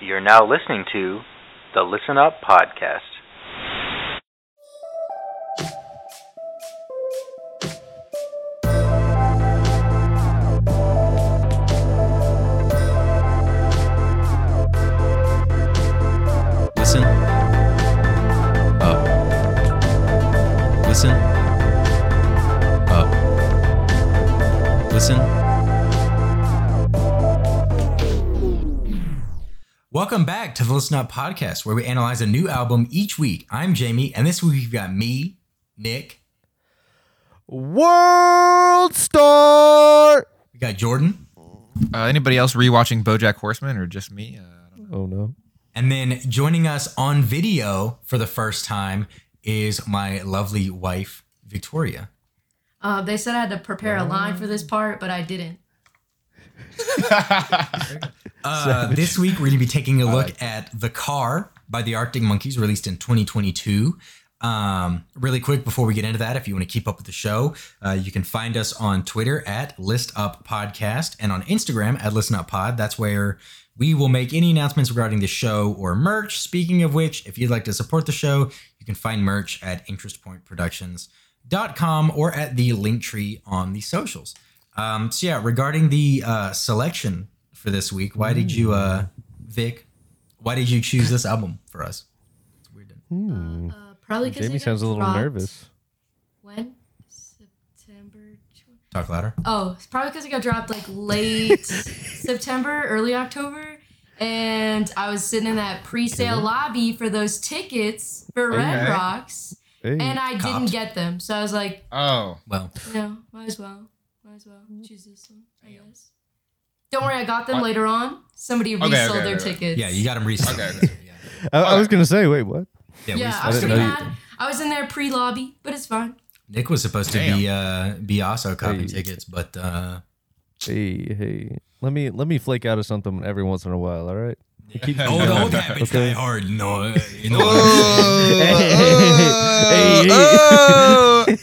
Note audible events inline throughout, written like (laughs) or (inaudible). You're now listening to the Listen Up Podcast. Listen up. Listen up. Listen. Welcome back to the Listen Up Podcast, where we analyze a new album each week. I'm Jamie, and this week we've got me, Nick, World Star. we got Jordan, Uh, anybody else rewatching BoJack Horseman or just me? Uh, I don't know. Oh no. and then joining us on video for the first time is my lovely wife, Victoria. Uh, they said I had to prepare a line for this part, but I didn't. Uh, this week, we're going to be taking a look at The Car by the Arctic Monkeys, released in 2022. Um, really quick before we get into that, if you want to keep up with the show, uh, you can find us on Twitter at List Up Podcast and on Instagram at Listen Up Pod. That's where we will make any announcements regarding the show or merch. Speaking of which, if you'd like to support the show, you can find merch at interestpointproductions.com or at the link tree on the socials. Um, so yeah, regarding the uh, selection for this week, why did you, uh, Vic? Why did you choose this album for us? It's weird. Uh, probably because Jamie sounds a little nervous. When September? tw- Talk louder. Oh, it's probably because it got dropped like late September, early October, and I was sitting in that pre-sale lobby for those tickets for Red Okay. Rocks, Hey. and I Copped. didn't get them. So I was like, (laughs) Oh, Well, no, might as well, might as well choose this one. I guess. Don't worry, I got them later on. Somebody resold okay, their okay, okay. tickets. yeah, you got them recently. Okay, okay. (laughs) Yeah. I, I was gonna say, wait, what? Yeah, we Yeah, still- I was didn't pretty know you- mad. I was in there pre lobby, but it's fine. Nick was supposed to be uh, be also copying Hey. tickets, but uh, Hey, hey. Let me let me flake out of something every once in a while. All right. Keep oh, the old habits die Okay. hard. You know, uh, you know. Hey,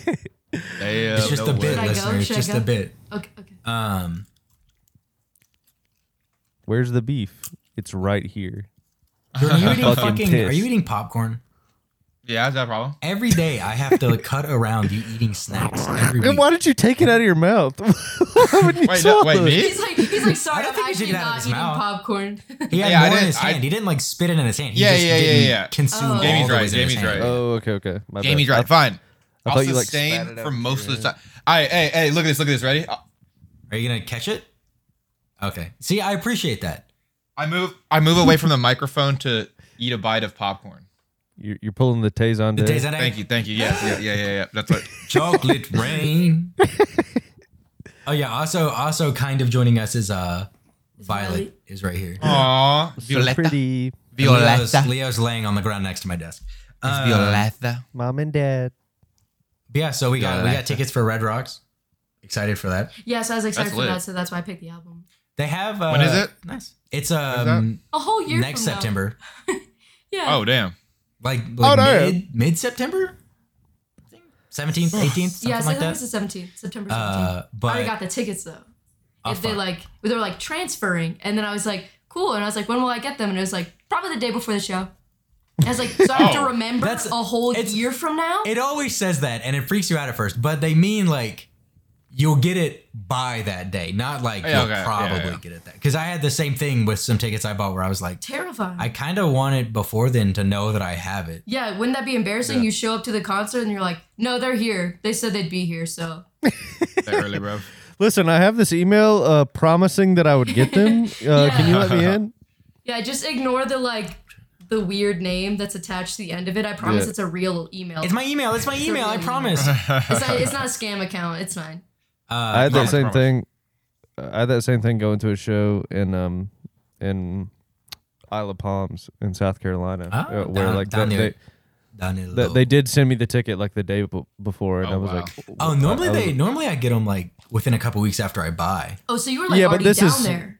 hey. damn, it's just uh, no a bit, Should way. I go? listeners. Should I Just go? a bit. Okay, okay. Um, Where's the beef? It's right here. Jordan, are you eating Fucking fucking? Are pissed. you eating popcorn? Yeah, is that a problem? Every day I have to cut around you eating snacks every And week. why did you take it out of your mouth? (laughs) why would you Wait, swallow no, wait, it? me? He's like, (laughs) he's like, sorry, don't I'm think he should actually get out of not his eating mouth. (laughs) popcorn. He had Yeah, I more in didn't- his hand. I- he didn't like spit it in his hand. He Yeah, just yeah, yeah, didn't yeah. Consume Oh. all Jamie's that right, was in his Jamie's hand. right. Oh, okay, okay. My bad. Jamie's I- right. Fine. I I'll thought you, like, sustain spat it out for with most your- of the time. All right, hey, hey, look at this. Look at this. Ready? I- Are you gonna catch it? Okay. See, I appreciate that. I move. I move away from the microphone to eat a bite of popcorn. You're, you're pulling the taze on The day. days that Thank I you. Thank you. Yes. Yeah. Yeah. Yeah. yeah. That's what. (laughs) (laughs) chocolate rain. (laughs) oh yeah. Also, also, kind of joining us is uh, Violet Violet. is right Oh, here. Aw, So pretty, Leo's, Leo's laying on the ground next to my desk. Uh, Violetta. mom and dad. Yeah. So we got we got Violetta. tickets for Red Rocks. Excited for that. yeah, so I was excited That's for lit. that, so that's why I picked the album. They have uh, When is it? Nice. It's that? um A whole year next from now. September, Yeah. Oh damn. like, like no. mid mid September, seventeenth, eighteenth, something yeah, so like that that. was the 17th, September 17th. Uh, I already but got the tickets though. Oh, if they fuck. like, they were like transferring, and then I was like, cool, and I was like, when will I get them? And it was like, probably the day before the show. I was like, so I have Oh, to remember that's- a whole it's- year from now. it always says that, and it freaks you out at first. But they mean like you'll get it by that day, not like Yeah, you'll okay. Yeah, probably yeah. get it that. Because I had the same thing with some tickets I bought where I was like, Terrifying. I kind of want it before then to know that I have it. Yeah, wouldn't that be embarrassing? You show up to the concert and you're like, no, they're here. They said they'd be here, so That early, bro. Listen, I have this email uh, promising that I would get them. Uh, Can you let (laughs) me in? yeah, just ignore the like the weird name that's attached to the end of it. I promise Yeah. it's a real email. It's my email. It's my email. I (laughs) promise. Uh, it's, not, (laughs) it's not a scam account. It's fine. I had that promise, same promise. thing. I had that same thing going to a show in um in Isle of Palms in South Carolina, Oh, uh, where down- like down that, near- they Danilo. that, they did send me the ticket like the day b- before, and Oh, I was wow. like, Oh, normally I was- they normally I get them like within a couple weeks after I buy. Oh, so you were like Yeah, but already this down is- there.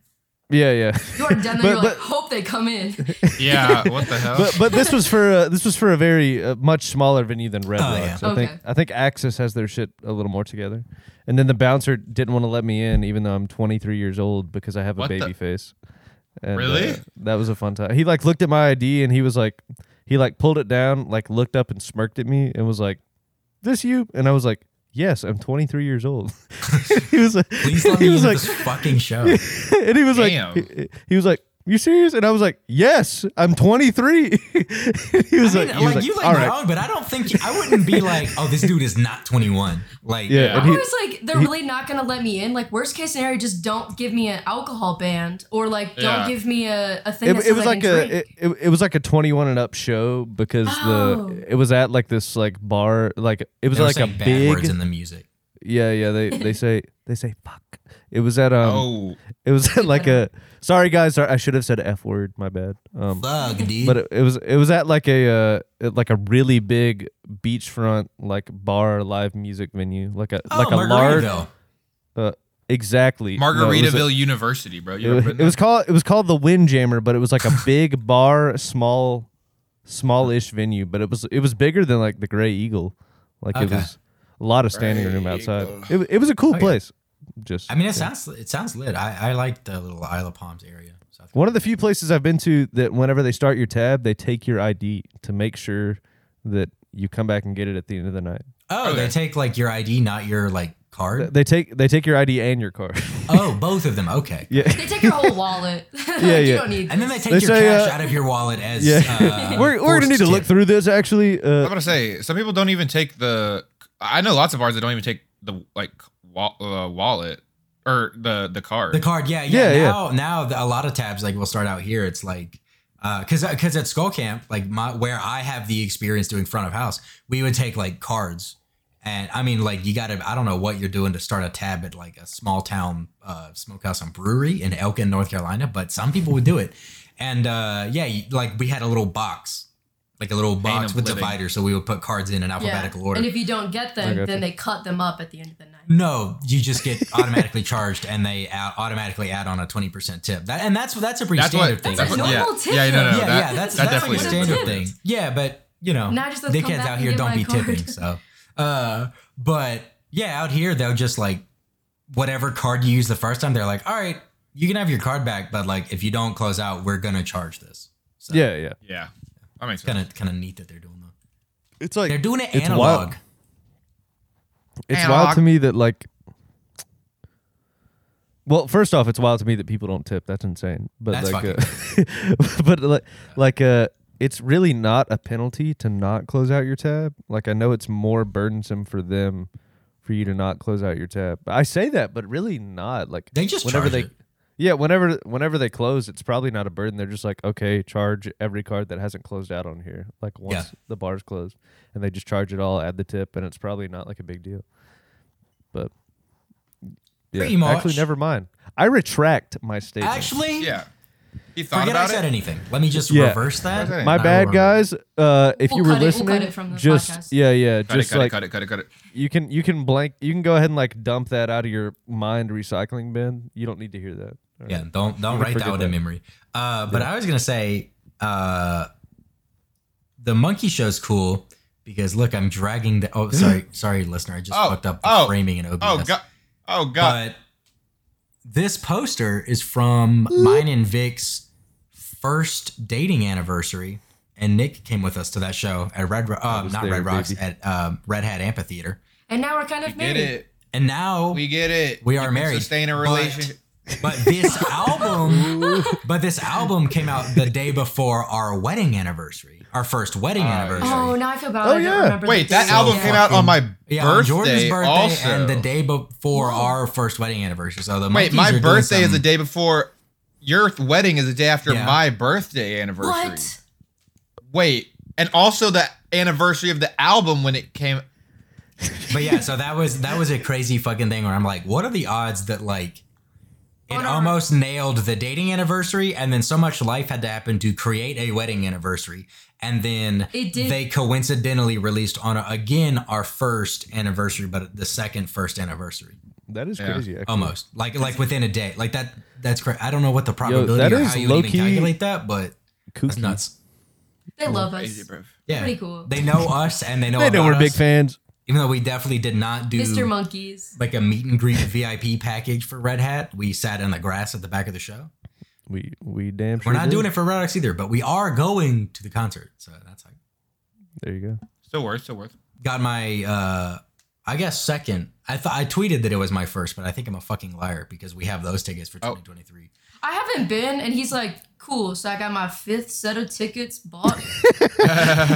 yeah, yeah. (laughs) You were down there. you're But- like, hope they come (laughs) in. Yeah. What the hell? But but this was for uh, this was for a very uh, much smaller venue than Red Oh, Rocks. yeah. I think Okay. I think Axis has their shit a little more together. And then the bouncer didn't want to let me in, even though I'm 23 years old because I have a What the- baby face. And, Really? uh, that was a fun time. He like looked at my ID and he was like, he like pulled it down, like looked up and smirked at me and was like, "This you?" And I was like, "Yes, I'm 23 years old." (laughs) he was like, (laughs) Please let he me was into like, this fucking show. (laughs) and he was Damn. like, he, he was like, "You serious?" And I was like, "Yes, I'm (laughs) 23." he I was mean, like, like, he was you like "All right." wrong, but I don't think I wouldn't be like, oh, this dude is not 21. Like, Yeah, Yeah. and I he, was like, they're really not gonna let me in. Like, worst case scenario, just don't give me an alcohol ban, or like, don't Yeah. give me a, a thing. it, that it says was I like can drink. a it, it, it was like a 21 and up show because Oh. the it was at like this like bar like it was they were like a saying bad words big in the music. yeah yeah they they say they say fuck it was at um oh, it was (laughs) at like a sorry guys sorry, I should have said f word my bad um Fuck, dude. but it, it was it was at like a uh at, like a really big beachfront like bar live music venue like a oh, like a large Margaritaville. uh, exactly No, it was a- Margaritaville University, bro. You ever it, been (laughs) it was there? called it was called the Windjammer, but it was like a (laughs) big bar, small, smallish venue. But it was it was bigger than like the Gray Eagle, like it Okay. was a lot of standing Gray room outside. Eagle. It, it was a cool yeah. place. Just I mean, it yeah. sounds it sounds lit. I, I like the little Isle of Palms area. South one of the few places I've been to that whenever they start your tab, they take your ID to make sure that you come back and get it at the end of the night. Oh, Okay. they take like your ID, not your like Th- card. They take they take your ID and your card. (laughs) oh, both of them. Okay. yeah. they take your (laughs) whole wallet. (laughs) Yeah, You yeah. don't need And then they take They your say, cash uh, out of your wallet as Yeah, uh, (laughs) we're, we're gonna forced need to look tip. through this actually. I'm Uh, gonna say some people don't even take the. I know lots of bars that don't even take the like wa- uh, wallet or the the card. the card. Yeah, yeah. Yeah, yeah. now, now the, a lot of tabs like we'll start out here. It's like uh, because because at Skull Camp, like my where I have the experience doing front of house, we would take like cards. And I mean, like you got to. I don't know what you're doing to start a tab at like a small town uh, smokehouse and brewery in Elkin, North Carolina, but some people would do it. And uh, yeah, you, like we had a little box, like a little box of with living. dividers, so we would put cards in in alphabetical order. And if you don't get them, gotcha. then they cut them up at the end of the night. No, you just get automatically charged, and they out, automatically add on a twenty percent tip. That and that's that's a pretty That's standard what. thing. That's That's a what- yeah, normal tip. yeah, no, no, yeah, that, yeah, that's that that's like definitely a is standard tip. thing. Yeah, but you know, Now just let's the come kids back out and here get don't my be card. tipping. So, uh, but yeah, out here they'll just like whatever card you use the first time, they're like, all right, you can have your card back, but like if you don't close out, we're gonna charge this. So yeah, yeah. Yeah, that makes sense. kind of kind of neat that they're doing that. It's like They're doing it It's analog. wild. It's Analog. wild to me that like well, first off, it's wild to me that people don't tip. That's insane. But That's like uh, (laughs) but like like uh it's really not a penalty to not close out your tab. Like I know it's more burdensome for them for you to not close out your tab. I say that, but really not. Like They just whenever charge they it. Yeah, whenever whenever they close, it's probably not a burden. They're just like, okay, charge every card that hasn't closed out on here. Like once the bar's closed, and they just charge it all, add the tip, and it's probably not like a big deal. But yeah, Pretty much. actually, never mind. I retract my statement. Actually, Yeah, he thought forget I about said it. anything. Let me just Yeah. reverse that. Forget I said my and I bad, will remember. guys. Uh, if We'll you cut it- we'll were cut listening, it from the just podcast. yeah, yeah, Cut it, just cut like it, cut it, cut it, cut it. you can you can blank, you can go ahead and like dump that out of your mind recycling bin. You don't need to hear that. All Yeah, right. don't don't can write that forget one that. in memory. Uh, but I was gonna say, uh, the monkey show's cool because look, I'm dragging the. Oh, sorry, sorry, listener, I just Oh, fucked up the oh, framing and OBS. Oh god, oh god. But this poster is from mine and Vic's first dating anniversity, and Nick came with us to that show at Red, Ro- uh, was not there, Red Rocks, baby. at um, Red Hat Amphitheater, And now we're kind we get of married. it. and now We get it. We You are can married, Sustain a but- relationship. But (laughs) this album, but this album came out the day before our wedding anniversary, our first wedding Oh, anniversary. Oh, now I feel bad. Oh, I yeah. don't remember Wait, the that date. album Yeah. came out on my Yeah, birthday. on Jordan's birthday also. and the day before our first wedding anniversary. So the monkeys Wait, are my doing birthday is some- the day before. Your th- wedding is the day after Yeah. my birthday anniversary. What? Wait, and also the anniversary of the album when it came. (laughs) But yeah, so that was that was a crazy fucking thing where I'm like, what are the odds that like it On our- almost nailed the dating anniversary and then so much life had to happen to create a wedding anniversary and then It did- they coincidentally released on a, again our first anniversary but the second first anniversary. that is Yeah. crazy. Actually. almost like like within a day like that that's crazy i don't know what the probability that or is how you would even low-key calculate that but that's Kooky. nuts They love Crazy, us. bro. yeah Pretty cool. they know us and they know (laughs) They know about we're big us, fans. even though we definitely did not do Mr. Monkeys. (laughs) like a meet and greet vip package for red hat we sat in the grass at the back of the show We we damn sure We're not did. doing it for Red Rocks either, but we are going to the concert. So that's like There you go. Still worth, still (laughs) worth. got my uh I guess second. I thought I tweeted that it was my first, but I think I'm a fucking liar because we have those tickets for Oh. 2023. I haven't been, and he's like, cool. So I got my fifth set of tickets bought. and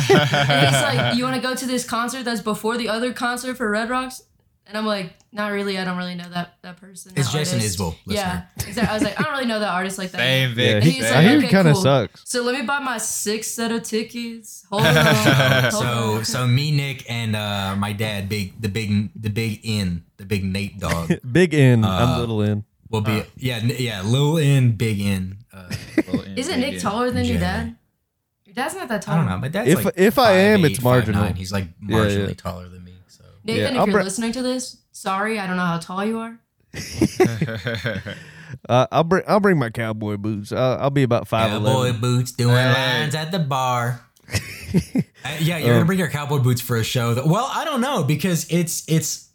he's (laughs) like, you want to go to this concert that's before the other concert for Red Rocks? And I'm like, not really. I don't really know that that person. It's that Jason artist." Isbell, Yeah, listener. exactly. I was like, I don't really know that artist like that. Same Yeah, Vic. he- he's same. I hear like, he "Okay, kind of cool." sucks. So let me buy my sixth set of tickets. (laughs) Hold on. Hold So (laughs) on. so me, Nick, and uh my dad, big the big the big N, the big Nate (laughs) dog Big in, Uh, I'm little in. will be Uh. yeah, n- yeah, little N, big N. Uh, Well, in- Isn't Nick yeah. taller than your January. dad? Your dad's not that tall. I don't know. My dad's If like if I am, it's 5'8",, marginal. 5'9". He's like Yeah, marginally yeah. taller than me. So Nathan, Yeah, if I'll you're bra- listening to this, sorry, I don't know how tall you are. Uh, I'll bring I'll bring my cowboy boots. I'll, I'll be about five cowboy eleven. boots doing Hey. lines at the (laughs) bar. Uh, yeah, you're gonna Um, bring your cowboy boots for a show. That, well, I don't know because it's it's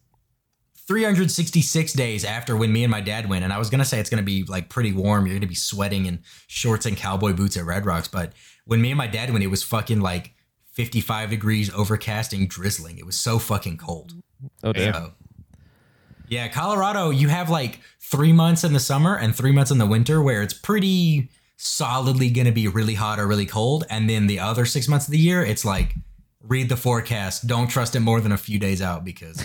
366 days after when me and my dad went, and I was gonna say it's gonna be like pretty warm. You're gonna be sweating in shorts and cowboy boots at Red Rocks, but when me and my dad went, it was fucking like 55 degrees, overcasting, drizzling. It was so fucking cold. Oh damn! So, yeah, Colorado, you have like three months in the summer and three months in the winter where it's pretty solidly going to be really hot or really cold. And then the other six months of the year, it's like, read the forecast. Don't trust it more than a few days out (laughs) because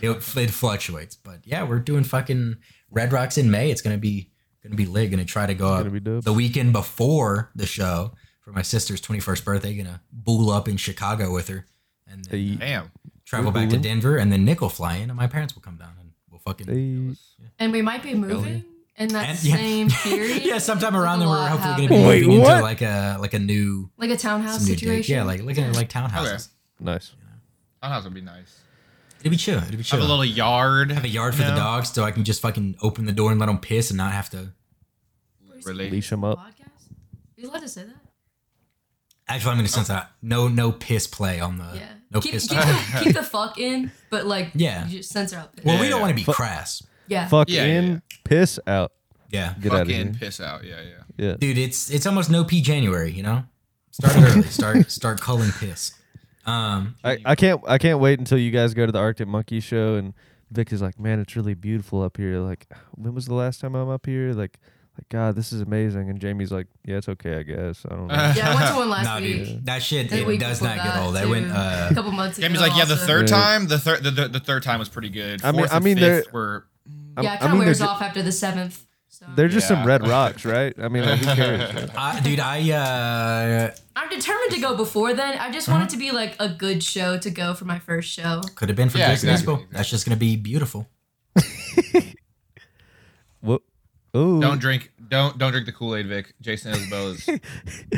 it, it fluctuates. But yeah, we're doing fucking Red Rocks in May. It's going to be. Gonna be lit. Gonna try to go gonna up be dope. the weekend before the show for my sister's twenty first birthday. Gonna bool up in Chicago with her, and then, uh, Hey, (laughs) Damn. travel back to Woo-hoo. Denver, and then Nick will fly in, and my parents will come down, and we'll fucking. hey. And we might be moving in that And- yeah. (laughs) same period. yeah, sometime around then Like a we're lot hopefully going to be happened. Wait, moving into what? like a like a new Like a townhouse some new dig. situation. Yeah, like looking at like townhouses. Okay. nice. Townhouse would be nice. It'd be chill. It'd be chill. Have a little yard. I have a yard for the dogs, so I can just fucking open the door and let them piss and not have to. Really. Leash him up. Podcast? Are you allowed to say that? Actually, I'm gonna censor that. No, no piss play on the. yeah. Uh, No keep, piss. keep, the, keep the fuck in, but like, (laughs) Yeah. you just censor out (laughs) there. well, we Yeah, don't yeah. want to be Fuck. crass. Yeah. Fuck Yeah, yeah, in, yeah. piss out. Yeah, Get out of here. Fucking piss out. Yeah, yeah. Yeah. dude, it's it's almost no pee January. You know, start early. (laughs) start start culling piss. Um, I, I can't I can't wait until you guys go to the Arctic Monkey show and Vic is like, man, it's really beautiful up here. Like, when was the last time I'm up here? Like, like God, this is amazing. And Jamie's like, yeah, it's okay, I guess. I don't know. Uh, Yeah, I went (laughs) to one last nah, week. dude, that shit The it week does before not get that, old. They too. went. Uh, a couple months ago. Jamie's like, yeah, the also. third Yeah. time, the third, the, the, the third time was pretty good. I mean- Fourth I and mean, they're- fifth were I'm- Yeah, it I kind of mean, wears they're, ju- off after the seventh. So. they're just Yeah. some red rocks, right? I mean, like, who cares? (laughs) right? I, dude, I uh, I'm determined to go before then. I just Uh-huh. want it to be like a good show to go for my first show. Could have been for Yeah, Jason exactly, Isbell. That's just gonna be beautiful. Whoop. Ooh. don't drink, don't don't drink the Kool Aid, Vic. Jason (laughs) Isbell's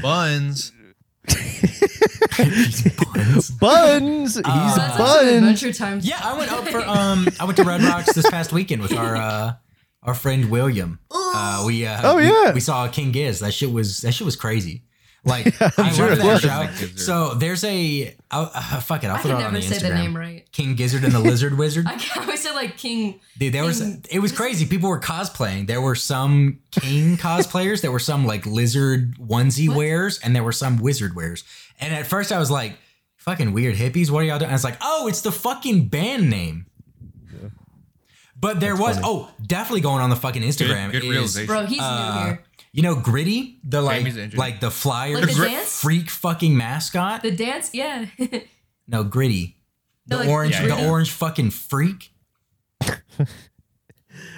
buns. (laughs) buns. He's So Oh, that's a actually bun. Adventure Time. Yeah, I went (laughs) up for um, I went to Red Rocks this past weekend with our uh, our friend William. Uh, we uh, Oh, we- yeah. we, saw King Giz. That shit was that shit was crazy. (laughs) Like I sure love it that was. show. So there's a oh, uh, fuck it. I'll I put it can on the never say Instagram. the name right. King Gizzard and the Lizard Wizard. I can (laughs) always say like King. Dude, there was King- it was crazy. People were cosplaying. There were some (laughs) king cosplayers. There were some like lizard onesie What? wears, and there were some wizard wears. And at first, I was like, "Fucking weird hippies, what are y'all doing?" And it's like, "Oh, it's the fucking band name." But there was oh, definitely going on the fucking Instagram. good is, realization. Bro, he's Uh, new here. You know, gritty the like Jamie's injured. like the Flyers Like the dance? freak fucking mascot. The dance, yeah. (laughs) no, gritty the No, like orange Yeah, the yeah. orange fucking freak.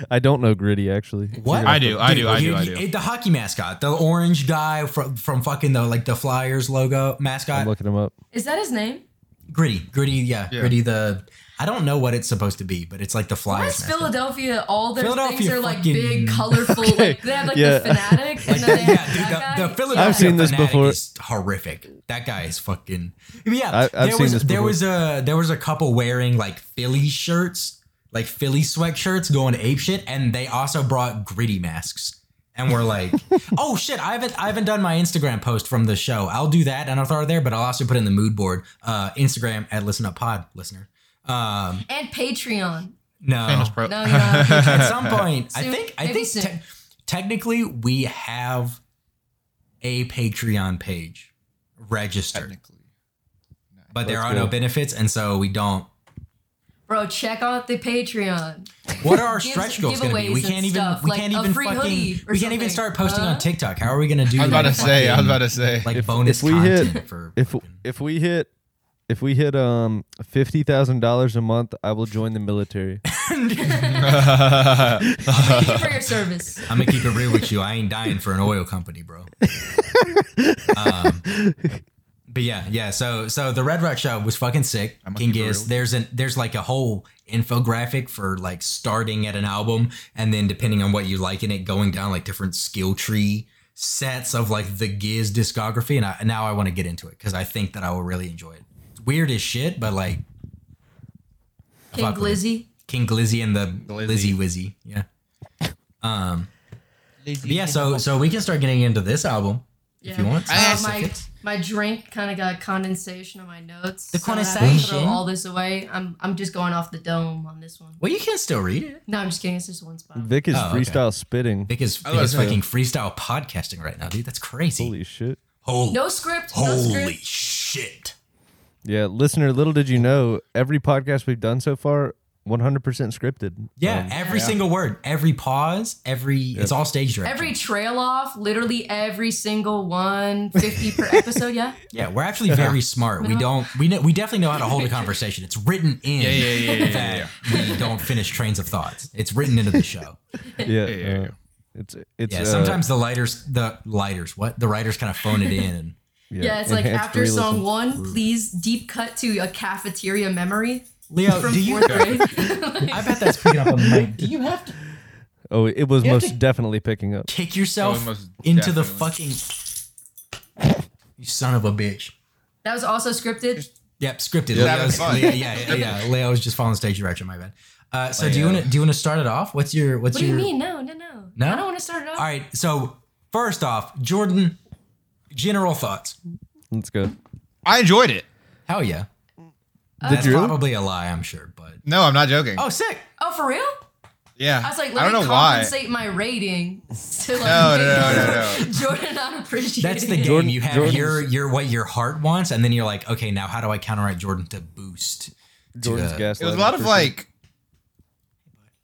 I don't know gritty actually. What? I do, I Dude, do, I you- do, I you- do. The hockey mascot, the orange guy from from fucking the like the Flyers logo mascot, I'm looking him up. Is that his name? gritty, gritty, yeah, Yeah. gritty. The I don't know what it's supposed to be, but it's like the Why Flyers. is mascot. Philadelphia all their things Philadelphia are like fucking- (laughs) big, colorful? Like they have like yeah. the (laughs) fanatic, and then they yeah, have that dude, the, the guy. Philadelphia I've seen this Fanatic before. Is horrific. That guy is fucking. Yeah, I- I've there seen was this there before. was a there was a couple wearing like Philly shirts, like Philly sweatshirts, going ape shit, and they also brought gritty masks. And we're (laughs) like, oh shit! I haven't I haven't done my Instagram post from the show. I'll do that and I'll throw it there, but I'll also put in the mood board. Uh, Instagram at Listen Up Pod listener. Um, and Patreon. no, Famous pro. (laughs) No, you're not. at some point, I Soon, think I maybe think soon. te- technically we have a Patreon page registered, (laughs) Technically. but there That's are no good. benefits, and so we don't. Bro, check out the Patreon. What are our (laughs) Gives- stretch goals going to be? giveaways We and can't even. stuff, we like can't a even free fucking. We hoodie or can't even something. start posting on Huh? TikTok. How are we going to do? I was about to like, say. I was fucking, about to say. Like If- bonus if we hit- content for If fucking- if we hit if we hit um fifty thousand dollars a month, I will join (laughs) the military. Thank you for your service. I'm gonna keep it real with you. I ain't dying for an oil company, bro. um, but yeah, yeah. So so the Red Rock show was fucking sick. I'm gonna King keep it real Giz. with There's an there's like a whole infographic for like starting at an album and then depending on what you like in it, going down like different skill tree sets of like the Giz discography. And I, now I want to get into it because I think that I will really enjoy it. It's weird as shit, but like King fuck with it. Glizzy. King Glizzy and the Glizzy. Glizzy Wizzy. Yeah. Um. But yeah, so so we can start getting into this album Yeah. if you want. I Uh, asked my, Tickets. my drink kind of got condensation on my notes. The so I have to condensation? throw all this away. I'm I'm just going off the dome on this one. well, you can still read it. No, I'm just kidding. It's just one spot. Vic is Oh, okay. freestyle spitting. Vic is, I Vic was is about to fucking freestyle podcasting right now, dude. That's crazy. Holy shit. holy, No script. No holy script. shit. Yeah, listener, little did you know, every podcast we've done so far, one hundred percent scripted. Yeah, Um, every Yeah. single word, every pause, every it's all stage direction. Every trail off, literally every single one, 50 per episode. (laughs) Yeah. yeah, we're actually (laughs) very smart. We No. don't we know we definitely know how to hold (laughs) a conversation. It's written in Yeah, yeah, yeah, yeah, yeah, yeah. that we don't finish trains of thoughts. It's written into the show. yeah, Yeah, yeah, uh, yeah. it's it's Yeah, uh, sometimes the lighters the lighters, what? The writers kind of phone it in and Yeah. it's like enhanced after song one, realism. please deep cut to a cafeteria memory (laughs) Leo, from Oh, do you fourth grade. (laughs) I bet that's picking up a mic. Do (laughs) you have to Oh, it was You have most to- definitely picking up. kick Oh, yourself most into the definitely. fucking you son of a bitch that was also scripted. yep scripted Yeah, that Leo's- was fun. Leo- yeah yeah yeah Leo was just following stage direction my bad uh, so do you Leo. want to do you want to start it off what's your what's What do your you mean? No, no, no. No? I don't want to start it off. all right so first off Jordan general thoughts Let's go. I enjoyed it. hell yeah Did Uh, that's you? probably a lie I'm sure but No, I'm not joking. oh sick Oh, for real? yeah. I was like, I let don't me know why. compensate my rating to like No, no, make no, no, (laughs) Jordan not appreciating. that's the it. game Jordan- you have Jordan's- your your what your heart wants and then you're like okay now how do I counteract Jordan to boost to Jordan's the- gas. It was a lot of like.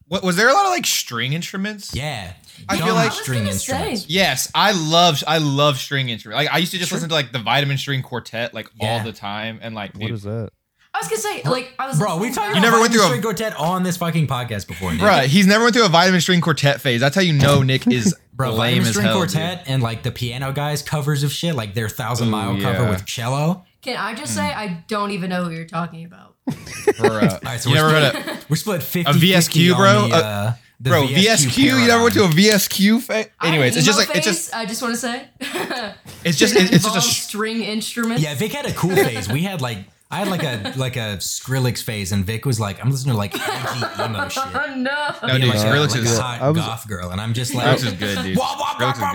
What was there a lot of like string instruments? yeah I feel Dumb like- I was string gonna say. instruments Yes, I love I love string instruments. Like I used to just Sure. listen to like the Vitamin String Quartet like Yeah. all the time, and like What dude, is that? I was gonna say, like, I was Bro, we've talked You about never Vitamin went through a- String Quartet on this fucking podcast before, Nick. Bruh, he's never went through a Vitamin String Quartet phase. That's how you know (laughs) Nick is Bro, lame Vitamin as String hell. dude. Quartet and like the piano guys covers of shit, like their thousand Ooh, mile cover yeah. with cello. Can I just say I don't even know who you're talking about? (laughs) Bruh. right, so you we're never heard still- of We split 50 VSQ, 50 on bro? The, Uh, uh, the bro VSQ. You never went to a VSQ phase. I had (laughs) Anyways, it's just emo like it's phase, just I just want to say. it's (laughs) just it's, it's just a Involved s- string instrument. Yeah, Vic had a cool phase. We had like I had like a like a Skrillex phase, and Vic was like, I'm listening to like edgy emo shit. (laughs) Oh no. no dude. Like, Skrillex like uh, is a hot I was- goth girl, and I'm just like, Skrillex is good, dude. "Wah, wah, wah, Skrillex is wah,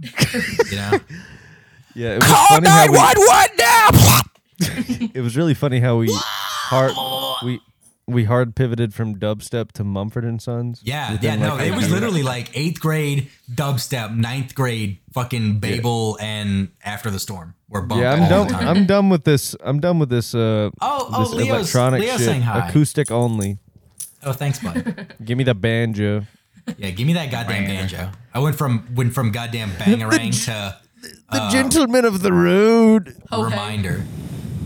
good. wah." you (laughs) know, (laughs) Yeah, it was Oh, funny how we, it was really funny how we hard we we hard pivoted from dubstep to Mumford and Sons. Yeah, yeah, within, no, like, a it was year. literally like eighth grade dubstep, ninth grade fucking Babel and After the Storm were bumped. Yeah, all I'm The done. time. I'm done with this. I'm done with this. Uh, Oh, oh, this Leo's- electronic Leo's shit. saying hi. Acoustic only. (laughs) oh, thanks, bud. Give me the banjo. Yeah, give me that goddamn banjo. I went from went from goddamn (laughs) bangarang to The Uh, gentleman of the road. Okay. reminder.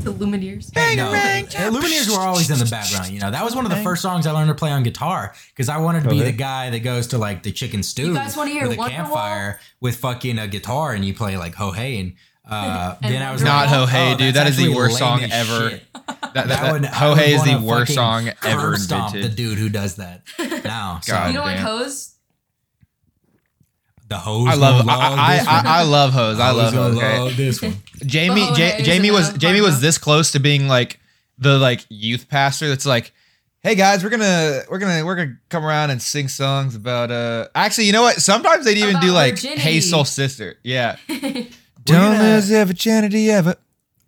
The Lumineers. No, the Lumineers were always in the background. You know, that was one of the first songs I learned to play on guitar because I wanted to be Okay. the guy that goes to like the chicken stew guys wanna hear with a Wonderwall? campfire with fucking a guitar and you play like ho hey and. Uh, (laughs) And then I was Not like, Ho Hey, oh, that's dude. That is the actually worst lame song as ever. shit. That, (laughs) that, That that, one, Ho I would Hey is the wanna fucking worst song curb ever stomp invented. The dude who does (laughs) that now, so God you don't like damn. hose? (laughs) the hose. I love I gonna I, this I, one. I love hoes. I Hoes love gonna hoes. okay? love this one. Jamie Oh, Ja- hey, Jamie isn't was that Jamie was fun? this close to being like the like youth pastor that's like, hey guys, we're gonna we're gonna we're gonna come around and sing songs about uh actually you know what? Sometimes they'd even do About like virginity. (laughs) Hey Soul Sister. Yeah. We're gonna- their virginity ever.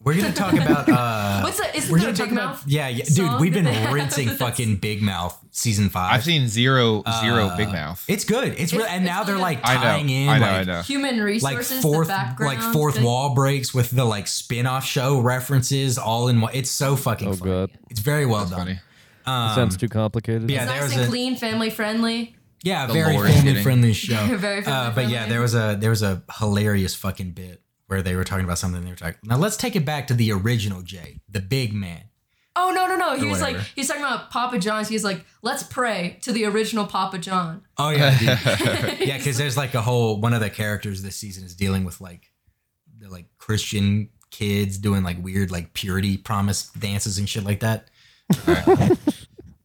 We're gonna talk about uh, (laughs) What's that? Isn't we're gonna there a talk Big about- Mouth? Yeah, yeah, song dude, we've that they (laughs) been have rinsing that's- fucking Big Mouth season five. I've seen zero zero Uh, Big Mouth. It's good. It's real, It's- and it's now they're good. like I tying know. in I know. like I (laughs) know. Human like resources, fourth the background, like fourth the- wall breaks with the like spin-off show references all in one it's so fucking Oh funny. god, it's very well That's done funny. Um, sounds too complicated. yeah. It's there nice was and a- clean, family friendly. yeah The very lore is family getting- friendly show (laughs) Very uh, but yeah family-friendly. there was a there was a hilarious fucking bit where they were talking about something they were talking now let's take it back to the original jay the big man Oh no no no! He Or was like whatever. he's talking about Papa John's. He's like, let's pray to the original Papa John. oh yeah dude. (laughs) (laughs) yeah because there's like a whole one of the characters this season is dealing with like the like christian kids doing like weird like purity promise dances and shit like that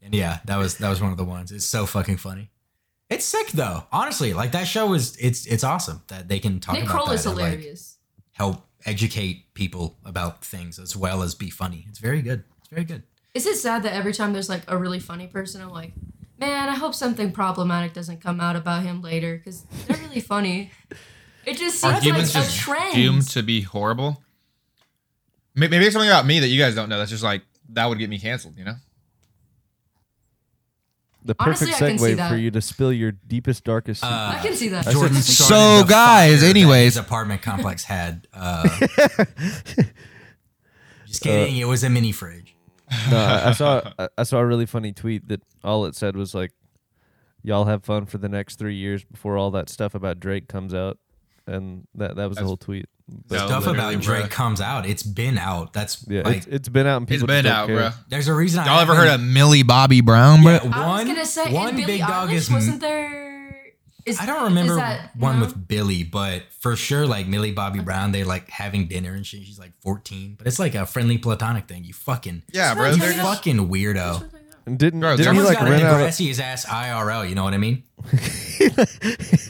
and yeah that was that was one of the ones it's so fucking funny it's sick though honestly like that show is it's it's awesome that they can talk (laughs) Nick about Kroll that is and, like, hilarious. help educate people about things as well as be funny it's very good it's very good Is it sad that every time there's like a really funny person, I'm like, man, I hope something problematic doesn't come out about him later because they're really funny. It just Are seems like humans a just trend. doomed to be horrible? May- Maybe there's something about me that you guys don't know. That's just like that would get me canceled. You know? the Honestly, perfect I can see segue that. for you to spill your deepest, darkest. Uh, secret. I can see (laughs) that. That's Jordan started So, the guys, fire that anyways. his apartment complex had. Uh, (laughs) just kidding. it was a mini fridge. no, I, I saw I- I saw a really funny tweet that all it said was like, "Y'all have fun for the next three years before all that stuff about Drake comes out," and that that was the That's- whole tweet. But- No, Stuff Oh, literally, about Drake bruh. comes out. It's been out. That's yeah, like it's, it's been out. And It's people been just don't out, care. bro. there's a reason. Y'all I ever haven't- heard of Millie Bobby Brown, bro? Yeah, one? I was gonna say, and one Billie big dog Eilish is. wasn't there. Is, I don't remember is that, one no? with Billy, but for sure, like Millie Bobby Brown, they're like having dinner and she, she's like 14, but it's like a friendly platonic thing. You fucking, Yeah, bro. Sometimes They're you just- fucking weirdo. And didn't Bro, didn't he someone's like got a rent out? a- grassy his ass IRL. You know what I mean? (laughs)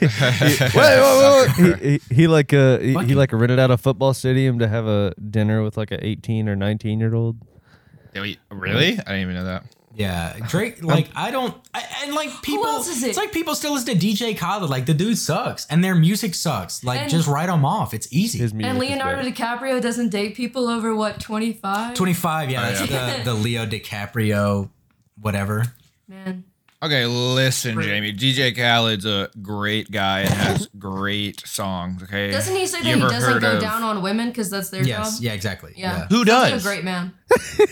(laughs) he, he, he like uh he, he Fucking- like rented out a football stadium to have a dinner with like a 18 or 19 year old. Yeah, wait, really? I didn't even know that. Yeah, Drake. Like I don't, I, and like people. else is it? It's like people still listen to DJ Khaled. Like the dude sucks, and their music sucks. Like And- just write them off. It's easy. His music And is Leonardo bad. DiCaprio doesn't date people over what 25? Twenty five. Yeah, Oh, that's yeah. The, the Leo DiCaprio, whatever. Man, Okay, listen, Jamie. DJ Khaled's a great guy and has (laughs) great songs. Okay. doesn't he say You that he ever doesn't heard go of- down on women because that's their Yes. job? Yeah. Exactly. Yeah. Yeah. Who Sounds like does? a great man.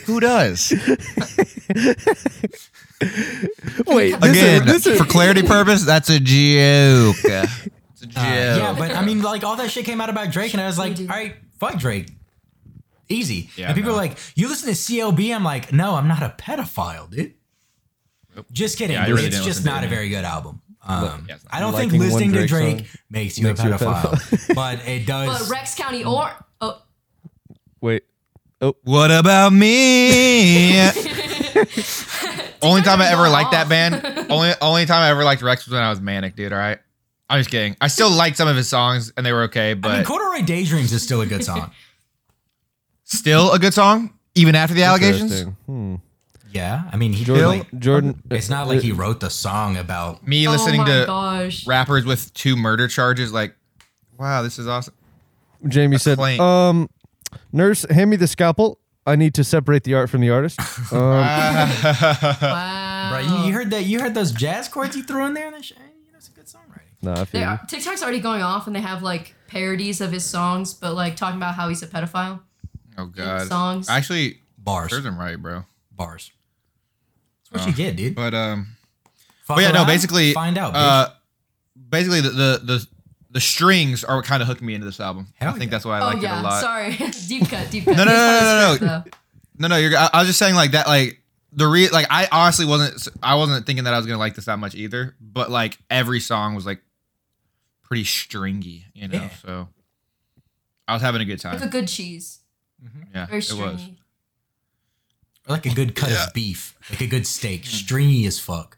Who does? Wait, this Again, is, this is, for (laughs) clarity purpose, that's a joke. it's a joke. Uh, yeah, but I mean, like all that shit came out about Drake, and I was like, all right, fuck Drake. Easy. Yeah, and people no. are like, you listen to CLB? I'm like, no, I'm not a pedophile, dude. Just kidding. Yeah, I really it's just didn't listen to not a it. very good album. Um, Yeah, it's not. I don't think Liking one listening to Drake Drake song makes you a makes you a pedophile, (laughs) but it But does. Rex County or oh, wait. What about (laughs) me? only time I ever liked that (laughs) band. Only only time I ever liked Rex was when I was manic, dude. All right. I'm just kidding. I still liked some of his songs and they were okay, but I mean, Corduroy Daydreams is still a good song. still a good song even after the allegations. Interesting. Hmm. yeah, I mean, he Jordan, like, Jordan, it's not like he wrote the song about. Me oh listening my to gosh. rappers with two murder charges, like, wow, this is (laughs) awesome. (laughs) Jamie said, complaint. um, nurse, hand me the scalpel. I need to separate the art from (laughs) the artist. Um, Oh, Wow. Bro, you, you heard that? You heard those jazz chords he threw in there? And that shit, you know, it's a good songwriting. nah, I feel They you. are, TikTok's already going off and they have like parodies of his songs, but like talking about how he's a pedophile. Oh god. songs. Actually, Bars, serves him right, bro. bars. That's what you get, dude. But um Fuck But yeah, no, around, basically find out. bitch. Uh, basically, the, the the the strings are what kind of hooked me into this album. Hell I yeah. think that's why I oh liked it a yeah, lot. sorry. (laughs) deep cut, deep cut. No, no, no, That's not no, his no, fault, though. No, no, you're. I, I was just saying like that. Like the re like I honestly wasn't. I wasn't thinking that I was gonna like this that much either. But like every song was like pretty stringy, you know. Yeah. So I was having a good Like a time. good cheese. Yeah, Very it was. stringy. Or like a good cut of beef, like a good steak, Hmm. stringy as fuck.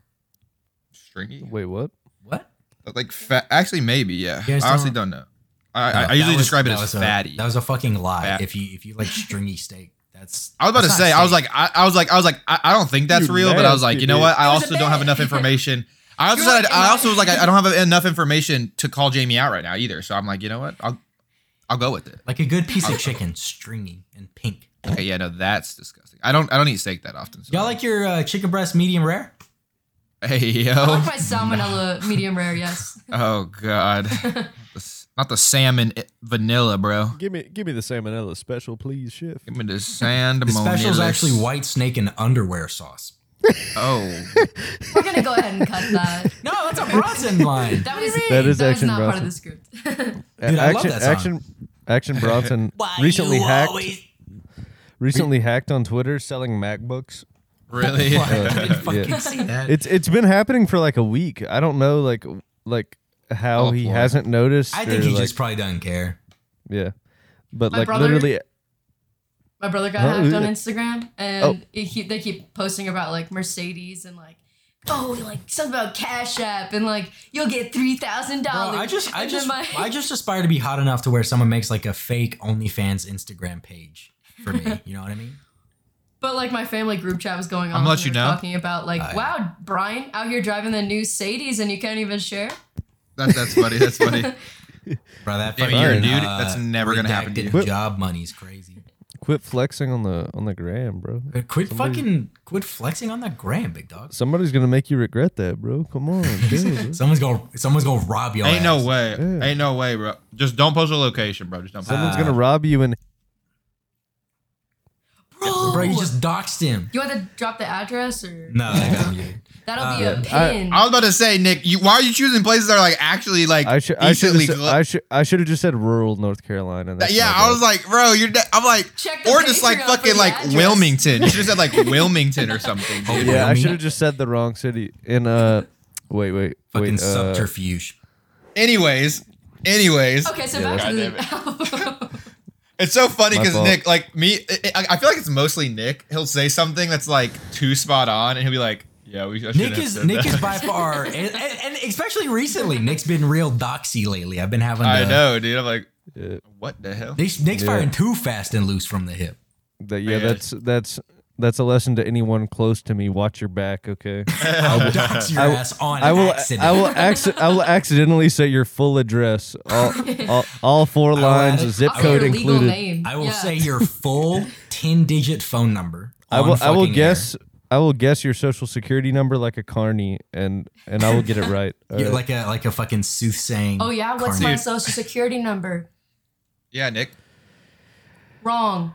Stringy. Wait, what? What? Like fat. Actually, maybe. Yeah. You guys I honestly don't- don't know. I, I, I usually describe it as fatty. A, that was a fucking lie. Fat. If you if you like stringy steak, that's. I was about to that's not say, I was steak. like, I, I was like, I was like, I, I don't think that's You real, but I was like, nasty you know what? I It was a also don't have bit. (laughs) enough information. I also You're said, like, I also was like, I I don't have enough information to call Jamie out right now either. So I'm like, you know what? I'll, I'll go with it. Like a good piece of (laughs) chicken, stringy and pink. Okay, yeah, no, that's disgusting. I don't I don't eat steak that often. So Y'all like your uh, chicken breast medium rare? (laughs) Hey I like yo. (laughs) my salmonella medium rare, yes. Oh (laughs) god. The s- Not the salmon i- vanilla, bro. Give me, give me the salmonella special, please, chef. Give me the sand. The special is actually white snake and underwear sauce. Oh, (laughs) We're gonna go ahead and cut that. No, that's a (laughs) Bronson line. That was That is that was action not part Bronson. of the script. (laughs) Dude, I love action, that song. action, action. (laughs) Bronson recently hacked, recently hacked on Twitter selling MacBooks. really? I didn't (laughs) fucking Uh, Yeah. see that. It's it's been happening for like a week. I don't know, like like how Oh, he boy. hasn't noticed. I think or, he like- just probably doesn't care. yeah, but My like brother- literally, My brother got Huh? hacked on Instagram, and it keep- they keep posting about like Mercedes and like, oh, like something about Cash App and like you'll get three thousand Bro, dollars. I just, I just, my, I just aspire to be hot enough to where someone makes like a fake OnlyFans Instagram page for me. You know what I mean? (laughs) but like my family group chat was going on. gonna let and you they were know. talking about like, Aye. wow, Brian out here driving the new Sadies and you can't even share. (laughs) That, that's funny. (laughs) That's funny. Bro, that Damn, you're a fucking, dude. That's never gonna happen to redacted you. Job money's crazy. quit flexing on the on the gram, bro. Uh, Quit Somebody- fucking, quit flexing on that gram, big dog. Somebody's gonna make you regret that, bro. (laughs) Come on, dude. Someone's gonna, someone's gonna rob your Ain't no ass. way. Yeah. Ain't no way, bro. Just don't post a location, bro. Just don't. Post. Someone's gonna rob you and Bro, Bro, you just doxed him. You want to drop the address or No, that got muted. That'll Uh, be a I- pin. I was about to say, Nick, you, why are you choosing places that are like actually like I should I should decently? clo- I should I should have just said rural North Carolina. That's yeah, my I bad. was like, bro, you're. De- I'm like, Check the or just like Patreon for fucking the like address. Wilmington. You should have said (laughs) like Wilmington or something. dude. Oh, yeah, I Wyoming. should have just said the wrong city. In uh, wait, wait, (laughs) Fucking wait, uh, subterfuge. Anyways, anyways, okay, so Yeah, back to the that's- album. it's so funny My because fault. Nick, like me, I- I I feel like it's mostly Nick. He'll say something that's like too spot on, and he'll be like, yeah, we. I shouldn't Nick have is said Nick (laughs) that. is by far, and, and, and especially recently, Nick's been real doxy lately. I've been having. I the- know, dude. I'm like, Yeah. what the hell? Nick's, Nick's Yeah. firing too fast and loose from the hip. that, yeah, Yeah. that's that's that's a lesson to anyone close to me. Watch your back, okay? I'll (laughs) dox your I will- ass on I will accident. I will acci- I will accidentally say your full address, all all, all four will add lines, it. zip I'll say code your legal included. name. I will Yeah. say your full ten-digit phone number. I on will I will fucking guess I will guess your social security number like a carney, and and I will get it right. air. Uh, All You're right. like a like a fucking soothsaying. Oh yeah, what's Carney. my Dude. social security number? Yeah, Nick. Wrong.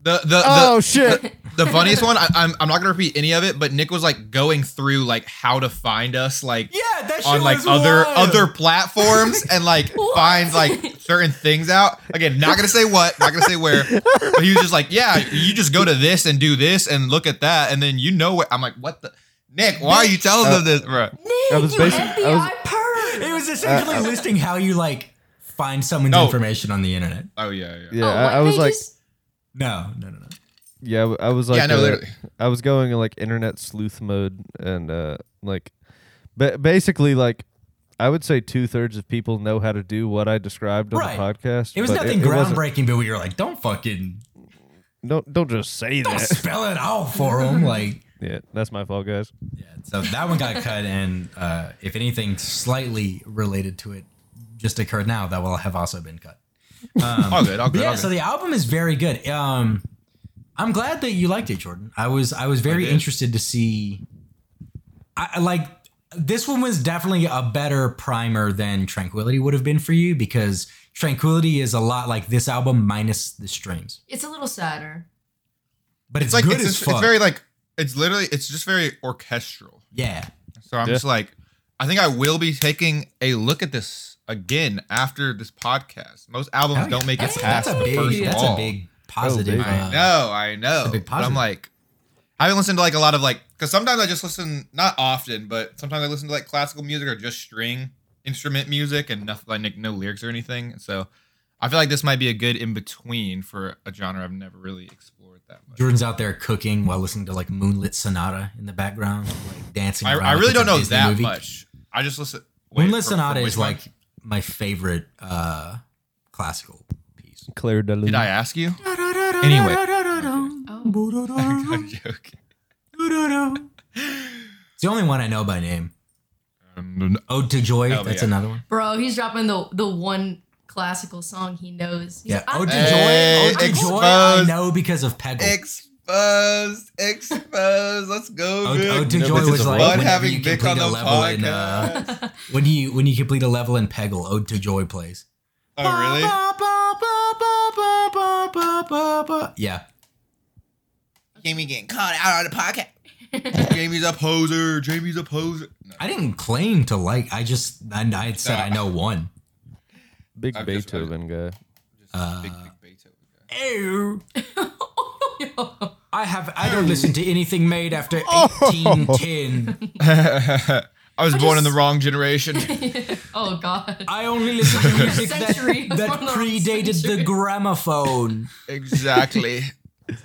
The the, the (laughs) oh shit! the funniest one, I, I'm, I'm not gonna repeat any of it, but Nick was like going through like how to find us, like Yeah, that shit on like was other wild. other platforms, (laughs) and like find like certain things out. Again, not gonna say what, not gonna say where, but he was just like, yeah, you just go to this and do this and look at that, and then you know what? I'm like, what the Nick? Why are you telling them this, bro? I was you basi- FBI I was- perv. It was Uh, essentially listing how you like find someone's No. information on the internet. Oh yeah, yeah. Yeah, Oh, I, white I was like. pages? No, no, no, no. Yeah, I w- I was like, Yeah, no, uh, literally. I was going in like internet sleuth mode, and uh, like, but basically, like, I would say two thirds of people know how to do what I described on Right. the podcast. It was but nothing wasn't- groundbreaking, but we were like, don't fucking Don't don't just say don't that. spell it out for them. Like, yeah, that's my fault, guys. yeah. So that one got cut, and uh, if anything slightly related to it just occurred now, that will have also been cut. Um, All good, all But good. yeah, all so good. the album is very good. Um, I'm glad that you liked it, Jordan. I was I was very did. interested to see. I I like this one was definitely a better primer than Tranquility would have been for you because Tranquility is a lot like this album minus the strings, It's a little sadder. but it's, it's like good it's, as just- fuck. it's very like it's literally it's just very orchestral. yeah. So I'm Yeah. just like, I think I will be taking a look at this again after this podcast. Most albums Hell yeah. don't make it that's, past that's a the big first that's wall. a big positive. big. I uh, know, I know. a big But I'm positive. like, I haven't listened to like a lot of like, because sometimes I just listen, not often, but sometimes I listen to like classical music or just string instrument music and nothing like no lyrics or anything. So I feel like this might be a good in between for a genre I've never really explored that much. Jordan's out there cooking while listening to like Moonlit Sonata in the background, like dancing. I, around I like really it's a don't know Disney that movie. much. I just listen. wait, Moonlit for- Sonata for is which one? like my favorite uh, classical piece. Claire Delune. Did I ask you? Anyway. Uh-huh. (laughs) I'm joking. It's the only one I know by name. Ode to Joy. Hell that's Oh, yeah. another one. Bro, he's dropping the the one classical song he knows. He's Yeah. Oh, like, "I'm Ode to Hey, Joy." Joy. Ode to Joy. I exposed. know because of Peggle. Oh. Exposed, exposed. Let's go, Ode, Ode to You know, Joy this is oh, was a like fun whenever having you Vic complete on a the level in, uh, when you when you complete a level in Peggle, Ode to Joy plays. Oh, (laughs) really? Yeah. Jamie getting caught out on the (laughs) podcast. Jamie's a poser. Jamie's a poser. No, I didn't claim to like. I just I, I said I know one. Big I've just- Beethoven guy. just Uh. big, big Beethoven guy. Ew. I have. I don't listen to anything made after 1810. (laughs) I was born in the wrong (laughs) generation. (laughs) oh God. I only listen to music Century. that, that One of those predated the centuries. gramophone. exactly.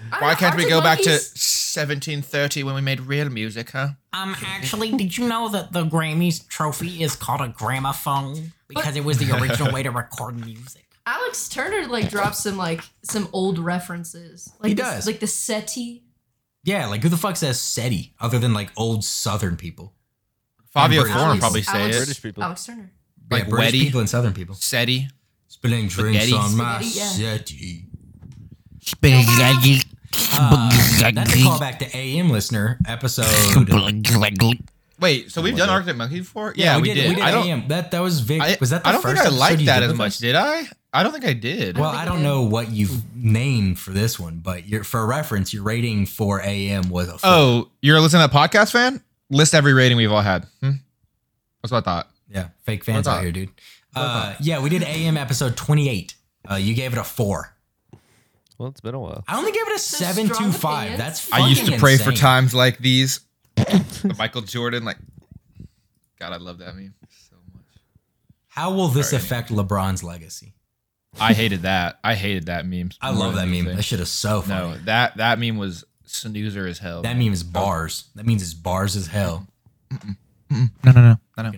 Why can't we Arctic go back to Monkeys- 1730 when we made real music, huh? Um, actually, did you know that the Grammys trophy is called a gramophone because it was the (laughs) original way to record music? Alex Turner like drops some like some old references. Like He this- does. like the SETI. Yeah, like who the fuck says SETI other than like old Southern people? Fabio British. Foreign Alex- probably say Alex- it. British people. Alex Turner. Like yeah, British Weddy. people and Southern people. SETI. Spilling drinks Spaghetti. on my Spaghetti, SETI. Spaghetti. Uh, that's a callback to AM listener episode. Wait, so we've done Arctic Monkey before? We did I don't. AM. That that was Vic. I, was that the I don't first think I episode liked you that did as with much, us? did I? I don't think I did. Well, think I you don't did. know what you've named for this one, but your for reference, your rating for AM was a four. oh, you're a listen to that podcast fan? List every rating we've all had. Hmm? That's what I thought. yeah, fake fans What's out up? here, dude. Uh, yeah, we did AM episode twenty eight. Uh, you gave it a four. Well, it's been a while. I only gave it a So seven two strong five. opinions. That's I used to fucking pray for insane. times like these. The Michael Jordan, like, God, I love that meme so much. How will this affect LeBron's legacy? I hated that. I hated that meme. I more love that than meme. anything. That shit is so funny. No, that that meme was snoozer as hell. That meme is bars. That means it's bars as hell. no, no, no, no, no.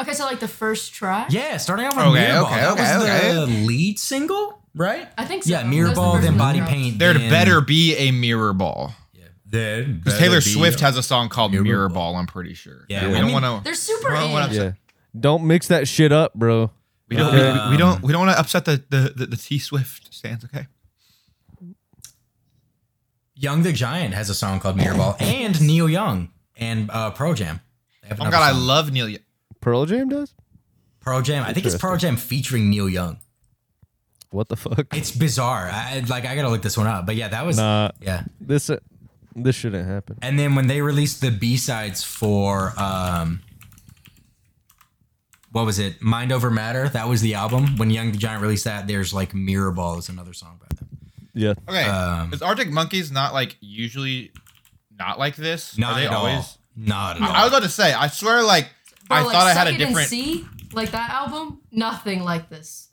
Okay, so like the first track. Yeah, starting off with Okay, Mirrorball. okay, that was okay, the lead single, right? I think so. Yeah, That was the Mirrorball, first then one Body that dropped. Paint. There'd then- better be a mirror ball. Yeah. Then Because better Taylor be- Swift has a song called Mirror Mirror, Ball. Ball. I'm pretty sure. Yeah. we Yeah. don't I want to. They're super Well, what in. I'm- Yeah. Don't mix that shit up, bro. We don't. we, we Um, don't. We don't want to upset the the the, the T Swift stands. Okay. Young the Giant has a song called (laughs) Mirrorball, and Neil Young and uh, Pro Jam. They have Oh my another God, I song. love Neil. Young. Pearl Jam does? Pro Jam. I think it's Pro Jam featuring Neil Young. What (laughs) the fuck? It's bizarre. I like. I gotta look this one up. But yeah, that was Nah, yeah. this uh, this shouldn't happen. And then when they released the B sides for um, what was it? Mind Over Matter. That was the album. When Young the Giant released that, there's like Mirror Ball is another song by them. Yeah. Okay. Um, Is Arctic Monkeys not like usually not like this? Not Are they at all. always? Not at all. I, I was about to say. I swear, like Bro, I like, thought I had Suck a It and different. See, like that album, nothing like this.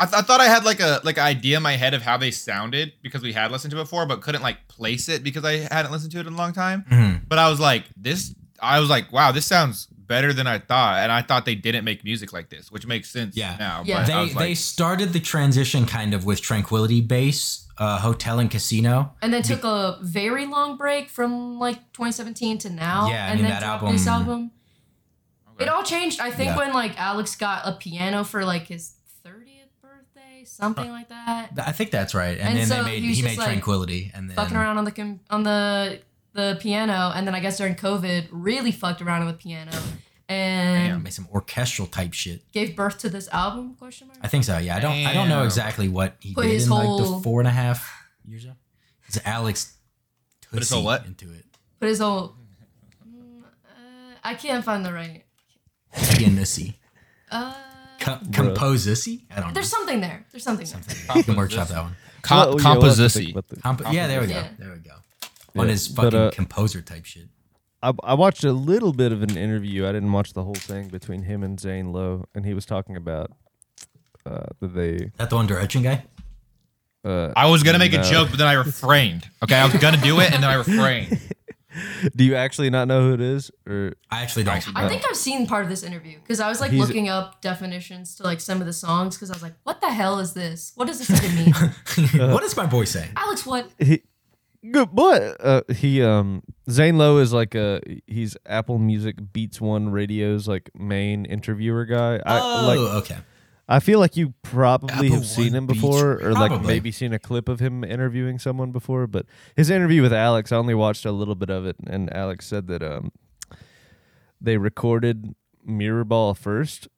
I, th- I thought I had like a like idea in my head of how they sounded because we had listened to it before, but couldn't like place it because I hadn't listened to it in a long time. Mhm. But I was like, this. I was like, wow, this sounds better than I thought, and I thought they didn't make music like this, which makes sense. Yeah. Now, But Yeah. I They was they like, started the transition kind of with Tranquility Base, uh, Hotel and Casino. And then took a very long break from like 2017 to now. Yeah, I and mean, then that dropped this album- album. It all changed, I think, Yeah. when like Alex got a piano for like his 30th birthday, something like that. Th- I think that's right. And, And then so they made he was he just, made like, Tranquility, and then Fucking around on the com- on the the piano, and then I guess during COVID, really fucked around on the piano, and made some orchestral type shit. gave birth to this album? Question mark. I think so. Yeah, I don't I don't know Damn. exactly what he Put did his in like the whole- four and a half years ago. It's Alex Put his Tootsie whole what? into it. But his whole. Mm, uh, I can't find the right. Pianissy. Uh, Co- composissy? I don't know. there's something there. There's something there. You can workshop that one. Com- Well, yeah, we'll have to think composissy. about this. Comp- yeah, there we go. Yeah. There we go. On Yeah, his but, fucking uh, composer type shit. I, I watched a little bit of an interview. I didn't watch the whole thing between him and Zane Lowe, and he was talking about uh, that they. That the one direction guy? Uh, I was gonna make a No. joke, but then I refrained. Okay, I was gonna do it, and then I refrained. do you actually not know who it is, or I actually don't. I think I've seen part of this interview because I was like He's- looking up definitions to like some of the songs because I was like, what the hell is this? What does this even (laughs) mean? what is my boy saying? Alex, what? he good boy uh he um zane lowe is like a he's apple music beats one radio's like main interviewer guy i oh, like okay. I feel like you probably Apple have seen One him Beach, before, or like probably. maybe seen a clip of him interviewing someone before. But his interview with Alex, I only watched a little bit of it, and Alex said that um, they recorded Mirror Ball first,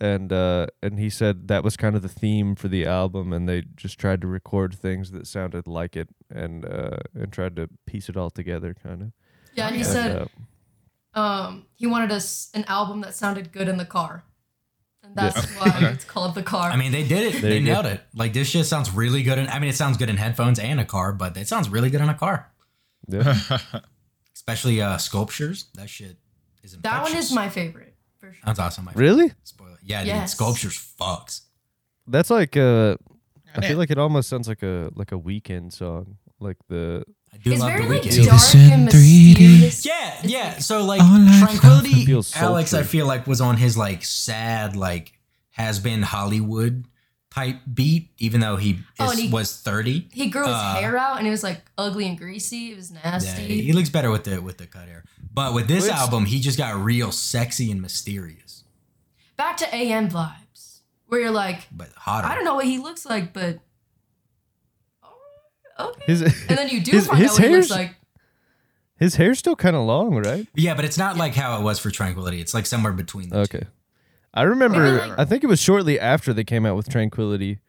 and uh, and he said that was kind of the theme for the album, and they just tried to record things that sounded like it, and uh, and tried to piece it all together, uh, kind of. Yeah, and he said um, he wanted us an album that sounded good in the car, and Yeah. that's why it's called the car. I mean, they did it. There they you go. nailed it. Like this shit sounds really good. In, I mean, it sounds good in headphones and a car, but it sounds really good in a car, especially uh, sculptures. That shit is that one is infectious. my favorite for sure. That's awesome. My really? Spoiler. Yeah, dude, Yes. sculptures fucks. That's like uh, I Yeah. feel like it almost sounds like a like a weekend song, like the I do It's love very the like weekend. dark and mysterious. Yeah, yeah. So like All I tranquility, Feels Alex, I sultry. feel like was on his like sad, like has been Hollywood type beat, even though he, is, Oh, and he- was thirty. He grew his Uh, hair out and it was like ugly and greasy. It was Yeah, nasty. he he looks better with the with the cut hair. But with this Which- album, he just got real sexy and mysterious, Back to AM vibes, where you're like, but hotter. I don't know what he looks like, but oh, okay. his and then you do his- find his out what he looks hair's- like. (laughs) his hair's still kind of (laughs) long, right? Yeah, but it's not like how it was for Tranquility. It's like somewhere between. The two. Okay, I remember. Really? I think it was shortly after they came out with Tranquility.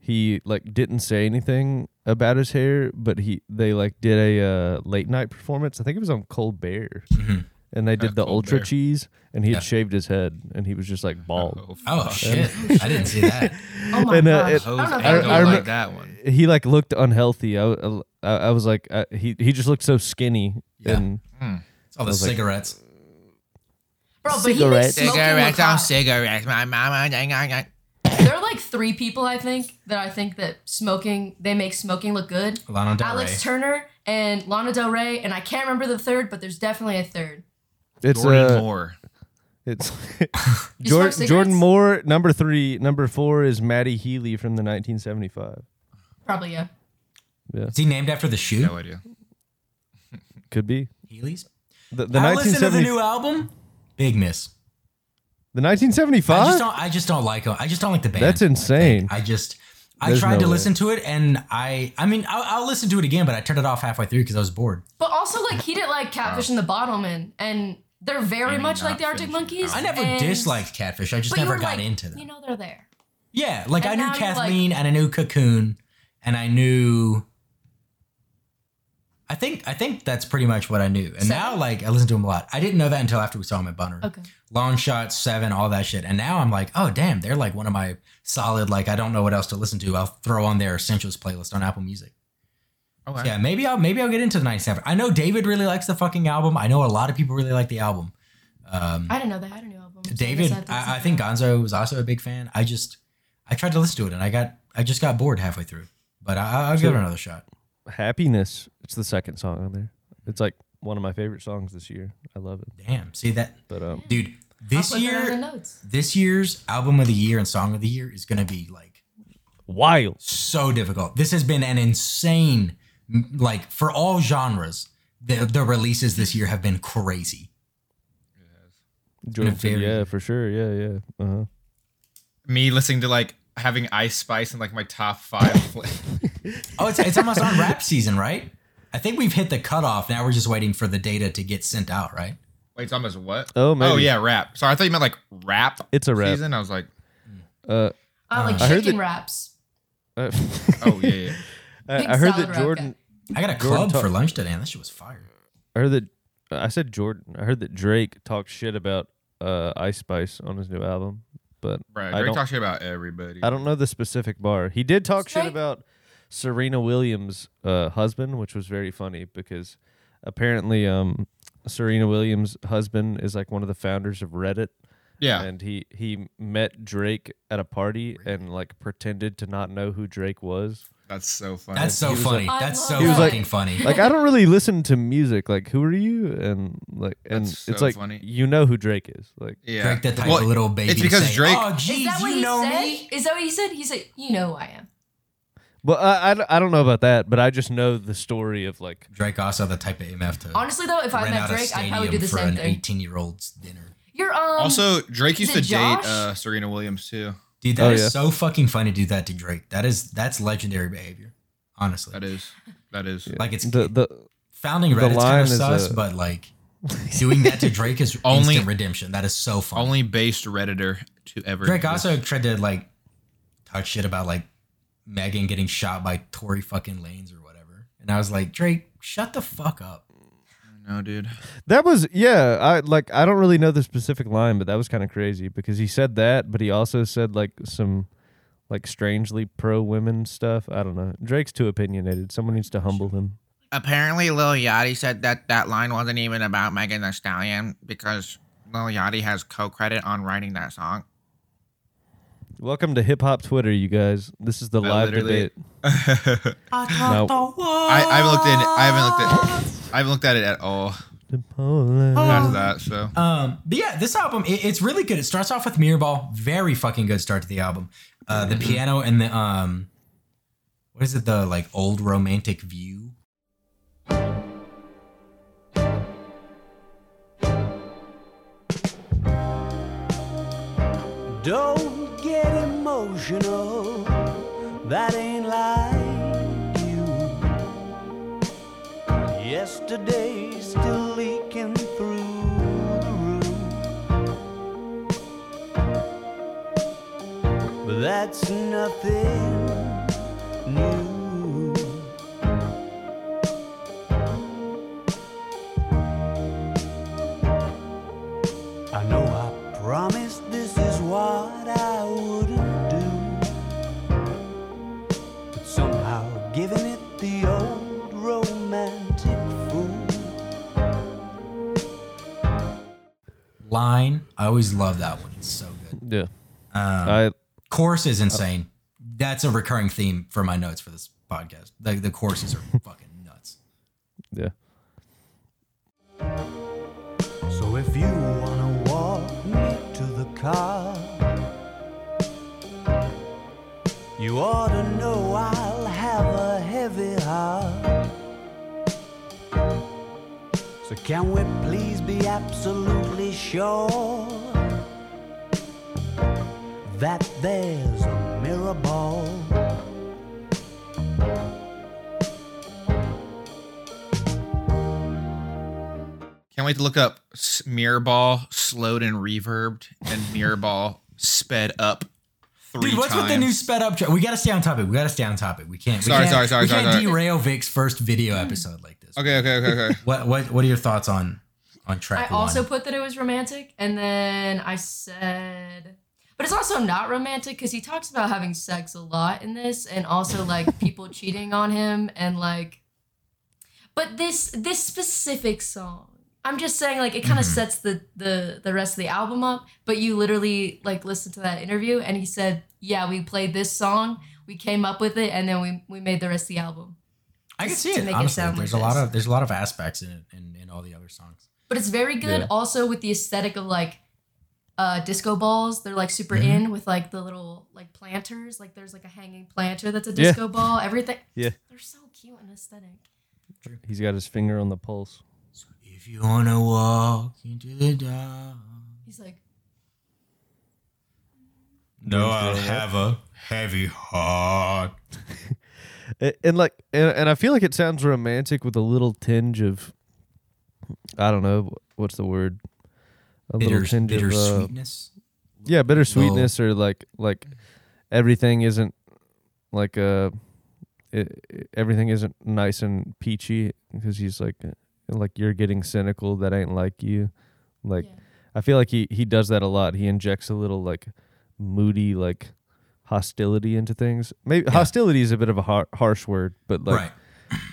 He like didn't say anything about his hair, but he they like did a uh, late night performance. I think it was on Colbert, Mm-hmm. and they did the Ultra Colbert. Cheese, and he Yeah. had shaved his head, and he was just like bald. Oh shit! I didn't see that. Oh my And, uh, gosh. it- I don't know if I- I, I can- remember- like that one. he like looked unhealthy. I I, I was like I, he he just looked so skinny Yeah. and It's (laughs) all the was like- cigarettes. bro, but he Cigarette. makes smoking look hot. cigarettes. My mama. dang, dang, dang. There are like three people I think that I think that smoking they make smoking look good. Lana Del Rey. Alex Turner and Lana Del Rey, and I can't remember the third, but there's definitely a third. it's Jordan uh, Moore. (laughs) It's (laughs) You smoke Jordan, Jordan cigarettes? Moore, number three. Number four is Maddie Healy from the 1975. Probably yeah. Is he named after the shoe? No idea. Could be. Heelys. The, the, I listen to the 1970 new album. Big miss. the I just 1975? don't. I just don't like him. I just don't like the band. That's I think. insane. I just. I There's tried no to way. listen to it, and I. I mean, I'll, I'll listen to it again, but I turned it off halfway through because I was bored. But also like he didn't like Catfish and the Bottlemen, and they're very Maybe much not like the Arctic finishing Monkeys. out. I never and- disliked Catfish. I just but you never were, got like, into them. You know they're there. yeah, like And I knew now you like- Kathleen and I knew Cocoon, and I knew. I think I think that's pretty much what I knew. And Seven? now, like, I listen to him a lot. I didn't know that until after we saw him at Bunner. Okay. long shots, seven, all that shit. And now I'm like, oh damn, they're like one of my solid. Like I don't know what else to listen to. I'll throw on their essentials playlist on Apple Music. Okay. Yeah, maybe I'll maybe I'll get into the 97. I know David really likes the fucking album. I know a lot of people really like the album. Um, I didn't know they had a new album. so I guess David, that doesn't I, I think count. Gonzo was also a big fan. I just I tried to listen to it and I got I just got bored halfway through. But I, I'll give it another shot. Happiness. It's the second song on there. It's like one of my favorite songs this year. I love it. Damn, see that, But um, dude. I'll This put that on the year, notes. this year's album of the year and song of the year is gonna be like wild. so difficult. This has been an insane, m- like for all genres. The, the releases this year have been crazy. Jordan, said, very- yeah, for sure. Yeah, yeah. Uh-huh. Me listening to like having Ice Spice in like my top five. (laughs) fl- Oh, it's, it's almost on rap season, right? I think we've hit the cutoff. Now we're just waiting for the data to get sent out, right? Wait, it's almost what? Oh, maybe. Oh yeah, rap. Sorry, I thought you meant like rap. It's a rap. season. I was like, Uh, I like I heard chicken that- wraps. uh, oh yeah, (laughs) yeah. I, Big I heard salad that rock Jordan. I got a Jordan club Tuck- for lunch today, and that shit was fire. I heard that. I said Jordan. I heard that Drake talked shit about uh, Ice Spice on his new album, but Bro, I Drake don't talks shit about everybody. I don't know the specific bar. He did talk shit Strike. about Serena Williams' uh, husband, which was very funny because apparently um, Serena Williams' husband is like one of the founders of Reddit, Yeah. and he he met Drake at a party and like pretended to not know who Drake was. That's so funny. That's so was funny. like- That's I so love that. fucking funny. Like I don't really listen to music. Like who are you? And like and That's it's so like funny. you know who Drake is. Like yeah. Drake, that type Well, of little baby. It's because saying, Drake. Oh, geez, Is that what you he know said? me. Is that what he said? He said, "You know who I am." well I, I I don't know about that, but I just know the story of like Drake also the type of MF to Honestly, though, if I rent met out a Drake, I'd probably do stadium the for same an thing. eighteen-year-old's dinner. You're um. also, Drake is used it to Josh? date uh, Serena Williams too. Dude, that Oh, is yeah. so fucking funny to do that to Drake. That is that's legendary behavior. Honestly. That is. That is. Like it's The the founding the Reddit's kind line of is sus, a- but like (laughs) doing that to Drake is Only- instant redemption. That is so funny. Only based redditor to ever. Drake do this. also tried to like talk shit about like Megan getting shot by Tory fucking Lanes or whatever. And I was like, Drake, shut the fuck up. No, dude. That was yeah, I like I don't really know the specific line, but that was kind of crazy because he said that, but he also said like some like strangely pro women stuff. I don't know. Drake's too opinionated. Someone needs to humble him. Apparently, Lil Yachty said that that line wasn't even about Megan Thee Stallion because Lil Yachty has co-credit on writing that song. Welcome to hip hop Twitter, you guys. This is the I live literally- debate. I, Now, I haven't looked in. I haven't looked at. I haven't looked at it at all to Poland. past that. So Um, but yeah, this album it, it's really good. It starts off with Mirrorball, very fucking good start to the album. Uh, the Mm-hmm. piano and the um, what is it? The like old romantic view. Don't get emotional, that ain't like you. Yesterday still leaking through the room. But that's nothing new. I know I promised this is what I wouldn't do. But somehow giving it the old romantic fool. Line. I always love that one. It's so good. Yeah. I Chorus is insane. That's a recurring theme for my notes for this podcast. The the choruses (laughs) are fucking nuts. yeah. So if you wanna walk me to the car, you ought to know I'll have a heavy heart. So can we please be absolutely sure that there's a mirror ball? can't wait to look up s- mirror ball slowed and reverbed and mirror ball sped up three Dude, what's times. with the new sped up track? We gotta stay on topic. We gotta stay on topic. We can't. we Sorry, can't- sorry, sorry, We sorry, can't sorry. derail Vic's first video episode like this. okay, okay, okay, okay. What what what are your thoughts on on I track? one? also put that it was romantic, and then I said, but it's also not romantic because he talks about having sex a lot in this, and (laughs) also like people cheating on him, and like, but this this specific song, I'm just saying like it kind of Mm-hmm. sets the the the rest of the album up. But you literally like listened to that interview, and he said, yeah, we played this song, we came up with it, and then we we made the rest of the album. I can just see to it. make it Honestly, sound there's like a lot this. of there's a lot of aspects in it in, in all the other songs. But it's very good Yeah. also with the aesthetic of like uh disco balls. They're like super Mhm. Mm-hmm. in with like the little like planters. Like there's like a hanging planter that's a Yeah. disco ball. Everything. (laughs) Yeah. They're so cute and aesthetic. He's got his finger on the pulse. If you wanna walk into the dark, He's like, no, I'll have a heavy heart. and, and like and, and i feel like it sounds romantic with a little tinge of i don't know what's the word a Bitter, little tinge bitter of uh, sweetness. yeah bittersweetness or like like everything isn't like uh it, it- everything isn't nice and peachy because he's like uh, like you're getting cynical that ain't like you like Yeah. i feel like he he does that a lot he injects a little like moody like hostility into things maybe hostility is a bit of a har- harsh word but like right,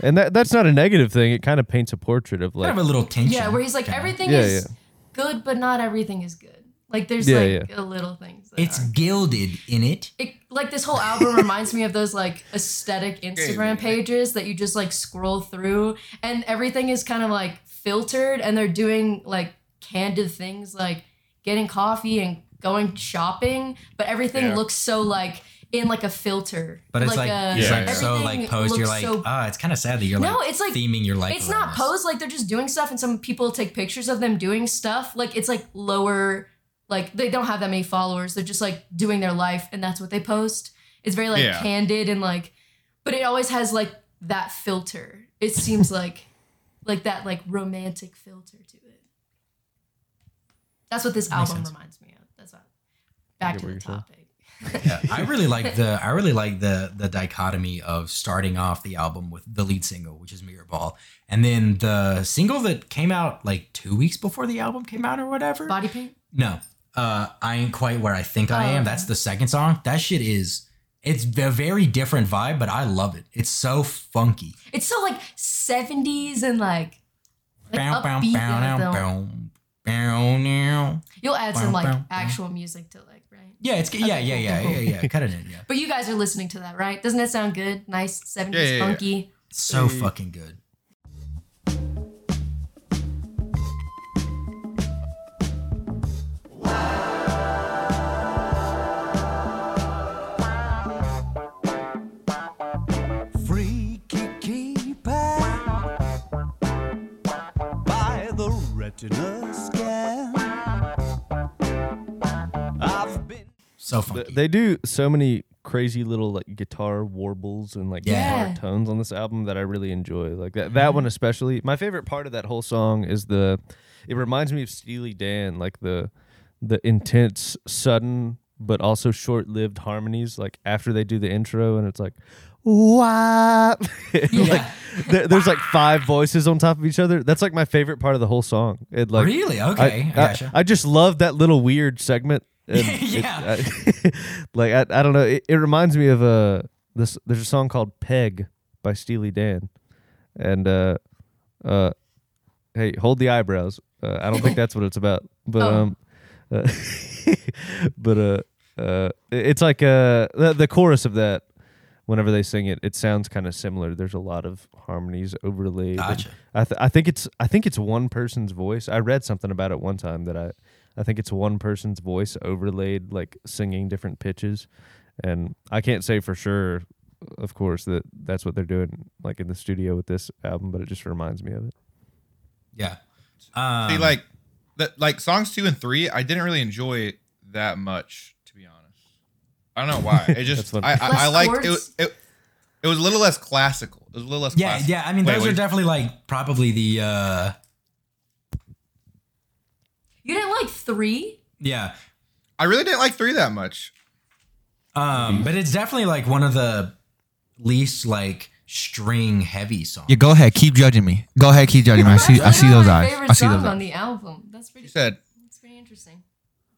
and that that's not a negative thing. It kind of paints a portrait of like kind of a little tension. yeah, where he's like, kinda. everything Yeah, is good, but not everything is good. Like there's Yeah, like a little things. That It's are- gilded in it. It, like this whole album reminds me of those like aesthetic Instagram pages that you just like scroll through and everything is kind of like filtered and they're doing like candid things like getting coffee and going shopping but everything Yeah. looks so like in like a filter But it's like, a- it's Yeah, like so everything like posed. You're looks like, so- ah, it's kind of sad that you're like, No, it's like- theming your life. it's around not this. posed like they're just doing stuff and some people take pictures of them doing stuff like it's like lower like they don't have that many followers. They're just like doing their life and that's what they post. It's very like Yeah. candid and like but it always has like that filter. It (laughs) seems like like that like romantic filter to it. That's what this album reminds me of. That's why. Back get to what the you're saying. topic. I really like the I really like the the dichotomy of starting off the album with the lead single, which is Mirror Ball, and then the single that came out like two weeks before the album came out or whatever. Body paint? No, uh, I ain't quite where I think I am. Oh. That's the second song. That shit is it's a very different vibe, but I love it. It's so funky. It's so like 70s and like, like Bow, bow, upbeat. bow, and, now, like, the- bow, bow, now. You'll add some bow, bow, like bow. actual music to like, right? Yeah, it's yeah, yeah, cool, yeah, cool, yeah, yeah. Cut it in, yeah. But you guys are listening to that, right? Doesn't that sound good? Nice 70s Yeah, yeah, yeah. funky. It's so fucking good. free keeper by the retina scan. I've been So Th- funky. They do so many crazy little like guitar warbles and like Yeah. guitar tones on this album that I really enjoy. Like that that one especially. My favorite part of that whole song is the it reminds me of Steely Dan, like the the intense, sudden but also short-lived harmonies like after they do the intro and it's like wah (laughs) like there, there's like five voices on top of each other that's like my favorite part of the whole song it like really? I- Okay. I, I, gotcha. I just love that little weird segment. (laughs) And it- Yeah. I- (laughs) like I, I don't know. It, it reminds me of uh this. There's a song called "Peg" by Steely Dan, and uh, uh, hey, hold the eyebrows. Uh, I don't think that's what it's about, but Oh. um, uh, (laughs) but uh, uh, it- it's like uh the, the chorus of that. Whenever they sing it, it sounds kind of similar. There's a lot of harmonies overlaid. and- Gotcha. I, th- I think it's I think it's one person's voice. I read something about it one time that I I think it's one person's voice overlaid like singing different pitches, and I can't say for sure, of course, that that's what they're doing like in the studio with this album. But it just reminds me of it. yeah. Um, See, like, the, like songs two and three, I didn't really enjoy that much, to be honest. I don't know why. It That's just, I, funny. I, I Less liked it, chords? it. It was a little less classical. It was a little less. yeah, classical. yeah. I mean, Wait, those what- are definitely like probably the uh You didn't like three? yeah. I really didn't like three that much. Um, Mm-hmm. but it's definitely like one of the least like string heavy songs. go ahead. Keep judging me. Go ahead. Keep judging me. I That's literally my favorite song on the album. That's pretty. She said, (laughs) that's pretty interesting.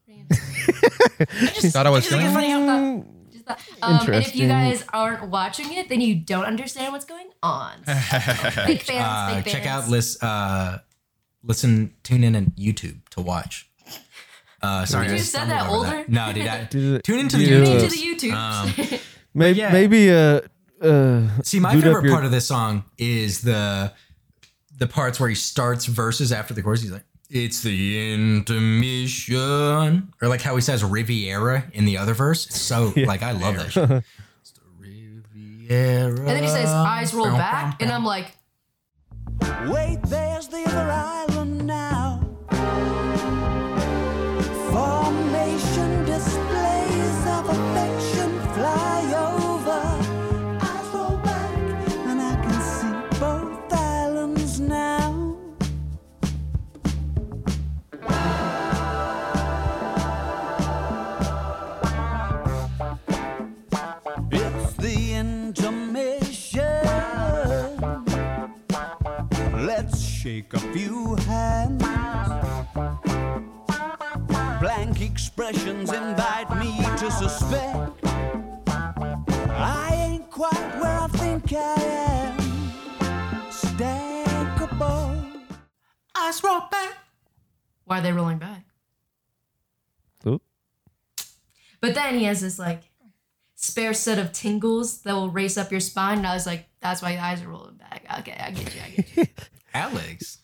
Pretty interesting. I (laughs) just Thought I was it's like a funny how thought- just thought- Um, and if you Interesting. guys aren't watching it, then you don't understand what's going (sighs) on. So, Big fans, Uh, big fans. check out list uh listen tune in and YouTube to watch. Uh sorry. Did I you just said stumbled that over older? No, dude. I, Did it- tune into the did it- Tune YouTube. into the YouTube. Um, Maybe yeah. maybe uh uh. See, my boot up favorite your- part of this song is the the parts where he starts verses after the chorus. He's like, "It's the intermission," or like how he says "Riviera" in the other verse. It's so like I love that. (laughs) Shit. It's the Riviera. (laughs) and then he says, eyes roll back. And I'm like, Wait, there's the other island now. Formation displays of affection fly over. Eyes roll back, and I can see both islands now. It's the intermission. Let's shake a few hands. Blank expressions invite me to suspect I ain't quite where I think I am. Stackable. "Eyes roll back." why are they rolling back? (laughs) Oop. But then he has this like spare set of tingles that will race up your spine. And I was like, that's why your eyes are rolling back. Okay, I get you. I get you. Alex.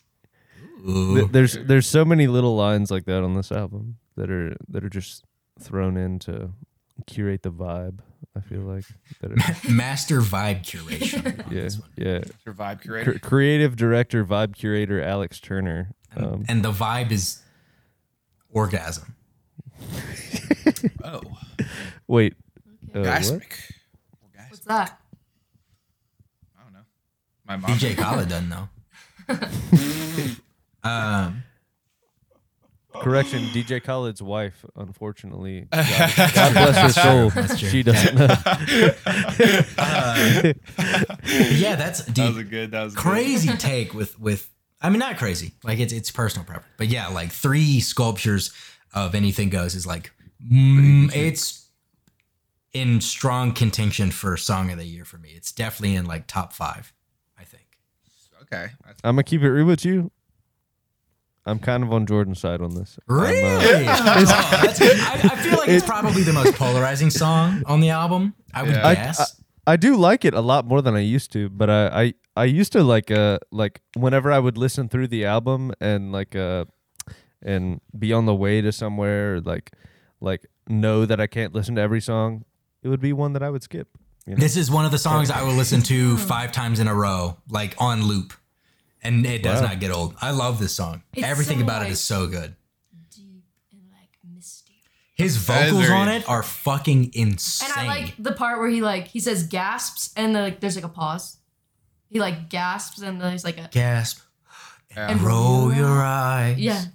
Th- Ooh. there's there's so many little lines like that on this album that are that are just thrown in to curate the vibe. I feel like that (laughs) are, Master vibe curation. on (laughs) yeah this one. yeah survive Cre- curator. creative director, vibe curator Alex Turner. Um, And the vibe is orgasm. Oh, Wait. Uh, what? Gasmic. What's that? I don't know. My mom. DJ Khaled doesn't (laughs) know. um, oh. Correction, DJ Khaled's wife, (laughs) unfortunately. God, God bless her soul. That's true. Uh, She (laughs) doesn't know. yeah, that's (laughs) That dude, was a good. That was a good- (laughs) crazy take with with. I mean, not crazy. Like it's it's personal preference, but yeah, like three sculptures of anything goes is like mm, it's in strong contention for song of the year for me. It's definitely in like top five, I think. Okay. That's- I'm gonna keep it real with you. I'm kind of on Jordan's side on this. I'm, uh, (laughs) Really? Oh, that's- I, I feel like it's probably the most polarizing song on the album. I would Yeah. I- guess. I do like it a lot more than I used to, but I I, I used to like uh like whenever I would listen through the album and like uh and be on the way to somewhere or like like know that I can't listen to every song, it would be one that I would skip. You know? this is one of the songs I will listen (laughs) to five times in a row, like on loop, and it does Wow. not get old. I love this song. It's Everything so, about it like- is so good. Deep and like mysterious. His That is vocals very- on it are fucking insane. And I like the part where he like he says gasps and like there's like a pause. He like gasps and there's like a gasp, yeah. and roll your eyes. yeah.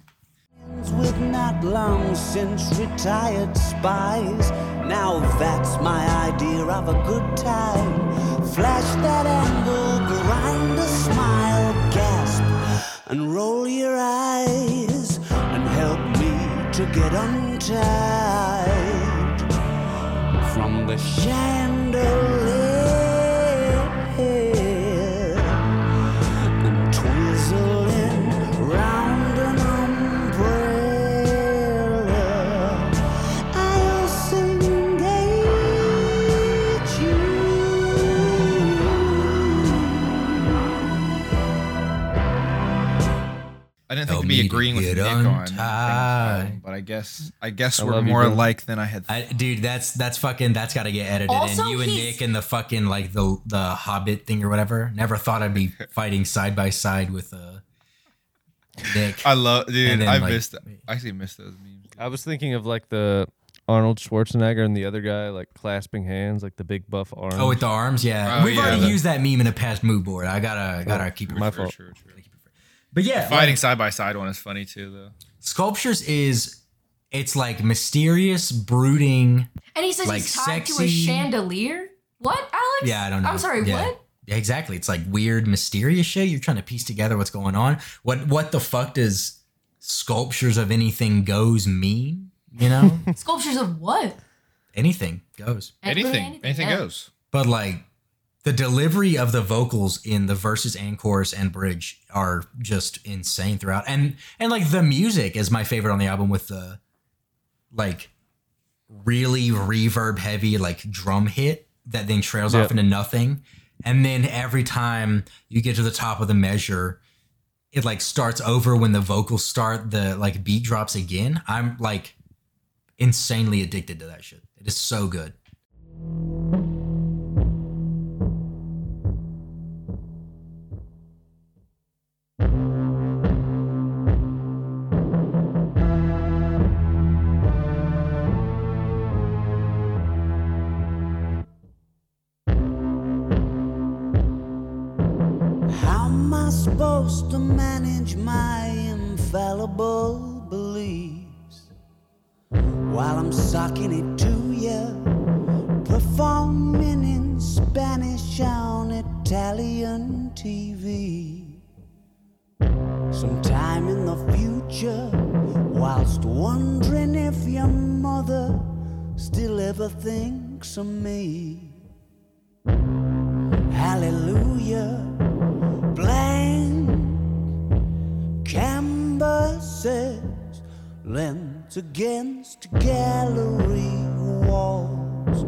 with not long since retired spies. Now that's my idea of a good time. Flash that angle, grind a smile, gasp, and roll your eyes, and help me to get untied from the chandelier and twizzling round an umbrella. I'll engage you. I didn't think Tell we'd me be to agreeing with get Nick on, things, untied. um, but I guess I guess I we're love you, more bro. alike than I had. I, dude, that's that's fucking that's got to get edited. Also, and you and he's- Nick and the fucking like the the Hobbit thing or whatever. Never thought I'd be fighting side by side with uh Nick. I love, dude. And then, I like- missed. I actually missed those memes. I was thinking of like the Arnold Schwarzenegger and the other guy like clasping hands, like the big buff arm. oh, with the arms, yeah. Oh, We've yeah, already the- used that meme in a past mood board. I gotta gotta keep it. my My, fault. True, true. but yeah, like, Fighting side by side one is funny too, though. sculptures is it's like mysterious, brooding. And he says Like he's tied to a sexy- chandelier. What, Alex? Yeah, I don't know. I'm sorry, Yeah. what? Yeah, exactly. It's like weird, mysterious shit. You're trying to piece together what's going on. What what the fuck does sculptures of anything goes mean? You know, Sculptures of what? anything goes. Anything, anything yeah. goes. But like the delivery of the vocals in the verses and chorus and bridge are just insane throughout. And and like the music is my favorite on the album with the like really reverb heavy like drum hit that then trails Yeah. off into nothing. And then every time you get to the top of the measure, it like starts over when the vocals start, the like beat drops again. I'm like insanely addicted to that shit. It is so good. How am I supposed to manage my infallible beliefs while I'm sucking it to you? Performing in Spanish on Italian TV. Sometime in the future, whilst wondering if your mother still ever thinks of me. Hallelujah blank canvases lent against gallery walls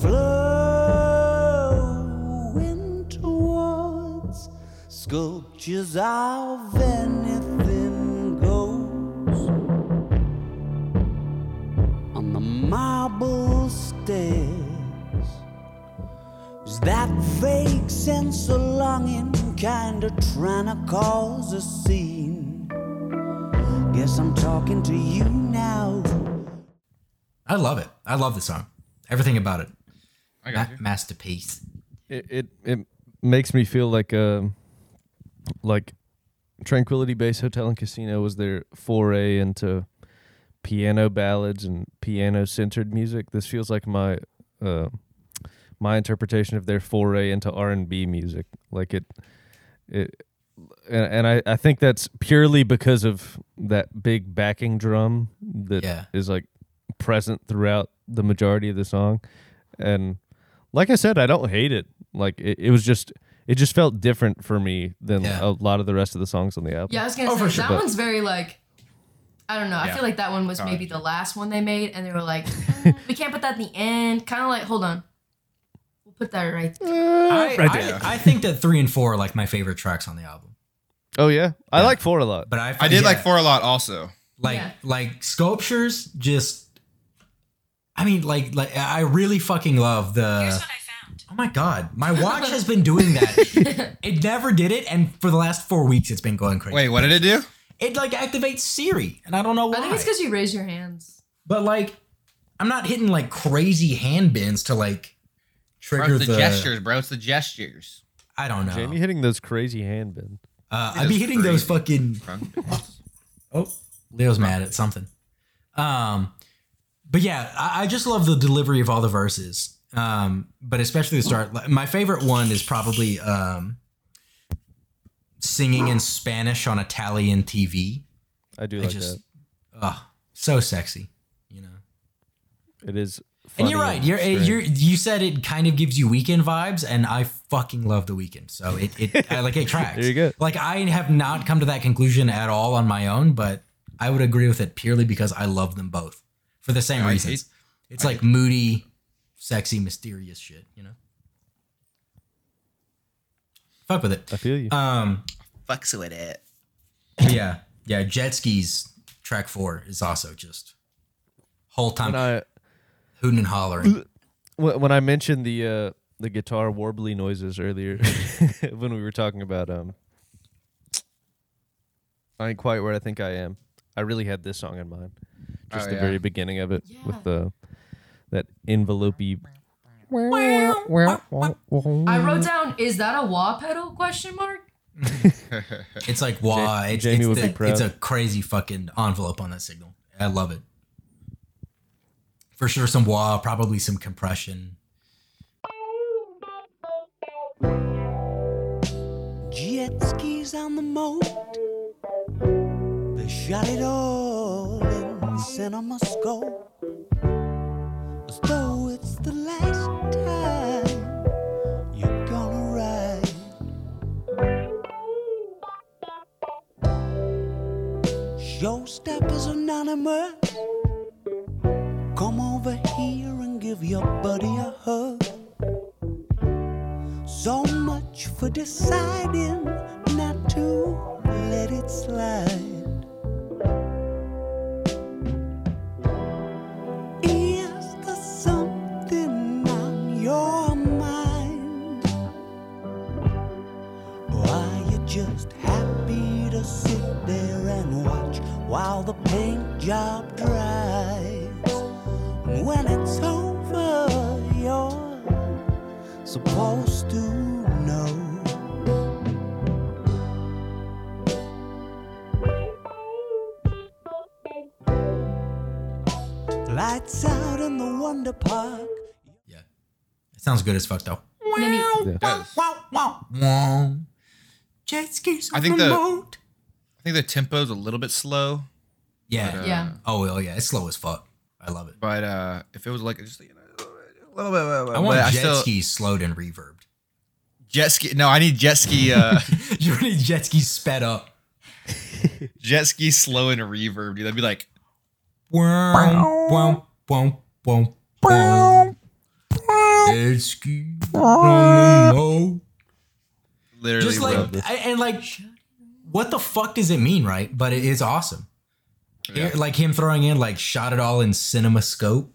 flowing towards sculptures of anything goes on the marble stairs is that vague sense of longing, kinda trying to cause a scene. Guess I'm talking to you now. I love it. I love the song. Everything about it. I Ma- got you. masterpiece. It, it it makes me feel like um like Tranquility Base Hotel and Casino was their foray into piano ballads and piano centered music. This feels like my uh, my interpretation of their foray into R and B music. Like it it and, and I, I think that's purely because of that big backing drum that is Yeah. like present throughout the majority of the song. And like I said, I don't hate it. Like it, it was just it just felt different for me than Yeah. a lot of the rest of the songs on the album. Yeah, I was gonna Oh, for say sure, that but- one's very like I don't know. I Yeah. feel like that one was Oh, maybe the last one they made, and they (laughs) were like, "Mm, "We can't put that in the end." Kind of like, hold on, we'll put that right. there." I, right I- there. I think that three and four are like my favorite tracks on the album. Oh yeah, I like four a lot. But I, I did yeah, like four a lot also. like Yeah. like sculptures. Just, I mean, like like I really fucking love the. Oh my god, my watch has been doing (laughs) that. it never did it, and for the last four weeks, it's been going crazy. Wait, what did it do? It like activates Siri, and I don't know why. I think it's because you raise your hands. But like, I'm not hitting like crazy hand bends to like Bro, trigger it's the, the, gestures, bro. It's the gestures. I don't know. Jamie hitting those crazy hand bends. uh, I'd be hitting those fucking. (laughs) Oh, Leo's mad at something. Um, but yeah, I, I just love the delivery of all the verses. Um, but especially the start. Like, My favorite one is probably um, singing in Spanish on Italian TV. I do I like just, ugh, so sexy, you know. that. It is. And Funny you're right. You're, strange. you're you said it kind of gives you weekend vibes, and I fucking love the weekend. So it, (laughs) it I, like it tracks. There you go. Like I have not come to that conclusion at all on my own, but I would agree with it purely because I love them both for the same I reasons. hate- it's like moody, sexy, mysterious shit. You know. Fuck with it. I feel you. Um. Fucks with it. Yeah. Yeah. Jet skis track four is also just whole when time I hooting and hollering. wh- when I mentioned the uh, the guitar warbly noises earlier (laughs) when we were talking about um, I ain't quite where I think I am. I really had this song in mind, just Oh, the yeah. very beginning of it Yeah. with the that envelopey. I wrote down, "Is that a wah pedal?" Question mark. It's like why it's, Jamie it's would the- be proud. it's a crazy fucking envelope on that signal. I love it. For sure, some wah, probably some compression. Jet skis on the moat. They shot it all in cinema scope. As though it's the last time you're gonna ride. Showstoppers Anonymous. Come over here and give your buddy a hug. So much for deciding not to let it slide. Is there something on your mind? Or are you just happy to sit there and watch while the paint job dries? And when it's over, you're supposed to know. Lights out in the Wonder Park. Yeah, it sounds good as fuck though. And then he- Yeah. Wow, wow, wow. Jet skis on I think the, the- moat. I think the tempo's a little bit slow, Yeah. uh, yeah. Oh well, yeah. It's slow as fuck. I love it. but uh, if it was like just you know, a little bit, a little bit, I want but jet still- skis slowed and reverbed. (laughs) Jet ski. No, I need jet ski. Uh, (laughs) you need jet skis sped up. jet ski slow and reverb. Dude, that'd be like Wow, wow, wow, wow, wow. Jet ski on the moat. literally. just like real- I- and like what the fuck does it mean right but it is awesome Yeah. It- like him throwing in like shot it all in cinema scope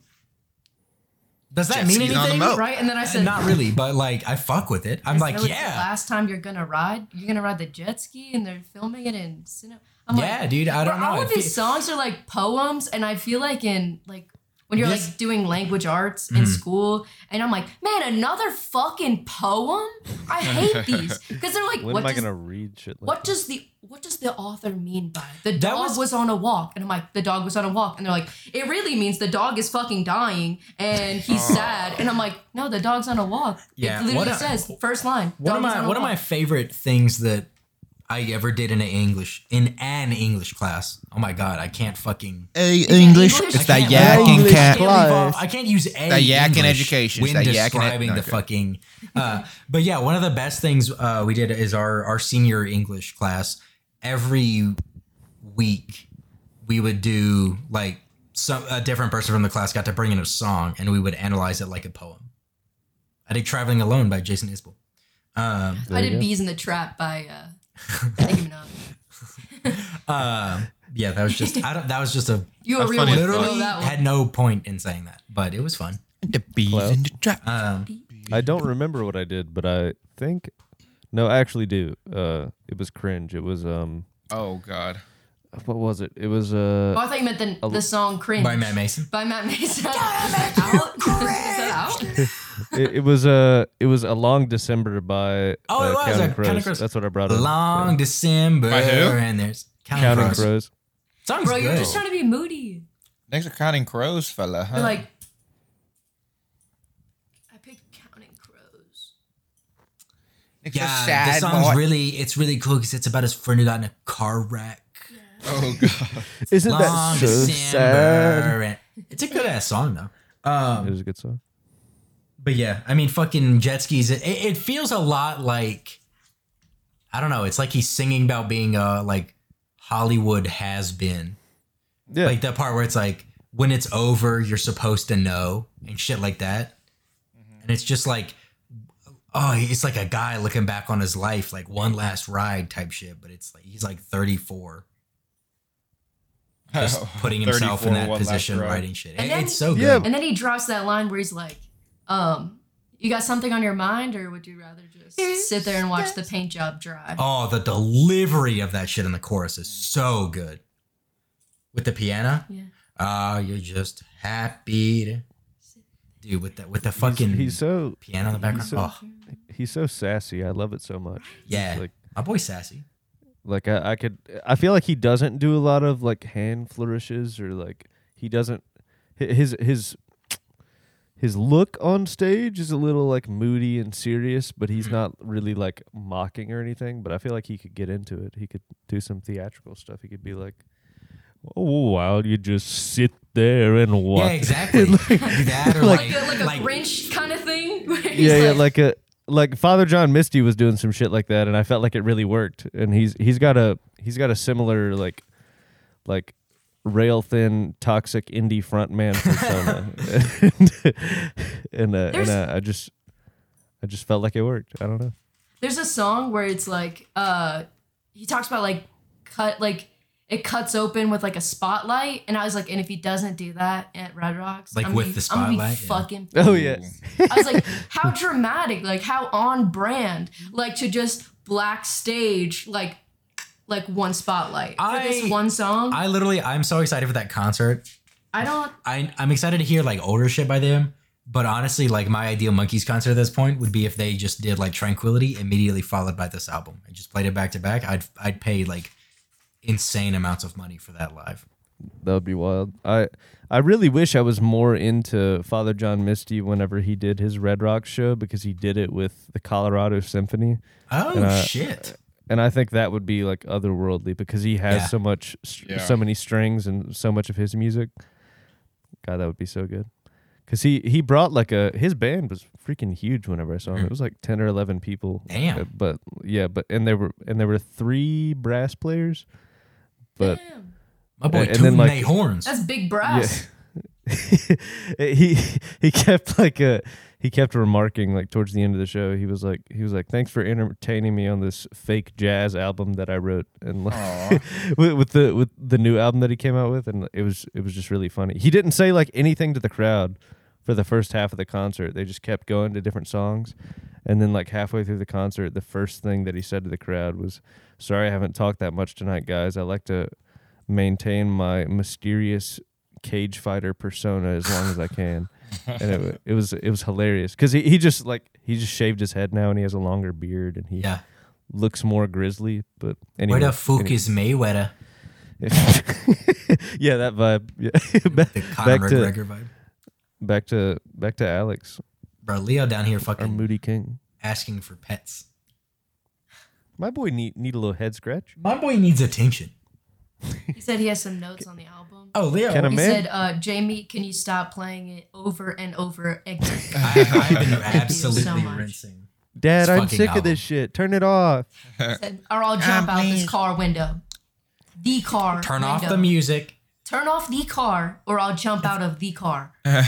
does that Jet mean skis on the anything moat. Right, and then I Uh, said, not really but like i fuck with it i'm "Is like that what the yeah Last time you're gonna ride, you're gonna ride the jet ski, and they're filming it in cinema. I'm yeah like, dude i don't Bro, know All I of feel- his songs are like poems, and I feel like in like when you're Yes. like doing language arts Mm-hmm. in school, and I'm like, man, another fucking poem. I (laughs) hate these because they're like, When what am I does, gonna read shit? Like what that? does the what does the author mean by it? the That dog was- was, on a walk? And I'm like, the dog was on a walk, and they're like, it really means the dog is fucking dying and he's sad. And I'm like, no, the dog's on a walk. Yeah, it literally what a- says first line. One of dog is my on a one of walk. my favorite things that I ever did in an English in an English class. Oh my god, I can't fucking. Hey, English. It's I that can't yakking leave off- I cat. can't, leave off- I can't use a That yak in English education. It's when that yak in ed- describing no, the okay. fucking. Uh, but yeah, one of the best things uh, we did is our our senior English class. Every week, we would do like some a different person from the class got to bring in a song, and we would analyze it like a poem. I did "Traveling Alone" by Jason Isbell. Um, I did bees in the trap by uh, Nicki Minaj. Um, yeah, that was just I don't. That was just a You were That's real funny. one. Literally Literally that one. had no point in saying that, but it was fun. The bees Hello? in the (laughs) trap. Um, I don't remember what I did, but I think no, I actually do. Uh, it was cringe. It was um, Oh God. what was it? It was uh, Oh, (laughs) I thought you meant the, the song "Cringe" by Matt Mason. By Matt (laughs) Mason. Out? (laughs) Is that out? it, it was uh, it was a long December by Oh, it uh, was, uh, Counting Counting Crows. Crows. That's what I brought up. Long December, By who? and there's Counting, Counting Crows. Crows. Song's Bro, you're good. just trying to be moody. Next to counting crows, fella. Huh? You're like, I picked Counting Crows. Next to yeah, sad the song's boy. really it's really cool because it's about his friend who got in a car wreck. (laughs) Oh God. Isn't Long that so sad? December. and- It's a good ass song though. It Um, was a good song. but yeah, I mean, fucking jet skis. It, it feels a lot like I don't know. It's like he's singing about being uh like Hollywood has been. Yeah, like that part where it's like when it's over you're supposed to know and shit like that Mm-hmm. and it's just like oh it's like a guy looking back on his life like one last ride type shit but it's like he's like (laughs) 34 just putting himself in 34, that Oh, one last position row. writing shit And It- then- it's so Yeah, good And then he drops that line where he's like, um, you got something on your mind, or would you rather just sit there and watch the paint job dry? oh the delivery of that shit in the chorus is so good with the piano Yeah. ah you're just happy to dude with the with the fucking he's so piano in the background so- oh he's so sassy. I love it so much. yeah like- my boy sassy Like I, I could I feel like he doesn't do a lot of like hand flourishes or like he doesn't hi- his his his look on stage is a little like moody and serious, but Mm-hmm. he's not really like mocking or anything. But I feel like he could get into it. He could do some theatrical stuff. He could be like, "Oh, well, you just sit there and watch." (laughs) Yeah, (laughs) exactly. that or like- like, Like a, like a like- Grinch kind of thing. where he's yeah, yeah, like a like Father John Misty was doing some shit like that, and I felt like it really worked. And he's he's got a he's got a similar like like rail thin toxic indie frontman (laughs) (laughs) persona, and uh, and There's- uh, I just I just felt like it worked. I don't know. There's a song where it's like uh he talks about like cut like it cuts open with like a spotlight and I was like and if he doesn't do that at Red Rocks Like I'm with gonna the be- I'm gonna be spotlight, yeah. fucking Oh yeah, I was (laughs) like how dramatic like how on brand like to just black stage like like one spotlight for I- this one song I, I literally, I'm so excited for that concert. don't I, I'm excited to hear like older shit by them. But honestly, like my ideal Monkeys concert at this point would be if they just did like Tranquility immediately followed by this album and just played it back to back. I'd I'd pay like insane amounts of money for that live. that would be wild. I I really wish I was more into Father John Misty whenever he did his Red Rock show because he did it with the Colorado Symphony. Oh Uh, shit! and I think that would be like otherworldly because he has Yeah. so much, st- Yeah. so many strings and so much of his music. God, that would be so good. Cause he he brought like a his band was freaking huge whenever I saw him. It was like ten or eleven people. Mm-hmm. Damn. Uh, But yeah, but and there were and there were three brass players. But Damn. My boy and tooting then, like- they horns. that's big yeah, brass (laughs) he he kept like a he kept remarking like towards the end of the show he was like he was like thanks for entertaining me on this fake jazz album that I wrote and (laughs) like, with, with the with the new album that he came out with and it was it was just really funny. He didn't say like anything to the crowd for the first half of the concert. They just kept going to different songs. And then like halfway through the concert, the first thing that he said to the crowd was, "Sorry I haven't talked that much tonight, guys. I like to maintain my mysterious cage fighter persona as long as I can. (laughs) and it, wa- it was it was hilarious because he, he just like he just shaved his head now and he has a longer beard and he Yeah. looks more grizzly. But anyway, Where the fuck any- is Mayweather? (laughs) yeah, that vibe. Yeah, (laughs) back, The Conor back to McGregor vibe. back to back to Alex Bro, Leo down here our fucking Moody King. asking for pets. My boy need need a little head scratch. My boy needs attention. (laughs) He said he has some notes on the album. Oh, Leo. Can a He man? said, uh, Jamie, can you stop playing it over and over again? (laughs) I, I've (laughs) been absolutely so much. rinsing. Dad, It's I'm fucking sick of this shit. Turn it off. He said, or I'll jump out this car window. The car. Turn off window. the music. Turn off the car, or I'll jump out of the car. Uh,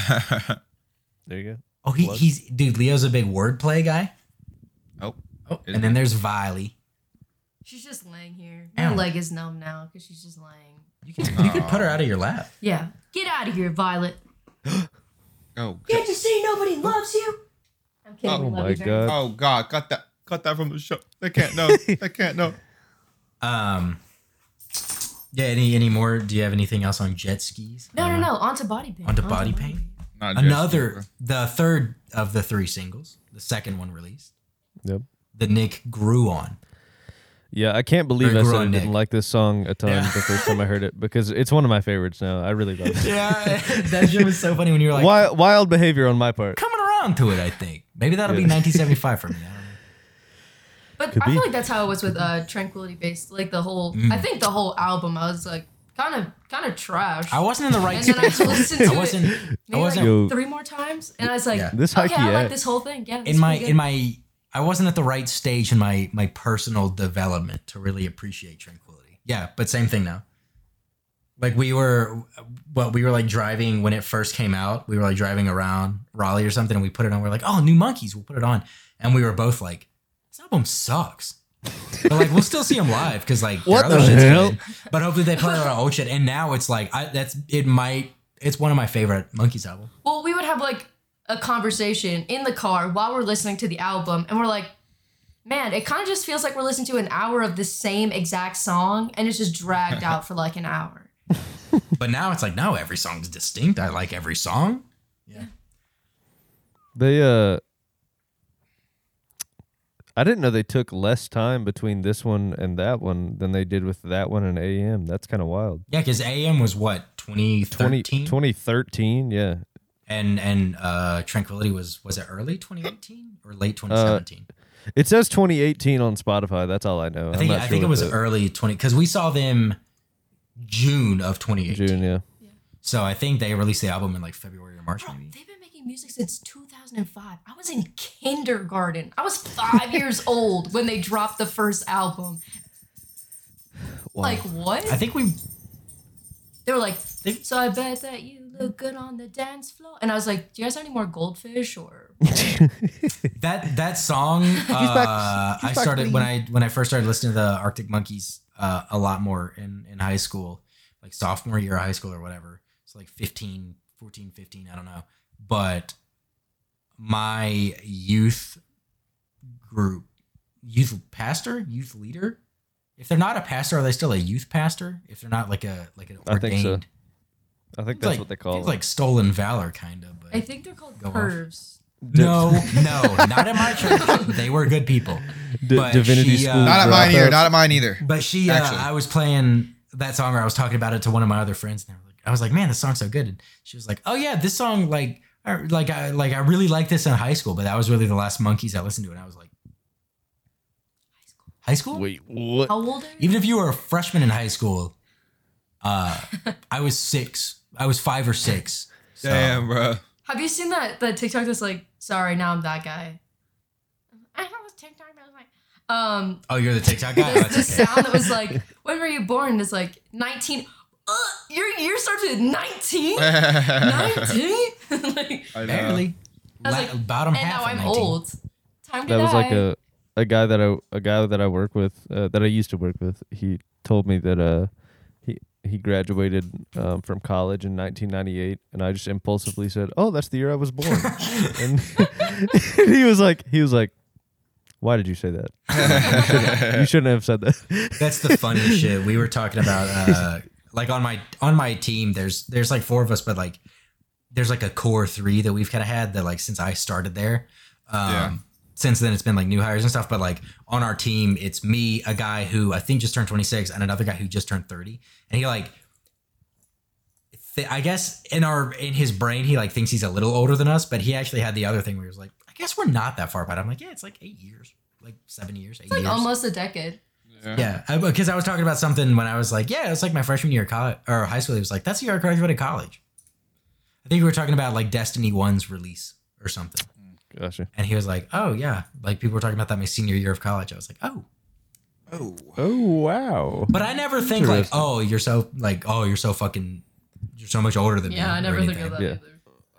There you go. Oh, he, What? he's dude. Leo's a big wordplay guy. (laughs) oh, And then there's Viley. She's just laying here. My Ow. leg is numb now because she's just laying. You could you could put her out of your lap. Yeah. Get out of here, Violet. oh, Can't you see nobody loves you? I'm kidding. Oh we Oh love my you very much. god. oh God, cut that, cut that from the show. They can't know. they can't know. (laughs) Um. Yeah. Any any more? Do you have anything else on jet skis? No, no, no. Onto body paint. Onto body paint. Not just Another, you, the third of the three singles, the second one released, Yep. that Nick grew on. Yeah, I can't believe Very I said I growing didn't neck. like this song a ton the first time I heard it because it's one of my favorites now. I really love (laughs) it. Yeah, that shit was so funny when you were like wild, wild behavior on my part. coming around to it. I think maybe that'll be Yeah. 1975 for me. I don't know. But Could I be. feel like that's how it was with uh, Tranquility Base. Like the whole, Mm. I think the whole album, I was like kind of, kind of trash. I wasn't in the right and then I space. just listened to I wasn't. it I maybe wasn't like Yo. three more times, and I was like, Yeah. This okay, hikey I like act. this whole thing. Yeah, in my in my. I wasn't at the right stage in my my personal development to really appreciate tranquility. Yeah, but same thing now. Like we were, well, we were like driving when it first came out. We were like driving around Raleigh or something, and we put it on. We're like, oh, new monkeys. We'll put it on, and we were both like, this album sucks. but like we'll still see them live because like their What other the shit's hell? good. But hopefully they play it on old shit. And now it's like I, that's it might it's one of my favorite monkeys album. well, we would have like a conversation in the car while we're listening to the album, and we're like, man, it kind of just feels like we're listening to an hour of the same exact song, and it's just dragged out for like an hour. (laughs) But now it's like no, every song's distinct. I like every song. They uh I didn't know they took less time between this one and that one than they did with that one and AM. That's kind of wild. Yeah, because AM was what 20, 2013, 2013, yeah. and and uh, Tranquility was was it early 2018 or late 2017? It says 2018 on Spotify. That's all I know. I think I think it was early 20 because we saw them June of 2018. June, (laughs) yeah. So I think they released the album in like February or March Bro, maybe. they've been making music since 2005. I was in kindergarten. I (laughs) was five years old when they dropped the first album. Like what? I think we they were like, They- so I bet that you look good on the dance floor. And I was like, do you guys have any more goldfish or? What? That that song, uh, I started when I when I first started listening to the Arctic Monkeys uh, a lot more in in high school, like sophomore year of high school or whatever. So like 15, 14, 15, I don't know. But my youth group, youth pastor, youth leader. If they're not a pastor, are they still a youth pastor? If they're not like a like an I ordained, think so. I think It's that's like- what they I think call it's it. like stolen valor, kind of. But I think they're called Go off. curves. (laughs) no, no, not at my church. They were good people. D- but Divinity she, uh, School. Not at mine either. dropouts. Not at mine either. But she, uh, Actually. I was playing that song, or I was talking about it to one of my other friends, and they were like, I was like, man, this song's so good. And she was like, oh yeah, this song, like, I, like I, like I really liked this in high school, but that was really the last Monkeys I listened to, and I was like, high school, Wait, what? How old are you? even if you were a freshman in high school, uh, I was six, I was five or six. So, Damn, bro. Have you seen that that TikTok that's like, sorry, now I'm that guy. I thought it was TikTok, but I was like, um, Oh, you're the TikTok (laughs) guy. Oh, There's this that's okay. sound that was like, when were you born? It's like 19. Uh, your year starts (laughs) with 19? 19? (laughs) like, I (laughs) know. (laughs) Barely. I La- was like, bottom and half. now of I'm 19. old. Time to that die. was like a a guy that I a guy that I work with uh, that I used to work with. He told me that uh he he graduated um, from college in 1998, and I just impulsively said, "Oh, that's the year I (laughs) was born." and, (laughs) and he was like, he was like, "Why did you say that? (laughs) you, shouldn't, you shouldn't have said that." That's the funny shit. We were talking about uh, like on my on my team there's there's like four of us but like there's like a core three that we've kind of had that like since i started there um Yeah. since then it's been like new hires and stuff but like on our team it's me a guy who i think just turned 26 and another guy who just turned 30 and he like th- i guess in our in his brain he like thinks he's a little older than us but he actually had the other thing where he was like i guess we're not that far apart i'm like yeah it's like eight years like seven years eight It's like years almost a decade. (laughs) yeah, because I was talking about something when I was like, yeah, it was like my freshman year of college or high school. He was like, that's the year I graduated college. I think we were talking about like Destiny One's release or something, Gotcha. and he was like, oh yeah, like people were talking about that my senior year of college. I was like, oh, Oh, wow. but I never think like, oh, you're so like, oh, you're so fucking, you're so much older than me. Yeah, I or never think anything. of that Yeah. either.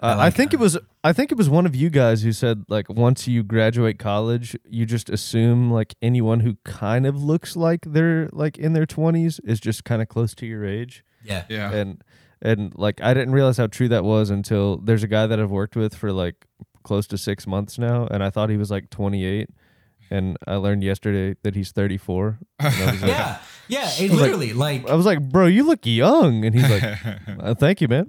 Uh, I like think it was I think it was one of you guys who said like once you graduate college, you just assume like anyone who kind of looks like they're like in their 20s is just kind of close to your age. Yeah, Yeah. And and like I didn't realize how true that was until there's a guy that I've worked with for like close to 6 months now and I thought he was like 28 and I learned yesterday that he's 34. And I was (laughs) like, yeah, yeah. It literally like (laughs) I was like, "Bro, you look young." And he's (laughs) like, uh, "Thank you, man." (laughs)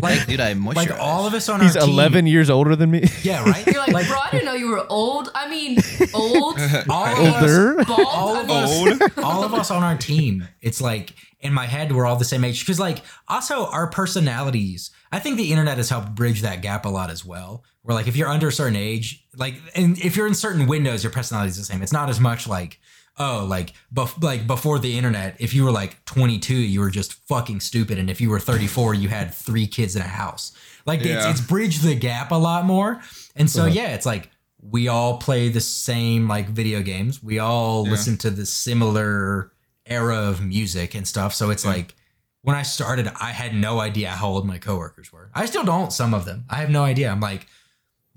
like Dude, I moisturized. like all of us on he's our team. 11 years older than me. (laughs) Yeah, right. (laughs) You're like, bro, I didn't know you were old. I mean, old, all of us Older? bald. all I of mean, us, all of us on our team. It's like in my head we're all the same age because like also our personalities. I think the internet has helped bridge that gap a lot as well. Where like if you're under a certain age, like and if you're in certain windows, your personality is the same. It's not as much like oh like bef- like before the internet, if you were like 22, you were just fucking stupid, and if you were 34, you had three kids in a house. Like it's, Yeah. Uh-huh. it's bridged the gap a lot more. And so yeah, it's like we all play the same like video games. We all Yeah. listen to the similar era of music and stuff. So it's like when I started, I had no idea how old my coworkers were. I still don't some of them. I have no idea. I'm like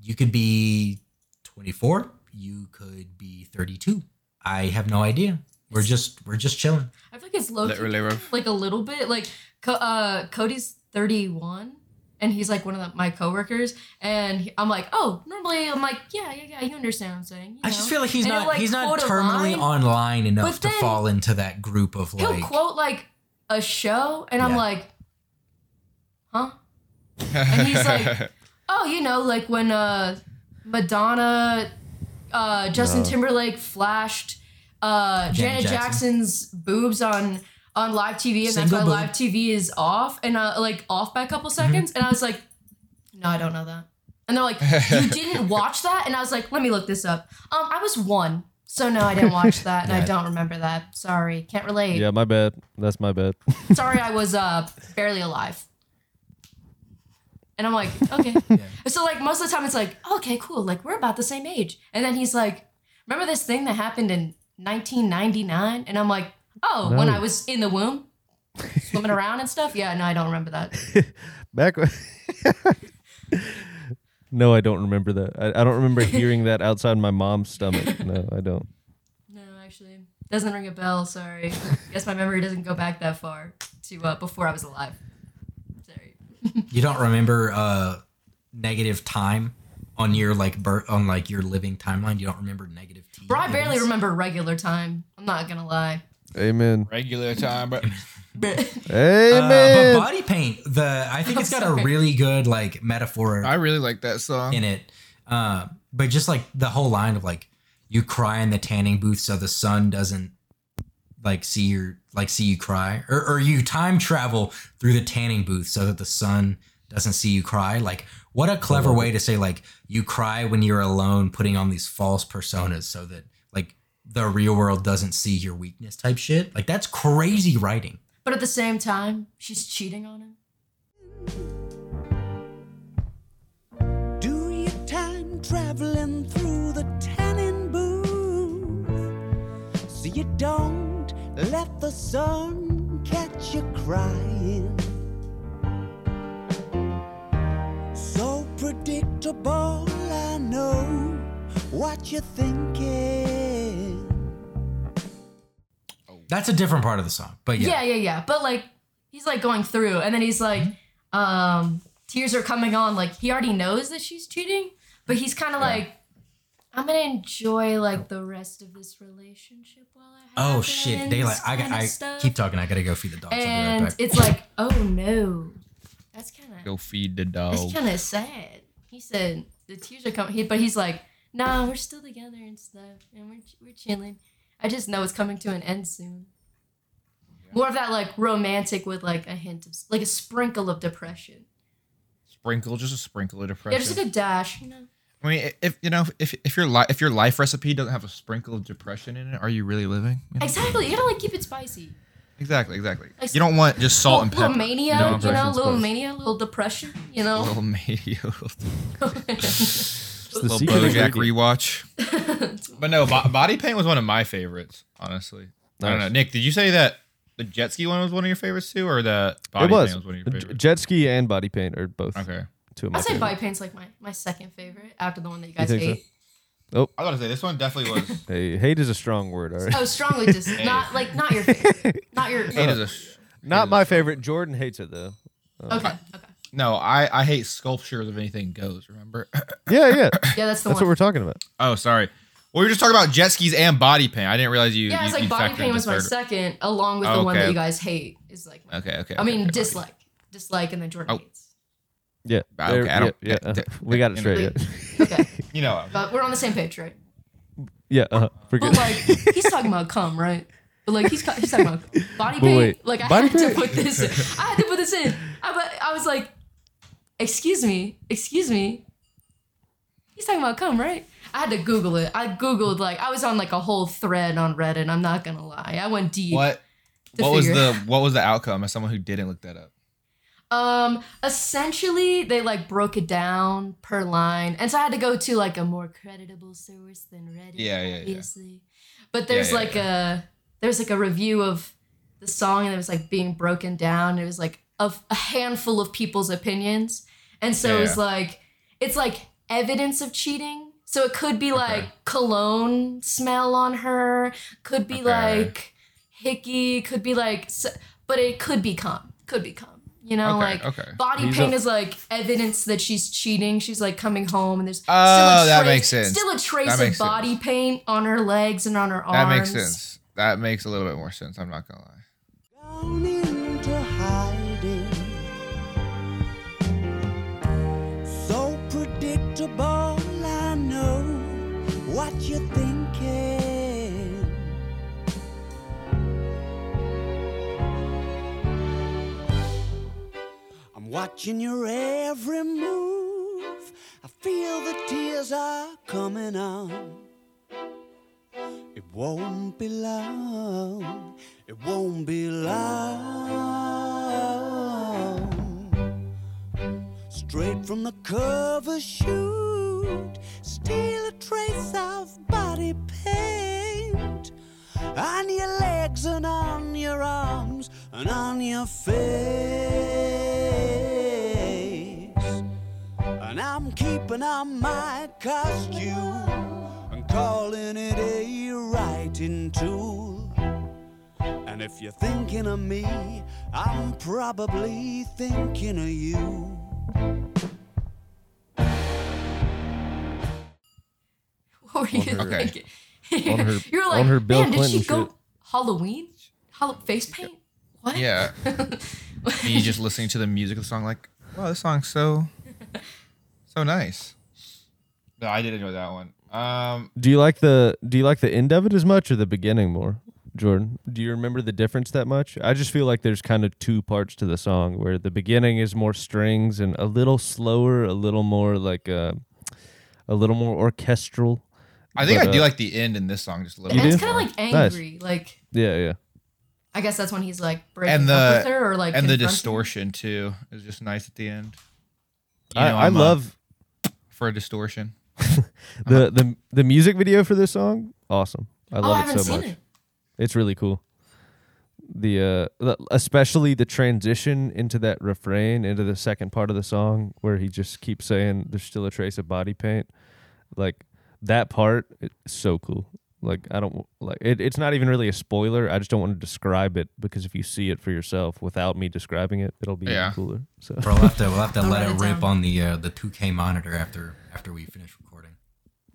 you could be 24, you could be 32. I have no idea. We're just we're just chilling. I feel like it's low, Literally, rough. like a little bit. Like, Co- uh, Cody's 31, and he's like one of the, my coworkers, and he- I'm like, oh, normally I'm like, yeah, yeah, yeah, you understand what I'm saying. you I just know? feel like he's And not he'll, like, he's not quote a terminally line. online enough But to then fall into that group of He'll like quote like a show, and I'm Yeah. like, huh? (laughs) And (laughs) he's like, oh, you know, like when uh, Madonna, uh, Justin Timberlake flashed uh, Janet Janet, Jackson. Jackson's boobs on on live TV, Single and that's why boob. Mm-hmm. live TV is off and uh, like off by a couple seconds. And I was like, no, I don't know that. And they're like, (laughs) you didn't watch that? And I was like, let me look this up. Um, I was one. So no, I (laughs) didn't watch that, and I Yeah. don't remember that. Sorry, can't relate. yeah, my bad. That's my bad. (laughs) sorry I was uh barely alive. And I'm like, okay. So like most of the time it's like, okay, cool, like we're about the same age. And then he's like, remember this thing that happened in 1999? And I'm like, oh, when No. I was in the womb, swimming around and stuff. Yeah, no, I don't remember that. Back. when- (laughs) no, I don't remember that. I, I don't remember hearing that outside my mom's stomach. No, I don't. No, actually, doesn't ring a bell. Sorry. Guess my memory doesn't go back that far to uh, before I was alive. Sorry. You don't remember uh negative time on your like birth on like your living timeline. You don't remember negative T. Bro, I barely days? remember regular time. I'm not gonna lie. (laughs) Amen. (laughs) regular time, but Uh, but Amen. body paint, the I think I'm it's got sorry. a really good like metaphor I really like that song. in it. Uh, but just like the whole line of like you cry in the tanning booth so the sun doesn't like see your like see you cry or, or you time travel through the tanning booth so that the sun doesn't see you cry like what a clever way to say like you cry when you're alone putting on these false personas so that like the real world doesn't see your weakness type shit like that's crazy writing But at the same time, she's cheating on him. Do your time traveling through the tanning booth. So you don't let the sun catch you crying. So predictable, I know what you're thinking. that's a different part of the song but yeah, Yeah. yeah, yeah, But like, he's like going through, and then he's like, Mm-hmm. um, tears are coming on. Like he already knows that she's cheating, but he's kind of like, I'm gonna enjoy like the rest of this relationship while I have. Oh shit, daylight. I, I keep talking. I gotta go feed the dogs. I'll be right And back. it's like, oh no, that's kind of Go feed the that's dog. kind of sad. He said the tears are coming, he, but he's like, nah, we're still together and stuff, and we're ch- we're chilling. I just know it's coming to an end soon. More of that like romantic with like a hint of like a sprinkle of depression. Sprinkle, just a sprinkle of Yeah, depression. just like a dash, you know. I mean, if you know, if if your life if your life recipe doesn't have a sprinkle of depression in it, are you really living? You know? Exactly, you gotta like keep it spicy. Exactly, exactly. Like- You don't want just salt and little pepper. mania, No, you know, person's little close. mania, little depression, you know. Little mania, (laughs) little, (laughs) It's the little secret BoJack ingredient. rewatch. (laughs) But no, bo- body paint was one of my favorites, honestly. I don't know, Nice. Nick. Did you say that the jet ski one was one of your favorites too, or that body it was, paint was one of your J- favorites? jet ski and body paint are both okay. two of my I'd say favorites. body paint's like my, my second favorite after the one that you guys think so? hate. I was gonna say this one definitely (laughs) was. Hey, hate is a strong word. All right, Oh, (laughs) strongly dis not like not your favorite. Not your It is a sh- not my favorite. Jordan hates it though. Okay, okay. no, I I hate sculptures of anything goes. Remember? (clears throat) Yeah, yeah, Yeah, that's the that's what one. we're talking about. oh, sorry. Well, we were just talking about jet skis and body paint. I didn't realize you. yeah, you, it's like you body factored paint the was my third- second, along with the one Okay. that you guys hate is like my, Okay, okay. I okay, mean okay. dislike. Dislike and then Jordan Oh. hates. Yeah, Ah, there- okay, I don't- yeah, yeah, yeah, uh-huh. yeah, we got it yeah, straight. yeah. (laughs) Yeah, Okay. You know, but we're on the same page, right? yeah uh-huh. we're But good. like he's talking about cum, right? But like he's, he's talking about (laughs) body But paint. wait, like I body had paint? to put this. In. I had to put this in. I, but I was like, excuse me, excuse me. He's talking about cum, right? I had to Google it. I googled like I was on like a whole thread on Reddit. I'm not gonna lie, I went deep. what To what was figure. the what was the outcome as someone who didn't look that up? Um, essentially, they like broke it down per line, and so I had to go to like a more creditable source than Reddit. Yeah, yeah, yeah. obviously. But there's yeah, like a there's like a review of the song, and it was like being broken down. It was like of a handful of people's opinions, and so Yeah, it was yeah. like it's like evidence of cheating. So it could be like cologne smell on her, could be Okay. like hickey, could be like, s- but it could be cum, could be cum. You know, okay, like okay. body He's pain a- is like evidence that she's cheating. She's like coming home and Oh, there's still a that trace, makes sense. Still a trace That of makes sense. body paint on her legs and on her arms. That makes (laughs) sense. That makes a little bit more sense. I'm not gonna lie. Gone into hiding. So predictable, I know what you're thinking. I'm watching your every move. I feel the tears are coming on. It won't be long. It won't be long. Straight from the cover shoot, steal a trace of body paint on your legs and on your arms and on your face. And I'm keeping on my costume and calling it a writing tool. And if you're thinking of me, I'm probably thinking of you. What were you On her- thinking? (laughs) on her- You're on like, her Bill man, did she Clinton go shit." Halloween? Hall- face paint? What? (laughs) Yeah. Me just listening to the music of the song, like, wow, this song's (laughs) so so nice. No, I did enjoy that one. Um, Do you like the Do you like the end of it as much or the beginning more, Jordan? Do you remember the difference that much? I just feel like there's kind of two parts to the song, where the beginning is more strings and a little slower, a little more like uh, a little more orchestral. I think But, I do uh, like the end in this song just a little. And You bit. it's do? kind of like Nice. angry. Like Yeah, yeah. I guess that's when he's like breaking And the- up with her or like and the confronting her. distortion too is just nice at the end. You know, I, I I'm up (laughs) love for a distortion. the, the the music video for this song. Awesome. I Oh, I love haven't it so seen much. it. It's really cool. The uh, the- especially the transition into that refrain into the second part of the song where he just keeps saying there's still a trace of body paint, like that part it's so cool. Like I don't like it, it's not even really a spoiler. I just don't want to describe it because if you see it for yourself without me describing it, it'll be even Yeah. cooler. So Bro, we'll have to we'll have to Don't let write it it rip down. on the uh, the 2K monitor after after we finish recording.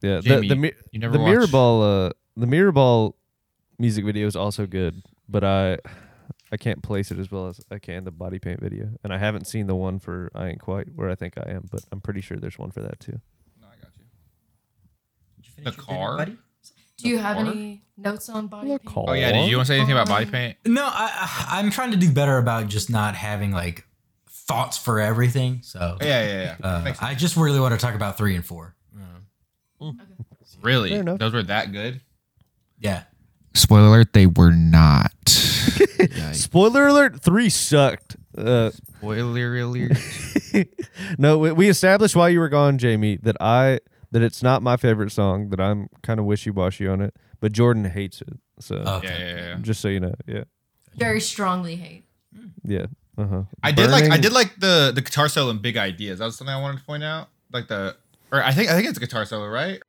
Yeah, Jamie, the the, mi- you never the mirror watched- ball. Uh, the mirror ball music video is also good, but I I can't place it as well as I can the body paint video, and I haven't seen the one for I ain't quite where I think I am, but I'm pretty sure there's one for that too. The car? Do you have Or- any notes on body paint? Oh yeah, did you want to say anything about body paint? No, I, I I'm trying to do better about just not having like thoughts for everything. So Oh, Yeah, yeah, yeah. uh, Makes sense. I just really want to talk about three and four. really? Fair enough. Those were that good? Yeah. Spoiler alert, they were not. (laughs) Spoiler alert: three sucked. Uh, Spoiler (laughs) alert. no, we, we established while you were gone, Jamie, that I that it's not my favorite song. That I'm kind of wishy washy on it, but Jordan hates it. So Okay. Yeah, yeah, yeah. just so you know, yeah, Very strongly hate. yeah, uh huh. I did like I Burning- did like the the guitar solo and big ideas. That was something I wanted to point out. Like the or I think I think it's a guitar solo, right?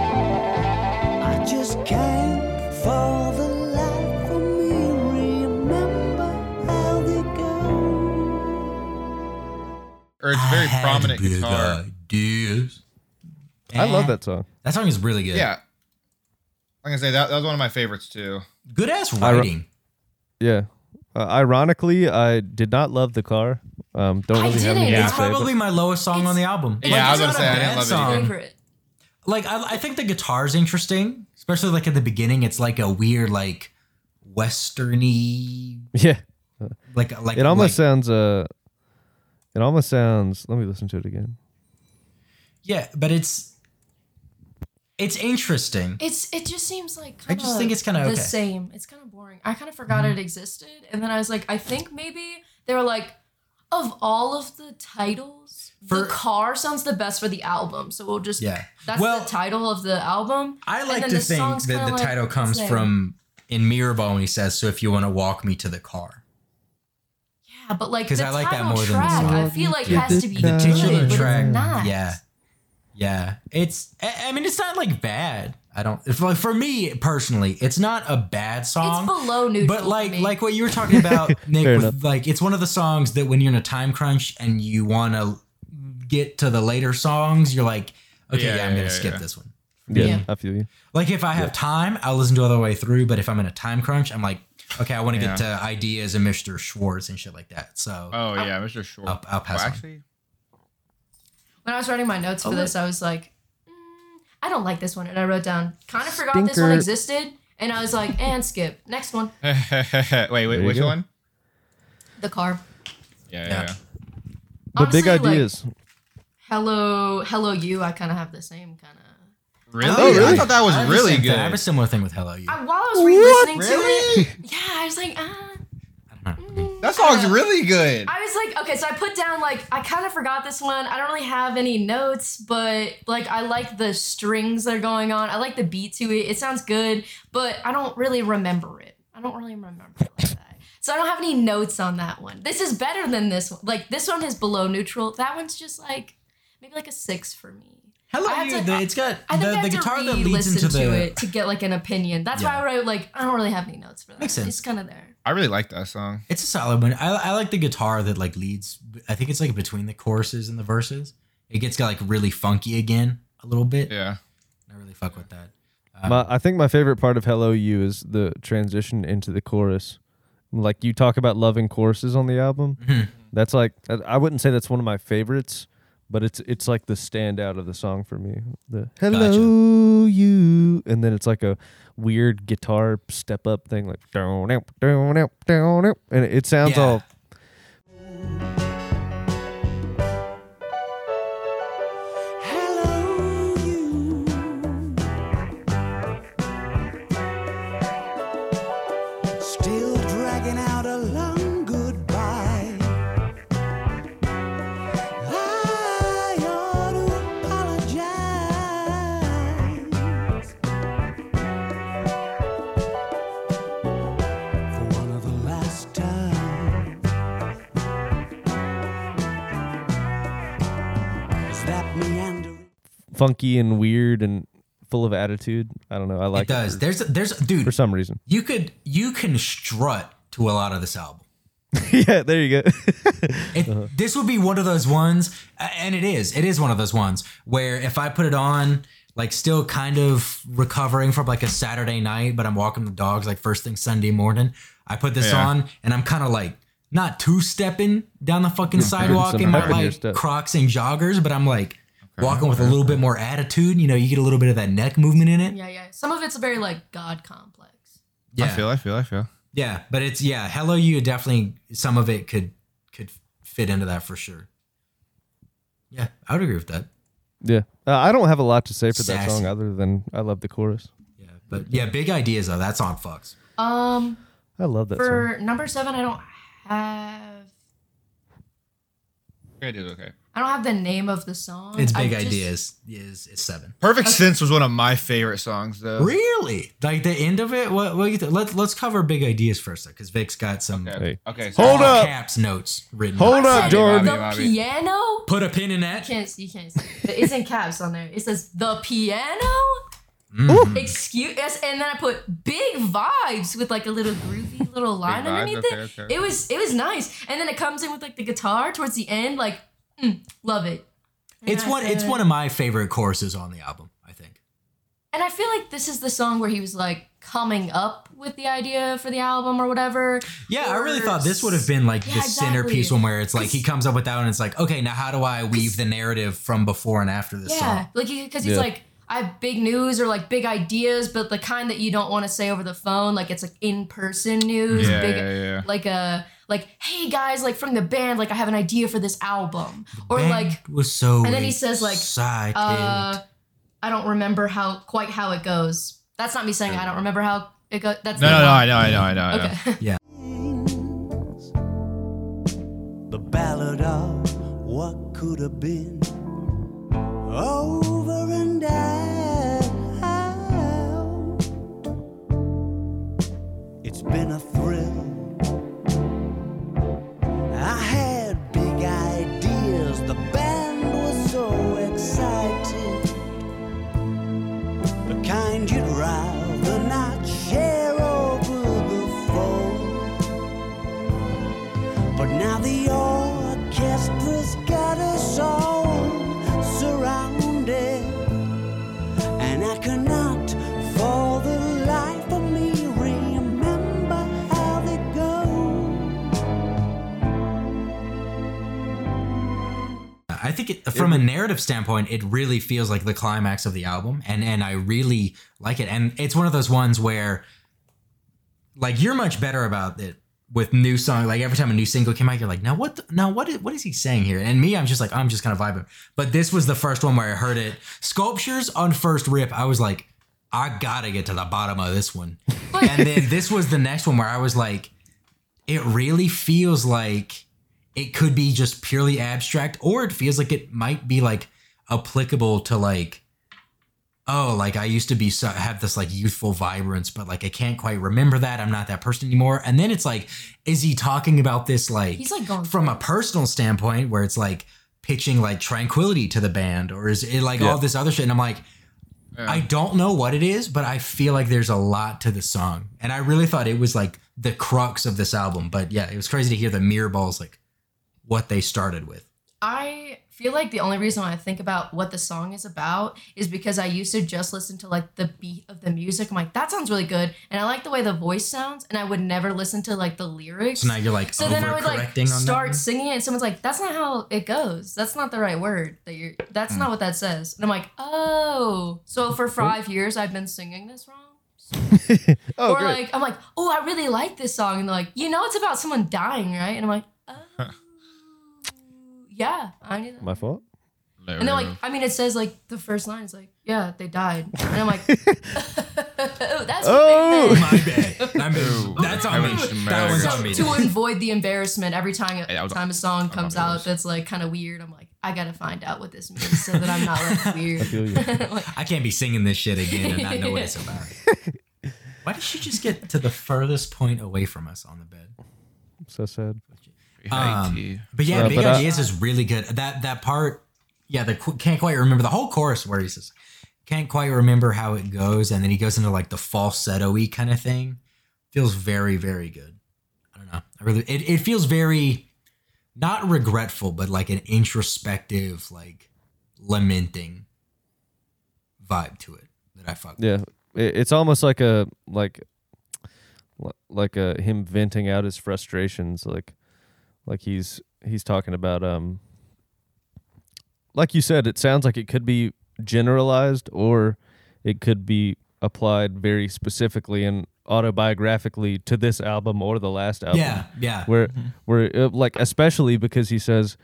I just can't for the life of me remember how they go. Or it's a very I had prominent big guitar. Ideas. I love Eh, that song. That song is really good. Yeah. I'm gonna say that, that was one of my favorites too. Good ass re- writing. Yeah. Uh, ironically, I did not love the car. Um, don't I really have didn't. anything Yeah. to It's say. but- probably my lowest song on the album. Yeah, Like, I it's was gonna not a say, I didn't bad love it song. either. Favorite. like I, I think the guitar's interesting, especially like at the beginning. It's like a weird, like westerny, (laughs) yeah, like like it almost like, sounds. Uh, it almost sounds. Let me listen to it again. yeah, but it's it's interesting. It's it just seems like I kind just think it's kinda the okay. Mm-hmm. same. It's kind of boring. I kind of forgot it existed, and then I was like, I think maybe they were like, of all of the titles, For- the car sounds the best for the album. So we'll just Yeah. That's Well- the title of the album. I and like then to the think song's that kinda the like title the comes same. from in Mirrorball when he says, "So if you want to walk me to the car." Yeah, but like 'Cause the I like that title more than the track, song. I feel like Yeah. has to be The good, titular but it's track, not. yeah. Yeah, it's. I I mean, it's not like bad. I don't. For for me personally, it's not a bad It's song. below neutral. But for like me. like what you were talking about, Nick, (laughs) Fair with, enough. like it's one of the songs that when you're in a time crunch and you want to get to the later songs, you're like, okay, yeah, Yeah, I'm gonna yeah, skip yeah. this one. Yeah, Yeah. I feel you. Like if I have time, I'll listen to it all the way through. But if I'm in a time crunch, I'm like, okay, I want to Yeah. get to ideas and Mr. Schwartz and shit like that. So Oh yeah, Mr. Short. I'll- I'll pass Well, on. actually, (laughs) when I was writing my notes for this, I was like, mm, I don't like this one, and I wrote down, kind of forgot this one Stinker. existed, and I was like, and skip next one, wait, wait, you which go. one? the car. Yeah, Yeah. yeah, yeah. But big Honestly, like, ideas. hello, hello, you. I kind of have the same kind of. Really? Oh, really? I thought that was I have the really same good. thing. I have a similar thing with Hello You. I, while I was re-listening Really? to it, yeah, I was like, mm, ah. I don't know. That song's really good. I was like, okay, so I put down like I kind of forgot this one. I don't really have any notes, but like I like the strings that are going on. I like the beat to it. It sounds good, but I don't really remember it. I don't really remember it like that. So I don't have any notes on that one. This is better than this one. Like this one is below neutral. That one's just like maybe like a six for me. I Hello have You. to- the, it's got I think I the, have the to guitar that leads re-listen into to the. it to get like an opinion. That's Yeah. why I wrote like I don't really have any notes for that. Makes sense. It's kind of there. I really like that song. It's a solid one. I, I like the guitar that like leads. I think it's like between the choruses and the verses. It gets got like really funky again a little bit. Yeah. I really fuck with that. Uh, my, I think my favorite part of Hello You is the transition into the chorus. Like you talk about loving choruses on the album. Mhm. That's like I- I wouldn't say that's one of my favorites, but it's it's like the standout of the song for me. The Hello You, and then it's like a weird guitar step up thing, like down out down out down out, and it sounds Yeah. all that meandering. funky and weird and full of attitude. I don't know. I like it does. for, There's there's dude. for some reason. (laughs) you could you can strut to a lot of this album. yeah, there you go. (laughs) It, Uh-huh. This would be one of those ones, a- and it is. It is one of those ones where if I put it on, like still kind of recovering from like a Saturday night, but I'm walking the dogs like first thing Sunday morning. I put this Yeah. on, and I'm kind of like not two stepping down the fucking sidewalk some in my pep in your like step. Crocs and joggers, but I'm like walking with a little bit more attitude. You know, you get a little bit of that neck movement in it. Yeah, yeah. Some of it's very like God complex. Yeah. I feel, I feel, I feel. Yeah, but it's yeah, Hello You definitely some of it could could fit into that for sure. Yeah, I would agree with that. yeah, uh, I don't have a lot to say for that Sassy. song other than I love the chorus. Yeah, but yeah, big ideas though. That song fucks. Um, I love that song. for number seven, I don't have. It is okay. I don't have the name of the song. It's I big just- ideas is is seven. Perfect Sense was one of my favorite songs, though. Really? Like the end of it? What? what you th- let's let's cover big ideas first, though, because Vic's got some Okay. Hey. okay all so Hold up. caps notes written. Hold I up, said Jordan. The Bobby, Bobby. piano. Put a pin in that. You can't see. You can't see. It's in caps on there. It says the piano. Mm-hmm. Hmm. Excuse us, and then I put big vibes with like a little groovy little line vibes, underneath okay, it. okay. It was it was nice, and then it comes in with like the guitar towards the end. Like, mm, love it. And It's I one. It's said- one of my favorite choruses on the album. I think. And I feel like this is the song where he was like coming up with the idea for the album or whatever. Yeah, I really Or thought this would have been like Yeah, the exactly. centerpiece one where it's like he comes up with that and it's like, okay, now how do I weave the narrative from before and after this Yeah, song? like because he's Yeah. like, I have big news or like big ideas, but the kind that you don't want to say over the phone. Like it's like in person news. Yeah, big, yeah, yeah. Like a like, hey guys, like from the band, like I have an idea for this album, or Band like, was so and then he says, like, excited. uh, I don't remember how quite how it goes. That's not me saying I don't remember how it goes. That's No, no, not- no, I know, I know, I know. I know. Okay. (laughs) things. The ballad of what could have been over and out. It's been a thrill. I had big ideas. The band was so excited. The kind you'd rather not share over the phone. But now the orchestra's got us all surrounded. And I cannot for the life of me remember how they go. I think it, from a narrative standpoint, it really feels like the climax of the album, and and I really like it. And it's one of those ones where, like, you're much better about it with new song. Like every time a new single came out, you're like, now what? The, now what? Is, what is he saying here? And me, I'm just like, I'm just kind of vibing. But this was the first one where I heard it. Sculptures on first rip, I was like, I gotta get to the bottom of this one. and then this was the next one where I was like, it really feels like it could be just purely abstract or it feels like it might be like applicable to like oh like i used to be so have this like youthful vibrance but like i can't quite remember that i'm not that person anymore and then it's like is he talking about this like He's, like, going from a personal standpoint where it's like pitching like tranquility to the band or is it like all this other shit and i'm like I don't know what it is, but I feel like there's a lot to the song. And I really thought it was like the crux of this album. But yeah, it was crazy to hear the mirror balls like what they started with. I feel like the only reason why I think about what the song is about is because I used to just listen to like the beat of the music. I'm like, that sounds really good, and I like the way the voice sounds, and I would never listen to like the lyrics. So now you're like so overcorrecting then I would like on start that. one? singing it, and someone's like, "That's not how it goes. That's not the right word. That you're. That's Hmm. not what that says." And I'm like, "Oh, so for five years I've been singing this wrong." Oh, or great. like, I'm like, "Oh, I really like this song," and they're like, "You know, it's about someone dying, right?" And I'm like, "Oh, yeah, I knew that." My fault. And they're like, I mean, it says like the first line is like, yeah, they died. And I'm like, (laughs) oh, that's Oh! what they meant. My bad. I mean, Ooh, that's on I me. was That mad. one's So on me. To avoid the embarrassment every time, Hey, I was- time a song comes not out nervous. that's like kind of weird, I'm like, I gotta find out what this means so that I'm not like weird. (laughs) (laughs) (laughs) feel you. Like, (laughs) I can't be singing this shit again and not know what it's (laughs) about. Why did she just get to the furthest point away from us on the bed? So sad. Um, But yeah, Uh, Um, Big but uh, I- Ideas is really good. That that part yeah, the qu- can't quite remember the whole chorus where he says, can't quite remember how it goes, and then he goes into like the falsetto y kind of thing. Feels very, very good. I don't know. I really it, it feels very not regretful, but like an introspective, like lamenting vibe to it that I fuck. with. Yeah, it, it's almost like a like li- like a him venting out his frustrations, like like he's he's talking about um like you said, it sounds like it could be generalized or it could be applied very specifically and autobiographically to this album or the last album. Yeah, yeah. Where where uh, like especially because he says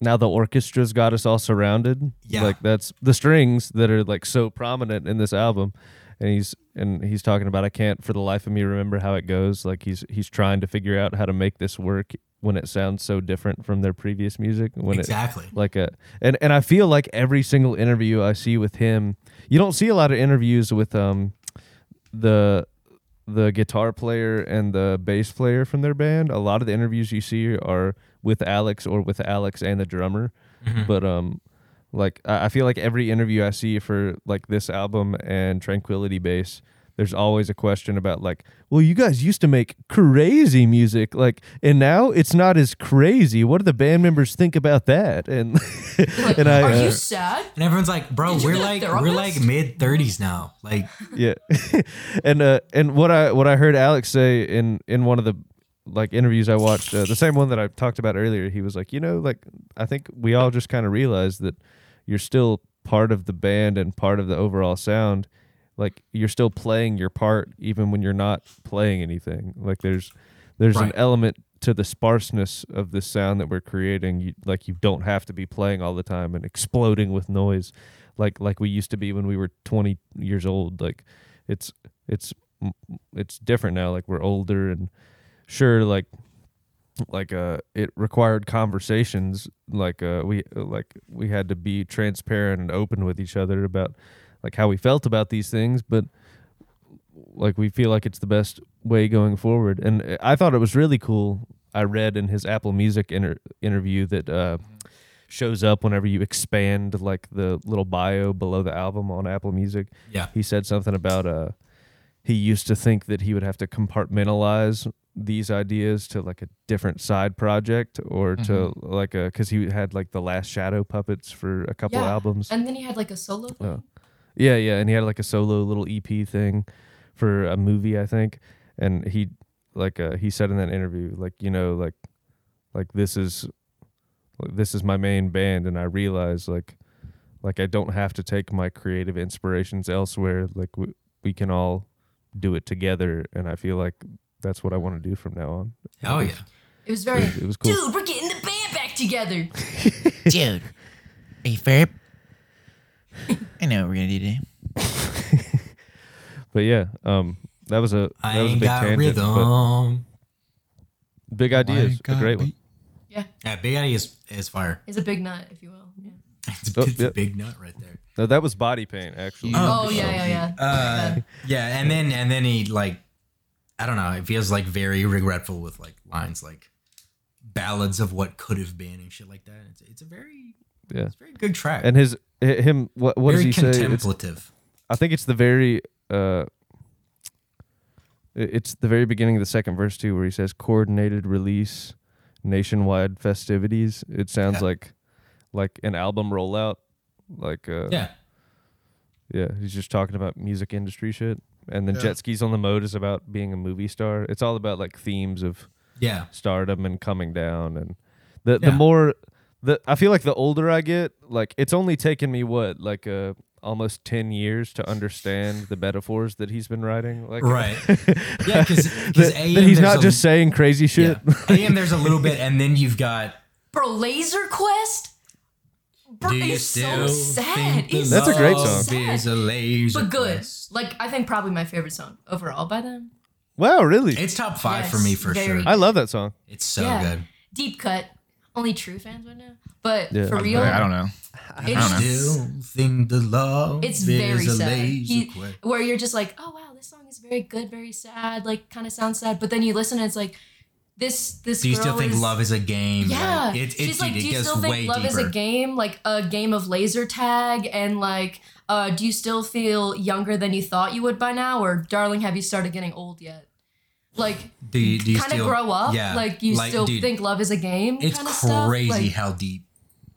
now the orchestra's got us all surrounded. Yeah. Like that's the strings that are like so prominent in this album. And he's and he's talking about I can't for the life of me remember how it goes. Like he's he's trying to figure out how to make this work when it sounds so different from their previous music. When it Exactly. like a and and I feel like every single interview I see with him, you don't see a lot of interviews with um the the guitar player and the bass player from their band. A lot of the interviews you see are with Alex or with Alex and the drummer. But um like I I feel like every interview I see for like this album and Tranquility Base, there's always a question about like, well, you guys used to make crazy music, like, and now it's not as crazy. What do the band members think about that? (laughs) And Like, and I are uh, you sad? And everyone's like, bro, Did you we're get a like we're therapist? like mid thirties now. Like yeah (laughs) and uh and what i what i heard alex say in in one of the like interviews i watched uh, the same one that i talked about earlier he was like you know like i think we all just kind of realized that you're still part of the band and part of the overall sound like you're still playing your part even when you're not playing anything like there's there's an Right. element to the sparseness of the sound that we're creating you, like you don't have to be playing all the time and exploding with noise like like we used to be when we were 20 years old like it's it's m- it's different now like we're older and sure like like uh it required conversations like uh we like we had to be transparent and open with each other about like how we felt about these things but like we feel like it's the best way going forward and uh, i thought it was really cool i read in his apple music inter- interview that uh shows up whenever you expand like the little bio below the album on apple music Yeah. he said something about uh he used to think that he would have to compartmentalize these ideas to like a different side project or to like a because he had like the last shadow puppets for a couple Yeah. albums And then he had like a solo. thing. yeah, yeah, and he had like a solo little EP thing for a movie, I think. And he like uh, he said in that interview, like you know, like like this is like, this is my main band, and I realize like like I don't have to take my creative inspirations elsewhere. Like we we can all do it together, and I feel like that's what I want to do from now on. Oh yeah. It was very. It was cool. Dude, we're getting the band back together. Dude, hey Ferb. I know what we're gonna do today. But yeah, um, that was a that I was a ain't big got tangent, but rhythm. big ideas, a great one. Yeah, Yeah, Big Daddy is is fire. (laughs) it's a big nut, if you will. Yeah. It's, Oh, it's yeah. a big nut right there. No, that was body paint actually. Oh, yeah, yeah, yeah. Uh, yeah, and then and then he like, I don't know. It feels like very regretful with like lines like ballads of what could have been and shit like that. It's it's a very Yeah. it's a very good track and his hi- him what what very does he say? It's, contemplative. I think it's the very uh, it- it's the very beginning of the second verse too, where he says coordinated release, nationwide festivities. It sounds Yeah. like like an album rollout. Like uh, yeah, yeah, he's just talking about music industry shit. And then Yeah. jet skis on the mode is about being a movie star. It's all about like themes of yeah, stardom and coming down and the the Yeah. more the I feel like the older I get, like it's only taken me what like uh almost 10 years to understand the metaphors that he's been writing like (laughs) right. Yeah, because that, AM that he's there's not a- just saying crazy shit (laughs) yeah. AM. There's a little bit, and then you've got. Bro, Laser Quest? Bro, Do you it's so still sad. think the It's That's a so great song. sad. There's a laser but good. quest. Like, I think probably my favorite song overall by them. wow really It's top five for Yes, me for very sure. i love that song It's so Yeah. good. Deep Cut. Only true fans would know. But Yeah. for I'm real, I don't know. it's, don't know. it's, Still think the love. very is a sad. laser He- quest. where you're just like, oh, wow, this song is very good, very sad, like kind of sounds sad. But then you listen and it's like, this this. Do you still girl think is- love is a game? Yeah, Like, it's it's she's like, dude, do it you goes still way think love deeper. is a game, like a game of laser tag, and like, uh, do you still feel younger than you thought you would by now, or darling, have you started getting old yet? Like, Do you, do you kind of still- grow up. Yeah, like, you still dude, think love is a game. It's kinda stuff? crazy Like, how deep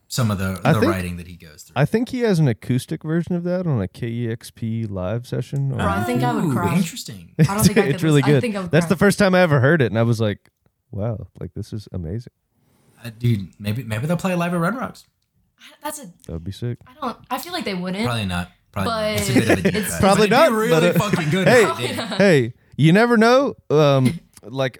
some of the, I the think- writing that he goes through. I think he has an acoustic version of that on a KEXP live session. Bro, (laughs) I think I would Ooh, cry. Interesting. I don't think I could it's really listen- I good. think I would That's cry. the first time I ever heard it, and I was like, "Wow, like this is amazing. Uh, dude, maybe maybe they'll play live at Red Rocks. I- That's a. That would be sick." I don't. I feel like they wouldn't. (laughs) Probably not. Probably not. But It's a bit of a deep (laughs) it's- cut. Probably But it'd be not, Really but, uh, fucking (laughs) good. hey. if they did. hey, you never know. Um, (laughs) like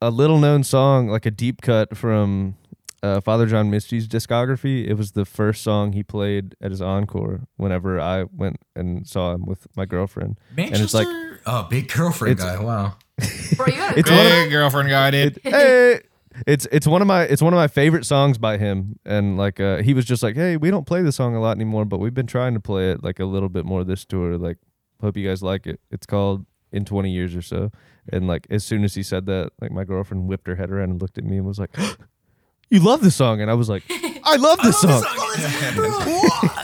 a little known song, like a deep cut from uh, Father John Misty's discography. It was the first song he played at his encore. Whenever I went and saw him with my girlfriend, and it's like, Manchester. oh, big girlfriend It's- guy. Wow. Bro, you had a It's cry. one of Big girlfriend guy, (laughs) dude. hey. It's it's one of my it's one of my favorite songs by him and like uh, he was just like hey we don't play this song a lot anymore but we've been trying to play it like a little bit more this tour like hope you guys like it it's called in 20 years or so and like as soon as he said that like my girlfriend whipped her head around and looked at me and was like (gasps) you love this song and I was like (gasps) I love Oh, this song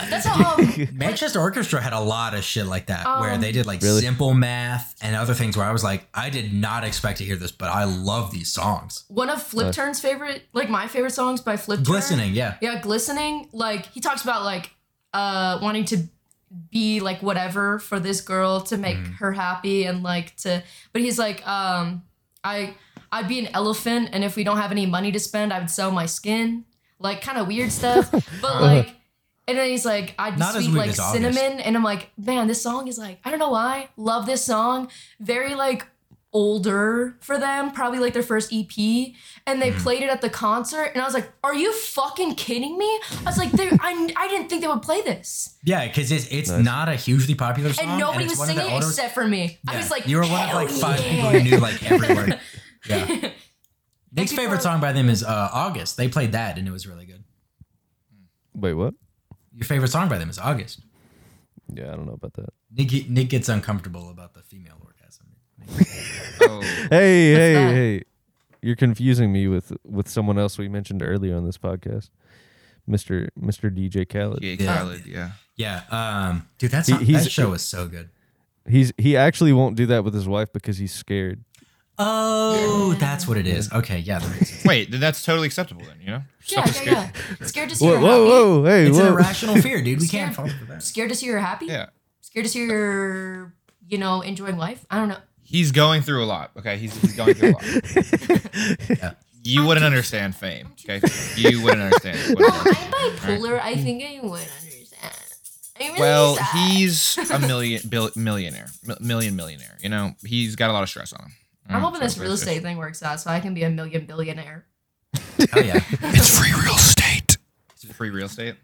That's how. Um, (laughs) (laughs) Manchester Orchestra had a lot of shit like that where Um, they did like Really? simple math and other things where I was like, I did not expect to hear this, but I love these songs. one of Flip Turn's favorite, like my favorite songs by Flip Turn. Glistening, yeah. Yeah, glistening. Like he talks about like uh wanting to be like whatever for this girl to make Mm. her happy and like to but he's like um I I'd be an elephant and if we don't have any money to spend I would sell my skin. Like kind of weird stuff. but like and then he's like, I'd Uh-huh. Not as sweet weird like as August. cinnamon. And I'm like, man, this song is like, I don't know why. Love this song. Very like older for them, probably like their first EP. And Mm. they played it at the concert. And I was like, are you fucking kidding me? I was like, they, I, I didn't think they would play this. Yeah, because it's, it's not a hugely popular song. And nobody it's was one of the singing it older- except for me. I Yeah, was like, you were one of "Hell like five yeah." people who knew like every (laughs) word. Yeah. Nick's people favorite are- song by them is uh, August. They played that and it was really good. wait what Your favorite song by them is August. yeah I don't know about that Nick, Nick gets uncomfortable about the female orgasm. Oh. hey hey that? hey you're confusing me with with someone else we mentioned earlier on this podcast Mr. Mr. DJ Khaled Yeah, Yeah. Khaled, yeah. Yeah, um, dude, that's He- he's- that show is so good. He's he actually won't do that with his wife because he's scared. Oh, that's what it is. Okay, yeah, that (laughs) makes sense. Wait, th- that's totally acceptable then, you know? Yeah, yeah, yeah. Scared to see Whoa, her happy. whoa, whoa, hey, it's whoa. an irrational fear, dude. We can't fall for that. Scared to see her happy. Yeah. Scared to see her, you know, enjoying life. I don't know. He's going through a lot. Okay, he's, he's going through a lot. You wouldn't understand fame. Okay, you wouldn't understand. what it is. I'm bipolar. I think I would understand. I really Well, sad. he's (laughs) a million bill, millionaire, mi- million millionaire. You know, he's got a lot of stress on him. Mm, I'm Mm, hoping So this real it's just- estate thing works out so I can be a million billionaire. Oh yeah, It's free (laughs) real estate. It's free real estate.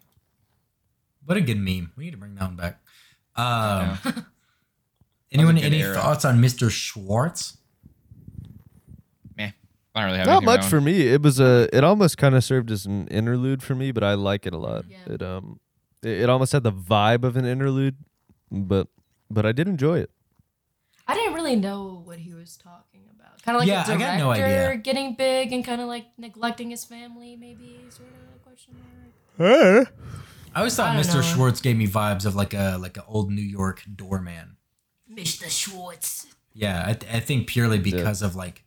what a good meme. We need to bring that one back. Um, Yeah. anyone, That was a good any era. thoughts on Mr. Schwartz? Meh. I don't really have Not anything much wrong. for me. It was a. It almost kind of served as an interlude for me, but I like it a lot. Yeah. It um, it, it almost had the vibe of an interlude, but but I did enjoy it. I didn't really know what he was talking about. Kind of like Yeah, a I director got no idea. getting big and kind of like neglecting his family, maybe sort of question mark. I always thought I don't Mr. know. Schwartz gave me vibes of like a like an old New York doorman. Mr. Schwartz. Yeah, I, th- I think purely because of like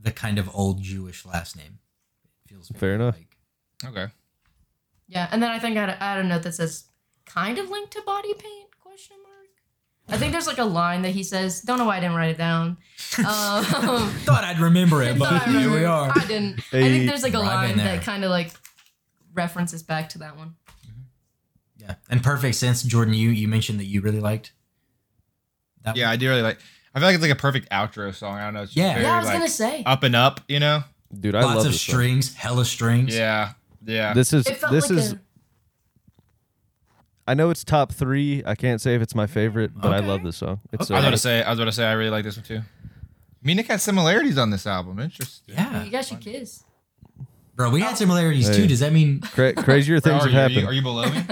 the kind of old Jewish last name. It feels very, Fair enough. Like, Okay. Yeah, and then I think I had, a, I had a note that says kind of linked to body paint question mark. I think there's like a line that he says. Don't know why I didn't write (laughs) it down. Um, thought I'd remember (laughs) it, No, but I here we remember. are. I didn't. I Hey. think there's like a Right line in there. that kind of like references back to that one. Yeah, and perfect sense, Jordan. You you mentioned that you really liked. That Yeah, I do really like. I feel like it's like a perfect outro song. I don't know. It's just Yeah. very, Yeah, I was like, uh, gonna say. up and up. You know. Dude, I Lots love of this song. strings, hella strings. Yeah. Yeah. This is It felt this like is. a I know it's top three. I can't say if it's my favorite, but I love this song. It's uh, I was so, about to say. I was about to say. I really like this one too. Me and Nick had similarities on this album. Interesting. Yeah. you guys should kiss. bro, we had similarities too. Hey. Does that mean cra- (laughs) crazier Where things are have you? Are you? happened. Are you below me?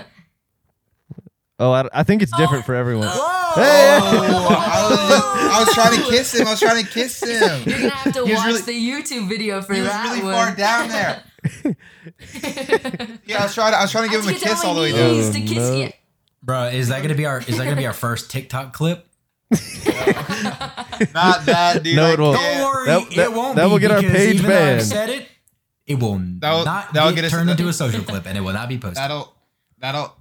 oh, I, I think it's different for everyone. Oh, (laughs) I, was just- I was trying to kiss him. I was trying to (laughs) kiss You're him. gonna (laughs) have to He was watch really- the YouTube video for He was that really one. far down (laughs) there. Yeah, I was trying. To, I was trying to give him I a had to get down kiss on all the my way down. knees to kiss no. you. Bro, is that gonna be our is that gonna be our first TikTok clip? Not that, dude. No, I it won't. can't. Don't worry, That- that- it won't. that be will get our because page even though I've banned. said it. It will That'll- not that'll get, get us- turned (laughs) into a social clip, and it will not be posted. That'll that'll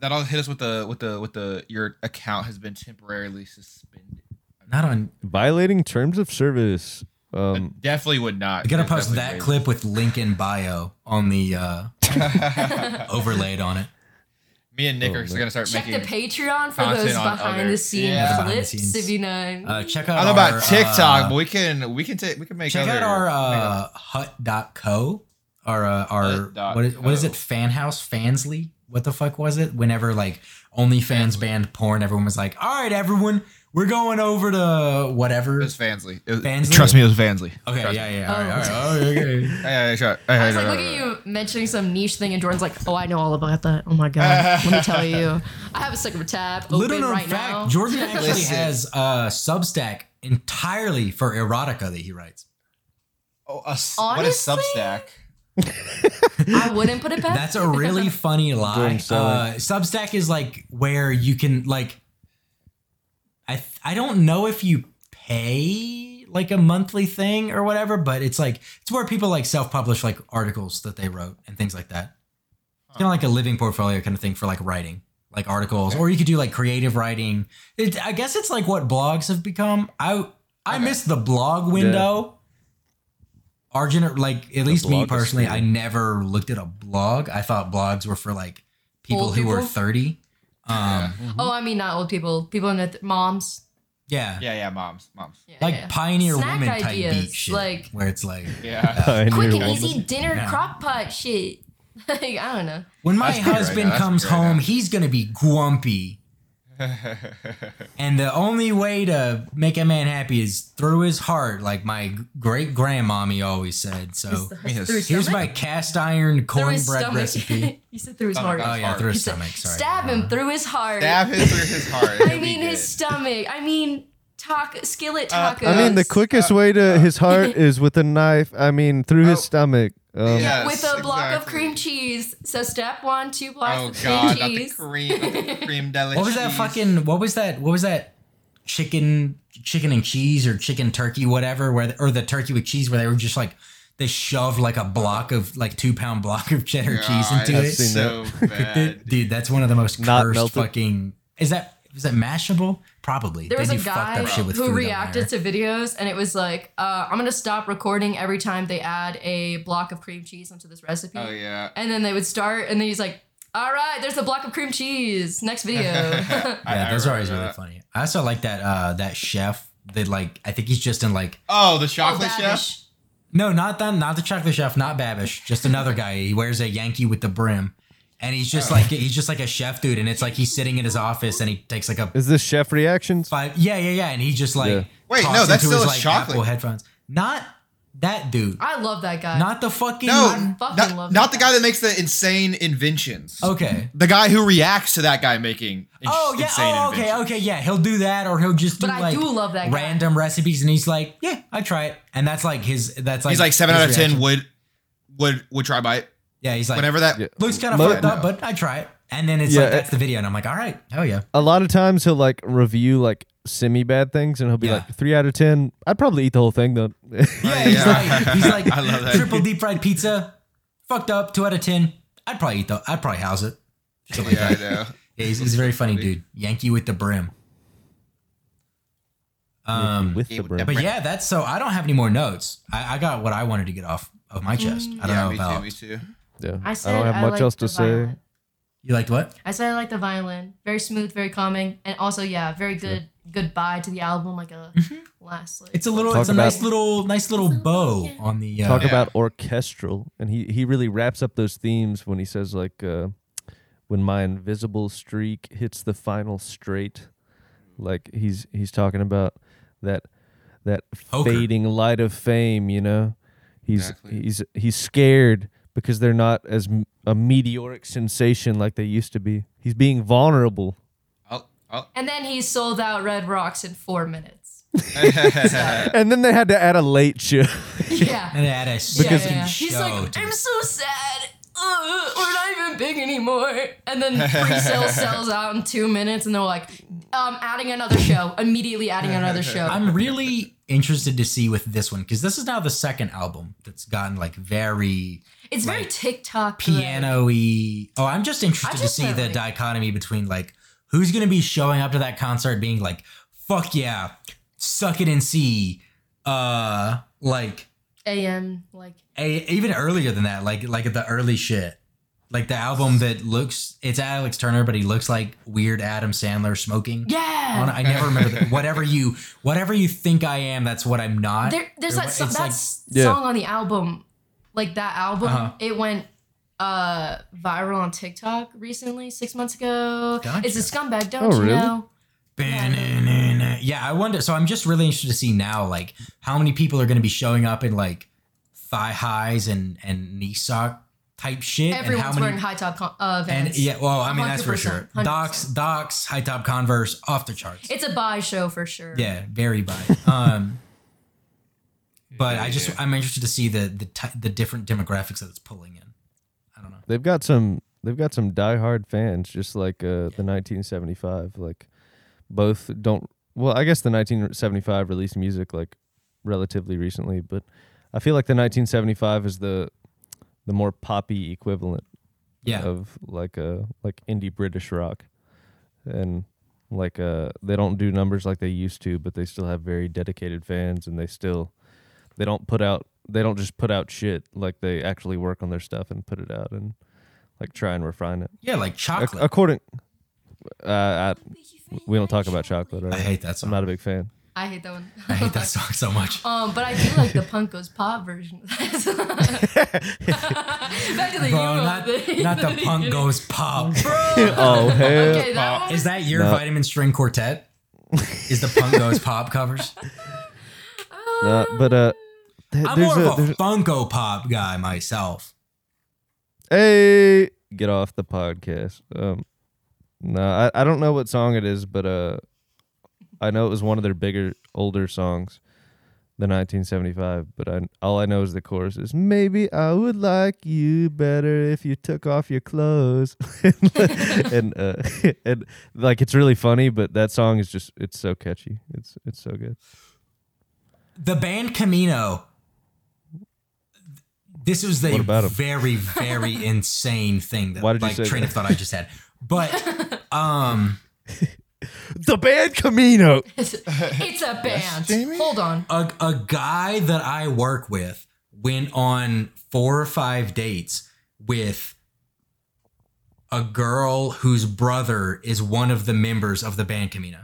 that'll hit us with the with the with the your account has been temporarily suspended. Not on. (laughs) Violating terms of service. I Um, definitely would not. I gotta That's post that definitely clip with link in bio on the uh, crazy. overlaid on it. (laughs) Me and Nick Oh, are man. gonna start Check the making. Patreon for content those on behind other- the scenes Yeah. Behind the clips scenes. if you know. Uh, check out. I don't know our, about TikTok, uh, but we can we can take we can make check other, out our make uh, hut.co our uh, our Hut dot what is, what is co. it fan house fansley what the fuck was it whenever like only fans banned porn everyone was like all right everyone we're going over to it whatever was Fansley. It was- Fansley? Trust me, it was Fansley. okay Trust yeah me. yeah all right, Oh. all right, all right okay. Hey, hey, shut- hey, I hey, was like, no, look no, at no, you mentioning some niche thing, and Jordan's like, "Oh, I know all about that. Oh my god, let me tell you, I have a second tab (laughs) open little known right fact now." jordan actually Listen. has a substack entirely for erotica that he writes Oh, a s- Honestly? what a Substack. (laughs) I wouldn't put it back. That's a (laughs) really funny lie. Doing so. Uh, Substack is like where you can like. I th- I don't know if you pay like a monthly thing or whatever, but it's like it's where people like self publish like articles that they wrote and things like that. It's kind of like a living portfolio kind of thing for like writing, like articles, or you could do like creative writing. It, I guess it's like what blogs have become. I I miss the blog window. Our gener- like at least me blog is personally, cool. I never looked at a blog. I thought blogs were for like people Old who were people? thirty. Um, Oh, I mean, not old people. People in their th- moms. yeah. Yeah, yeah, moms, moms. Yeah, like yeah. pioneer Snack women type ideas, beat shit, like- where it's like (laughs) Yeah. pioneer quick and woman. easy dinner Yeah. crock pot shit. (laughs) like I don't know. when my That's good right husband now, that's comes good right home, now. he's gonna be (laughs) grumpy, and the only way to make a man happy is through his heart, like my great grandmommy always said. So Yes. his here's stomach? my cast iron Through his cornbread stomach. (laughs) recipe. he said through his Stomach, heart. Oh that's yeah, hard. through He his said, stomach. Sorry. Uh-huh. Stab him through his heart. Stab him through his heart. I He'll be mean his good. stomach. I mean taco skillet Uh, tacos. I mean, the quickest way to his heart is with a knife. I mean, through Oh. his stomach. Um, Yeah. with Yes, a block of exactly. cream cheese. So step one, two blocks Oh of cream god, not the cheese. cream, not (laughs) the cream deli. What was that cheese. fucking? What was that? What was that? Chicken, chicken and cheese, or chicken turkey, whatever. Where the, or the turkey with cheese, where they were just like they shoved like a block of like two pound block of cheddar cheese God, into I've it. (laughs) seen so Dude, bad. dude, that's one of the most Not cursed melted. fucking. Is that is that mashable? Probably. There They was a do fucked guy up shit with food who on reacted there. to videos and it was like, uh, I'm gonna stop recording every time they add a block of cream cheese onto this recipe. Oh yeah. And then they would start and then he's like, All right, there's a block of cream (laughs) cheese. Next (laughs) (laughs) I- video. Yeah, I those are always really remember that. funny. I also like that uh that chef that like I think he's just in like Oh, the Oh, chocolate chef. Babish. No, not that. Not the chocolate chef. Not Babish. Just another guy. He wears a Yankee with the brim, and he's Oh. just like he's just like a chef dude. And it's like he's sitting in his office, and he takes like a Is this chef reactions? five. Yeah, yeah, yeah. And he just like Yeah. Wait, talks no, that's into still his, a like, chocolate. Apple headphones. Not that dude. I love that guy. Not the fucking. No, fucking not, love not that the guy. guy that makes the insane inventions. Okay. The guy who reacts to that guy making. ins- Oh yeah. Insane Oh okay. inventions. Okay. Yeah. He'll do that, or he'll just do But I like do love that guy. random recipes, and he's like, yeah, I try it, and that's like his. That's like He's like seven his out of ten reaction. would would would try bite. Yeah. He's like Whenever that. Yeah. looks kind of Mo- fucked up, but I try it. And then it's Yeah, like it- that's the video, and I'm like, all right, hell yeah. A lot of times he'll like review like semi bad things, and he'll be Yeah. like three out of ten. I'd probably eat the whole thing though. (laughs) Yeah, he's Yeah. like, (laughs) he's like I love that. triple deep fried pizza, fucked up, two out of ten. I'd probably eat though. I'd probably house it. Something Yeah, like I that. know. Yeah, he's, he's a very funny dude. Yankee with the brim. Um, With the brim. but yeah, that's so. I don't have any more notes. I, I got what I wanted to get off of my chest. I don't Yeah, know me about too. Me too. Yeah. I I, said don't have much liked else to the say. violin. you liked what? I said I like the violin. Very smooth, very calming, and also yeah, very good goodbye to the album, like a last. Like, Mm-hmm. It's a little. Talk it's a about- nice little, nice little bow on the. Uh, Talk Yeah. about orchestral, and he he really wraps up those themes when he says like, uh, "When my invisible streak hits the final straight," like he's he's talking about that that Poker. fading light of fame. You know, he's Exactly. he's he's scared because they're not (laughs) as m- a meteoric sensation like they used to be. He's being vulnerable. I'll, Oh. And then he sold out Red Rocks in four (laughs) minutes. and then they had to add a late shift. Yeah. And they had a yeah, freaking yeah. show. He's like, to I'm the- so sad. Ugh, we're not even big anymore. And then (laughs) pre-sale sells out in two minutes, and they're like, um, adding another show. Immediately adding another show. (laughs) I'm (laughs) really interested to see with this one because this is now the second album that's gotten like very it's very like, TikTok. piano y. Oh, I'm just interested I just to see don't the like- dichotomy between like who's going to be showing up to that concert being like, fuck yeah, suck it and see. Uh, like, AM like a, even earlier than that, like like the early shit, like the album that looks it's Alex Turner, but he looks like weird Adam Sandler smoking. yeah. On- I never remember that. whatever you whatever you think I am, that's what I'm not. There, there's Or that, what- so- it's that like- s- Yeah. song on the album, like that album. Uh-huh. It went uh viral on TikTok recently, six months ago. It's a scumbag, don't Oh, you really? know? Ba-na-na-na. Yeah, I wonder. So I'm just really interested to see now, like how many people are going to be showing up in like thigh highs and and knee sock type shit, and how Everyone's many wearing high top con- uh, and Vans. yeah, well, I mean that's for 100%, sure. Docs, docs, high top Converse, off the charts. It's a buy show for sure. Yeah, very bi. Um, but I just I'm interested to see the the ty the different demographics that it's pulling in. I don't know. They've got some they've got some diehard fans, just like uh, the 1975. Like both don't. Well, I guess the 1975 released music like relatively recently, but I feel like the 1975 is the the more poppy equivalent Yeah, of like a like indie British rock, and like uh they don't do numbers like they used to, but they still have very dedicated fans, and they still they don't put out they don't just put out shit like they actually work on their stuff and put it out and like try and refine it. yeah, like Ac- chocolate. according, uh, I, we don't talk about chocolate. Right? I hate that I'm song. not a big (laughs) fan. I hate that one. I hate that song so much. (laughs) Um, but I do like the Punk Goes Pop version. (laughs) of that song. Back (laughs) to the Bro, Euro not, thing. not (laughs) the punk goes pop. Oh hell! Okay, that one Is that your vitamin string quartet? Is the punk goes pop (laughs) covers? No, but uh, th- I'm there's more a, of a there's, Funko Pop guy myself. Hey, get off the podcast. Um, no, I, I don't know what song it is, but uh, I know it was one of their bigger, older songs, the 1975. But I, all I know is the chorus is maybe I would like you better if you took off your clothes, (laughs) and uh, (laughs) and like it's really funny, but that song is just it's so catchy. It's it's so good. The band Camino. This was the What about 'em? very, (laughs) very insane thing that Why did you like say train that? of thought I just had. (laughs) But um The band Camino. it's a band. Hold on. a, a guy that I work with went on four or five dates with a girl whose brother is one of the members of the band Camino.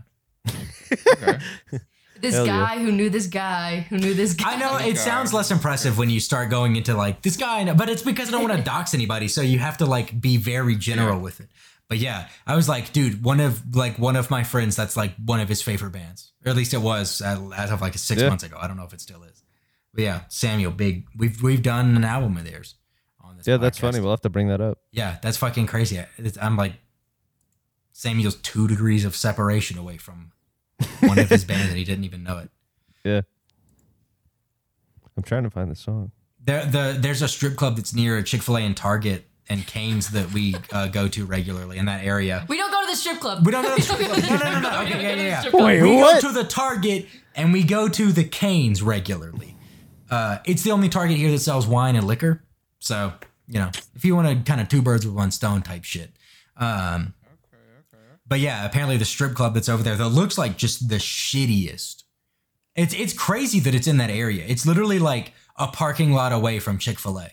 This Hell yeah. guy who knew this guy who knew this guy. I (laughs) know it sounds less impressive when you start going into like this guy, I know, but it's because I don't (laughs) want to dox anybody, so you have to like be very general with it. But yeah, I was like, dude, one of like one of my friends that's like one of his favorite bands, or at least it was uh, as of like six Yeah. months ago. I don't know if it still is. But yeah, Samuel, big, we've we've done an album of theirs on this. Yeah, that's podcast. funny. We'll have to bring that up. Yeah, that's fucking crazy. I- It's, I'm like Samuel's two degrees of separation away from one of (laughs) his bands, and he didn't even know it. Yeah, I'm trying to find the song. There, the there's a strip club that's near Chick Fil A and Target and Canes that we uh, go to regularly in that area. (laughs) We don't go to the strip club. We don't go to the strip (laughs) club. No, no, no, no. We Okay, yeah, don't go to the yeah, yeah. strip club. Wait, we what? go to the Target and we go to the Canes regularly. Uh, it's the only Target here that sells wine and liquor. So you know, if you want to kind of two birds with one stone type shit. Um, but yeah, apparently the strip club that's over there that looks like just the shittiest. It's it's crazy that it's in that area. It's literally like a parking lot away from Chick Fil A.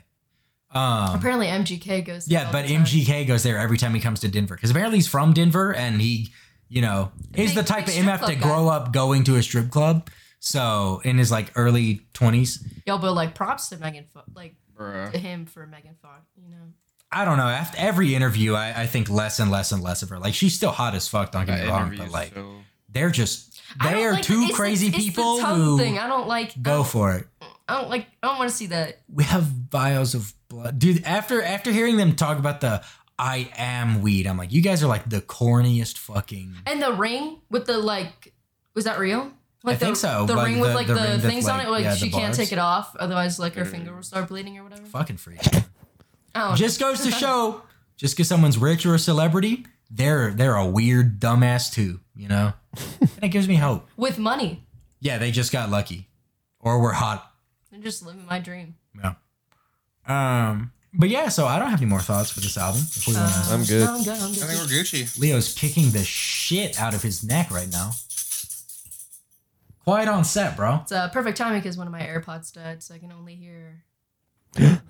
Um, Apparently MGK goes. there yeah, all but the time. MGK goes there every time he comes to Denver because apparently he's from Denver and he, you know, is Big- the type of big MF to strip club guy. grow up going to a strip club. So in his like early twenties, Y'all, but like props to Megan, Fo- like Bruh. to him for Megan Fox. You know, I don't know. After every interview, I, I think less and less and less of her. Like she's still hot as fuck. Don't get That me wrong, interview but is like so- they're just I they don't are like- two it's the- crazy it's the people tongue who thing. I don't like. I go don't- for it. I don't like. I don't want to see that. we have vials of blood dude after after hearing them talk about the I am weed. I'm like, you guys are like the corniest fucking. And the ring with the like, was that real? Like I think the, so, The but ring with the- like the the, ring that's, things on like, it, like yeah, the she can't barbs. take it off, otherwise like her finger will start bleeding or whatever. Fucking freak. Oh, Just goes to show, just because someone's rich or a celebrity, they're they're a weird dumbass too, you know. and it gives me hope. with money, Yeah, they just got lucky, or we're hot. I'm just living my dream. Yeah. Um. But yeah, so I don't have any more thoughts for this album. If we wanna- Uh. I'm good. I'm good. I'm I think good. we're Gucci. Leo's kicking the shit out of his neck right now. Quiet on set, bro. It's uh, perfect timing because one of my AirPods died, so I can only hear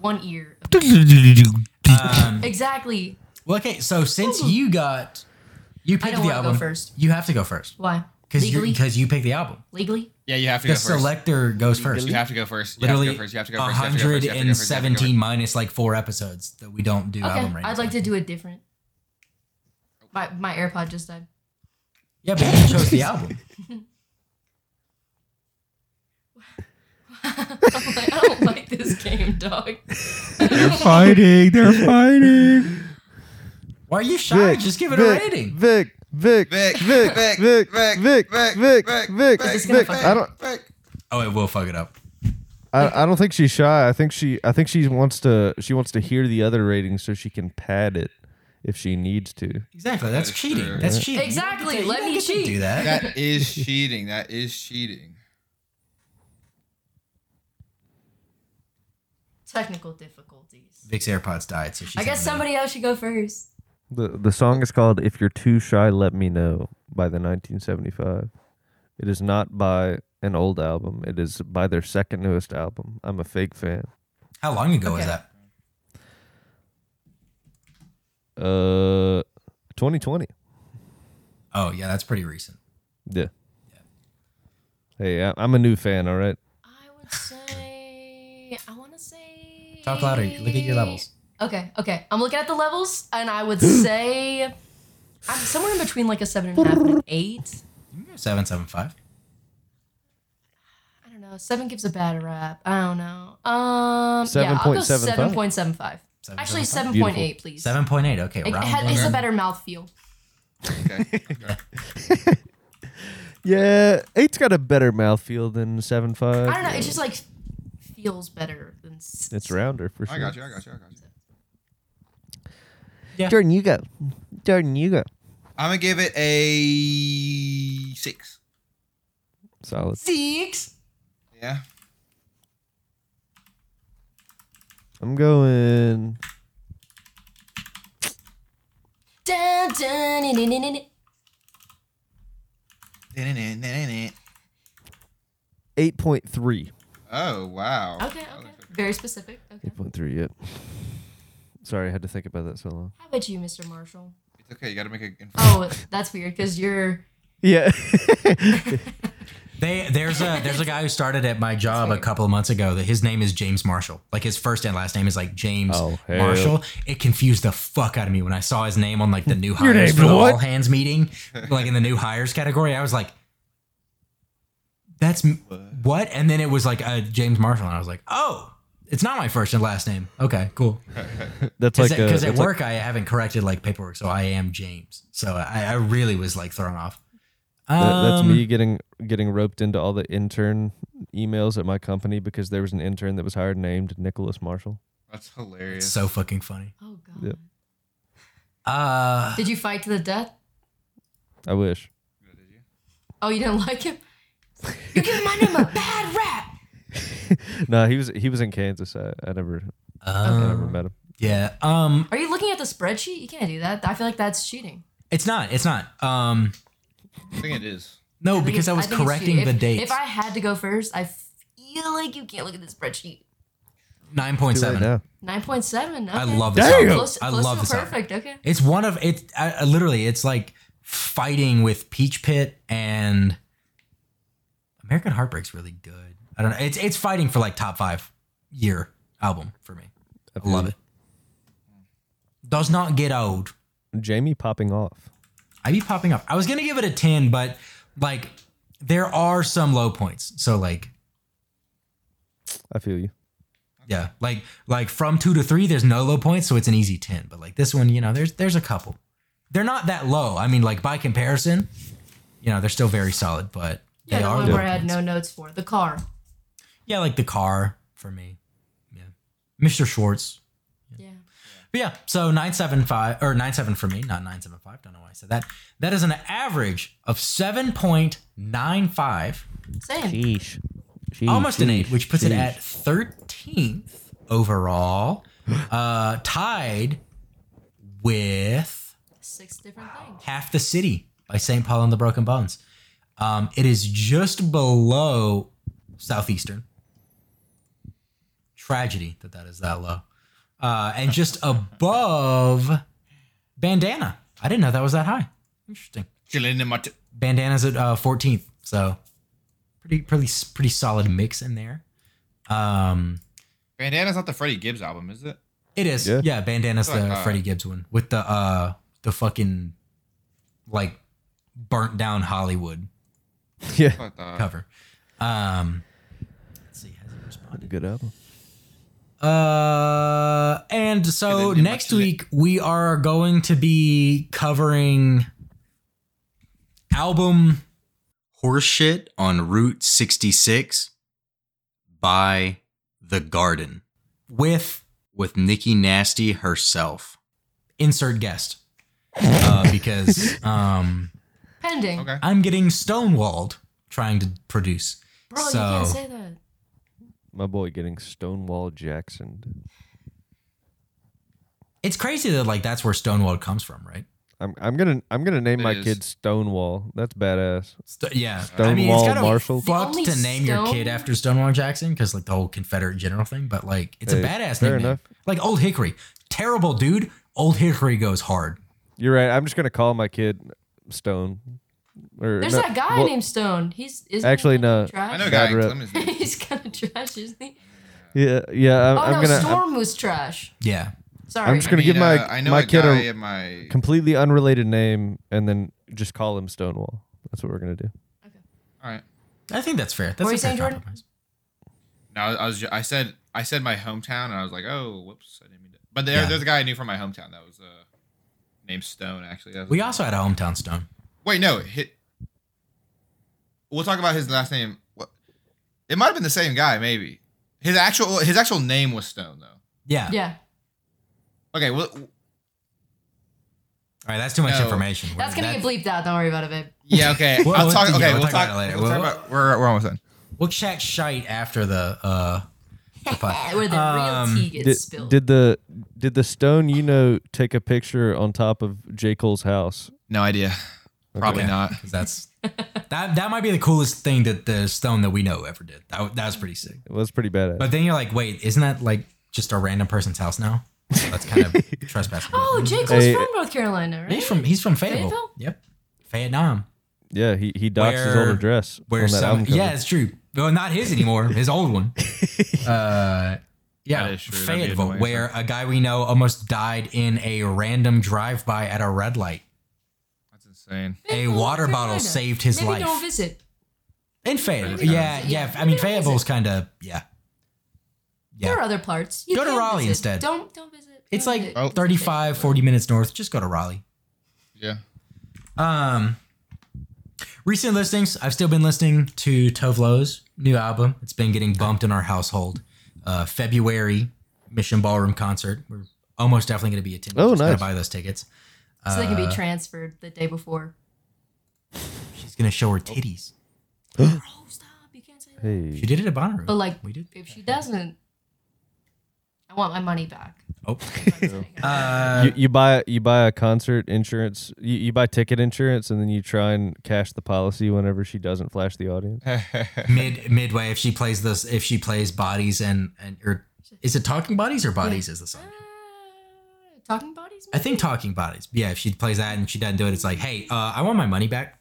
one ear. Uh, (laughs) Um, Exactly. well, okay, so since you got you picked Oh. don't the wanna go album first. you have to go first Why? because Legally? because you picked the album. Legally? Yeah, you have to The go first. selector goes first. you have to go first. You Literally have to go first. You have to go first. you have to go first, you have to go first, you have to go first. 117 minus like four episodes that we don't do Okay. album rankings. I'd like to do it different. My my AirPod just died. (laughs) Yeah, but you chose the album. I'm like, I don't like this game, dog. (laughs) fighting. They're fighting. Why are you shy? Just give it Vic, a rating. Vic, Vic, Vic, Vic, Vic, Vic, Vic, Vic, Vic, Vic, Vic. Is this gonna fuck I don't, Oh, it will fuck it up. I, I don't think she's shy. I think she, I think she wants to, she wants to hear the other ratings so she can pad it if she needs to. Exactly. That's cheating. That's cheating. Exactly, (laughs) You let don't me get to cheat. Do that. That (laughs) is cheating. That is cheating. Technical difficulties. Vic's AirPods died, so she's I guess having a- somebody else should go first. The the song is called "If You're Too Shy, Let Me Know" by the 1975. It is not by an old album. It is by their second newest album. I'm a fake fan. How long ago was Okay. that? Uh, 2020. Oh yeah, that's pretty recent. Yeah. Hey, I- I'm a new fan. All right. I would say I want to say. Talk louder. Look at your levels. Okay, okay. I'm looking at the levels, and I (gasps) would say I'm somewhere in between like a seven and a half and an eight. Seven seven five. I don't know. Seven gives a bad rap. I don't know. Um, yeah, I'll go 7.75. seven point seven five. Actually, seven point eight, please. Seven point eight. Okay, It round ha- one. it's a better mouthfeel. (laughs) Okay. Yeah, eight's got a better mouthfeel than seven five. I don't know. It just like feels better than. s- It's rounder for sure. I got you. I got you. I got you. Jordan, you go. Jordan, you go. I'm gonna give it a six. Solid. Six. Yeah. I'm going. Dun, dun, dun, dun, dun, dun, dun. Eight point three. Oh wow. Okay, okay. Very specific. Okay. Eight point three. Yep. Sorry, I had to think about that so long. How about you, Mr. Marshall? It's okay. You gotta make a. Oh, that's weird because you're. (laughs) Yeah. They there's a there's a guy who started at my job a couple of months ago. That his name is James Marshall. Like his first and last name is like James Oh, hell. Marshall. It confused the fuck out of me when I saw his name on like (laughs) the new hires name's for the what? all hands meeting, like in the new hires category. I was like, that's m- what? And then it was like uh, James Marshall, and I was like, oh, it's not my first and last name. Okay, cool. That's Because like a- at that's like- work I haven't corrected like paperwork, so I am James. So I, I really was like thrown off. that- that's Um, me getting getting roped into all the intern emails at my company because there was an intern that was hired named Nicholas Marshall. That's hilarious. So fucking funny. Oh God. Yep. Uh, Did you fight to the death? I wish. Oh, you didn't like him. You give my name a bad rap. No, he was he was in Kansas. I, I never I never um, met him. yeah. Um, Are you looking at the spreadsheet? You can't do that. I feel like that's cheating. it's not. It's not. Um, I think it is. no, think because I it's- was think it's correcting the cheating. dates. If, if I had to go first, I feel like you can't look at the spreadsheet. Nine point Too late seven. now. Nine point seven. Okay. I love this. album. Close, I close love to this. album. perfect. Okay. It's one of it. I, I literally, it's like fighting with Peach Pit and American Heartbreak's really good. I don't know. It's it's fighting for like top five year album for me. I love it. Does not get old. Jamie popping off. I be popping up. I was gonna give it a ten, but like there are some low points. So like (laughs) I feel you. Yeah, like like from two to three, there's no low points, so it's an easy ten. But like this one, you know, there's there's a couple. They're not that low. I mean, like by comparison, you know, they're still very solid, but Yeah, they the are. one low where I had points. no notes for. The car. Yeah, like the car for me. Yeah, Mr. Schwartz. Yeah. But yeah, so nine seven five or nine seven for me, not nine seven five. Don't know why I said that. That is an average of seven point nine five, Same. Sheesh. Sheesh. almost an eight, sheesh, which puts it sheesh. at thirteenth overall, uh, tied with Six different things. Half the City by St. Paul and the Broken Bones. Um, it is just below Southeastern. Tragedy that that is that low. Uh, and just above Bandana. I didn't know that was that high. Interesting. Chilling in my. T- Bandana's at uh, 14th, so pretty pretty pretty solid mix in there. Um, Bandana's not the Freddie Gibbs album, is it? it is. Yeah, Yeah. Bandana's the Like, uh, Freddie Gibbs one with the uh the fucking like burnt down Hollywood yeah, What the- cover. Um, let's see, has he responded? good album. Uh, and Yeah, so they did next much of it. week we are going to be covering album Horseshit on Route 66 by The Garden with with Nikki Nasty herself. Insert guest. (laughs) Uh, because um Pending. Okay. I'm getting stonewalled trying to produce. Bro, so you can't say that. My boy getting Stonewall Jackson. it's crazy that like that's where stonewalled comes from, right? I'm I'm gonna I'm gonna name It my is. kid Stonewall. That's badass. St- yeah, I mean, it's Stonewall kind of Marshall. The fucked only to name your stone- kid after Stonewall Jackson because like the whole Confederate general thing, but like it's a Hey, badass fair nickname. enough. Like Old Hickory, terrible dude. Old Hickory goes hard. You're right. I'm just gonna call my kid Stone. Or There's no, that guy well, named Stone. He's isn't Actually, he kinda no. I Trash? know, a God guy. rip. Clemens did. (laughs) (laughs) He's kind of trash, isn't he? Yeah, yeah. I'm, Oh I'm no, gonna. I'm- Storm was trash. Yeah, Sorry. I'm just gonna I give mean, my uh, I know my a kid guy a in my. completely unrelated name and then just call him Stonewall. That's what we're gonna do. All right. I think that's fair. What were you That's a fair saying, Jordan? compromise. No, I was. ju- I said. I said my hometown, and I was like, oh, whoops, I didn't mean to. But there, Yeah. there's a guy I knew from my hometown that was uh, named Stone. Actually, That was- We also had a hometown stone. Wait, no. Hit. We'll talk about his last name. What? It might have been the same guy, maybe. His actual his actual name was Stone, though. Yeah. yeah, Okay, well, All right, that's too much No. information. We're- that's gonna get bleeped out. Don't worry about it, babe. yeah, okay. We'll- I'll we'll- talk. yeah, Okay, we'll talk we'll, talk. about it later. We'll talk We'll- about. We're we're almost done. We'll chat shite after the uh (laughs) the pod. Where the Um, real tea gets Did, spilled. did the did the Stone you know take a picture on top of J Cole's house? No idea. Probably Okay. not. 'Cause that's that that might be the coolest thing that the stone that we know ever did. That, w- that was pretty sick. It was pretty badass. But then you're like, wait, isn't that like just a random person's house now? So that's kind (laughs) of trespassing. oh, J Cole's Hey, from North Carolina, right? He's from he's from Fayetteville. Fayetteville? Yep, Vietnam. yeah, he he doxed his old Where- address Where on that some album cover. yeah, it's true. Well, not his anymore. his old (laughs) one. Uh, That yeah, is true. That'd be Fayetteville, annoying, where a guy we know almost died in a random drive-by at a red light. That's insane. A Fayetteville, water North bottle Carolina. saved his Maybe life. Don't visit. In Fayetteville, yeah, yeah. I mean, Fayetteville's kind of yeah. There are Yeah, other parts. Go to can Raleigh visit. instead. Don't don't visit. it's Don't visit. like Oh. 35, 40 minutes north. Just go to Raleigh. (laughs) Yeah. Um, recent listings. I've still been listening to Tove Lo's new album. It's been getting bumped in our household. Uh, February Mission Ballroom concert. We're almost definitely going to be attending. Oh, She's Gonna nice. buy those tickets. so they can Oh, uh. be transferred the day before. She's going to show her titties. Oh, stop! You can't say that. She Hey, did it at Bonnaroo. But Oh, like, we did. if she doesn't, I want my money back. Oh. Uh, you, you buy you buy a concert insurance, you, you buy ticket insurance, and then you try and cash the policy whenever she doesn't flash the audience. (laughs) Mid midway, if she plays this, if she plays bodies and and or is it talking bodies or bodies is the song? Uh, talking bodies. I think talking bodies. Yeah, if she plays that and she doesn't do it, it's like, hey, uh, I want my money back.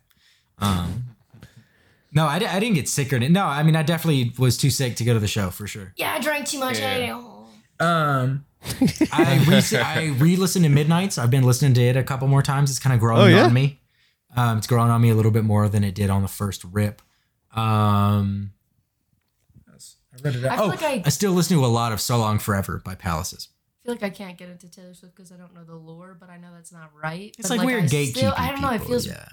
Um, no, I, di- I didn't get sick or anything. No, I mean, I definitely was too sick to go to the show for sure. Yeah, I drank too much ale. Um, I, re- I re-listened to Midnight's. I've been listening to it a couple more times. It's kind of growing Oh, yeah? on me. Um, it's growing on me a little bit more than it did on the first rip. Um, I read it I out. feel like I, I I still listen to a lot of So Long Forever by Palaces. feel like I can't get into Taylor Swift because I don't know the lore, but I know that's not right. It's But, like we're I gatekeeping still- I don't know. It people, feels yeah.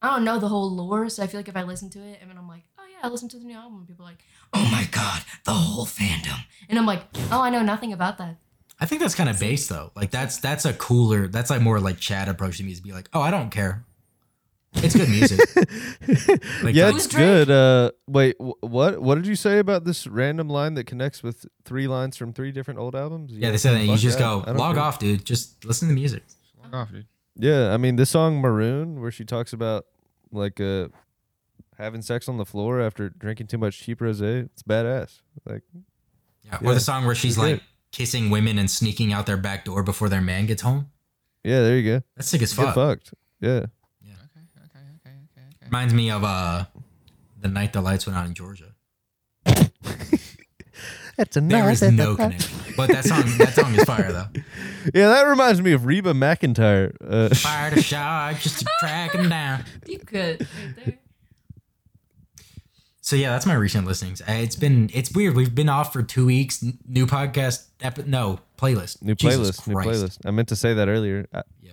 I don't know the whole lore, so I feel like if I listen to it and then I'm like, oh yeah, I listened to the new album, and people are like, oh my god, the whole fandom, and I'm like, oh, I know nothing about that. I think that's kind of base though. Like that's that's a cooler. That's like more like Chad approach to me is be like, oh, I don't care. It's good (laughs) music. Like, yeah, Who's it's Drake? good. Uh, wait, wh- what? What did you say about this random line that connects with three lines from three different old albums? yeah, they said that you fuck just that. go I don't log care. off, dude. Just listen to the music. Fuck off, dude. Yeah, I mean this song "Maroon," where she talks about like uh having sex on the floor after drinking too much cheap rosé. It's badass. Like, Yeah. Or Yeah. the song where she's Okay. like kissing women and sneaking out their back door before their man gets home. yeah, there you go. That's sick as Get fuck. fucked. Yeah. Okay, okay, okay, okay, okay. Reminds me of uh, the night the lights went out in Georgia. That's a There is no connection, but that song that song is fire though. Yeah, that reminds me of Reba McIntyre. (laughs) Uh, Fired a shot just to track him down. You could right there. So yeah, that's my recent listenings. Uh, It's been it's weird. We've been off for two weeks. N- New podcast, epi- no playlist, new Jesus playlist. New Christ. playlist. I meant to say that earlier. I, Yeah,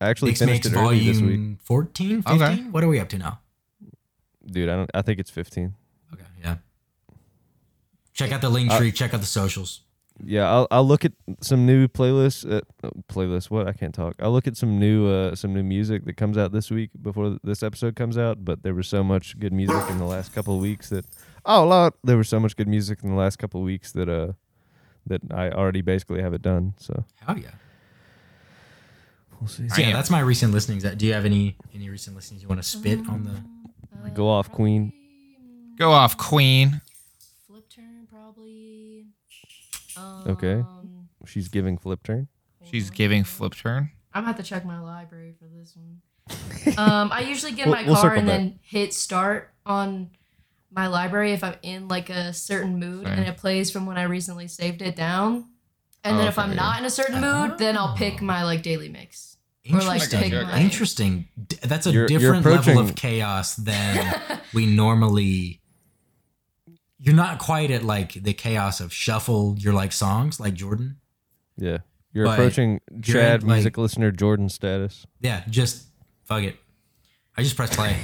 I actually Mix finished Makes it early this week, Volume 14, 15? Okay. What are we up to now? dude. I don't. I think it's fifteen. Okay, yeah. Check out the link Uh, tree. check out the socials. Yeah, I'll I'll look at some new playlists. Uh, uh, playlists. What I can't talk. I'll look at some new uh, some new music that comes out this week before th- this episode comes out. But there was so much good music in the last couple of weeks that oh lord, there was so much good music in the last couple of weeks that uh that I already basically have it done. So Hell yeah. we'll see. So, yeah, that's my recent listenings. Uh, Do you have any any recent listenings you want to spit on the? Um, Go off, Queen. Go off, Queen. Flip turn probably. Okay. Um, She's giving flip turn. She's giving flip turn. I'm gonna have to check my library for this one. um, I usually get in We'll- my we'll car circle and back. then hit start on my library if I'm in like a certain mood and Same. it plays from when I recently saved it down. And then if I'm Oh, Okay. not in a certain Uh-huh. mood, then I'll pick my like daily mix. Or, like, Interesting. take mine. Interesting. D- That's a You're- you're different level approaching- of chaos (laughs) than we normally. You're not quite at like the chaos of shuffle your like songs like Jordan. Yeah, you're But approaching you're in, Chad like- music listener Jordan status. Yeah, just fuck it. I just press (laughs) play.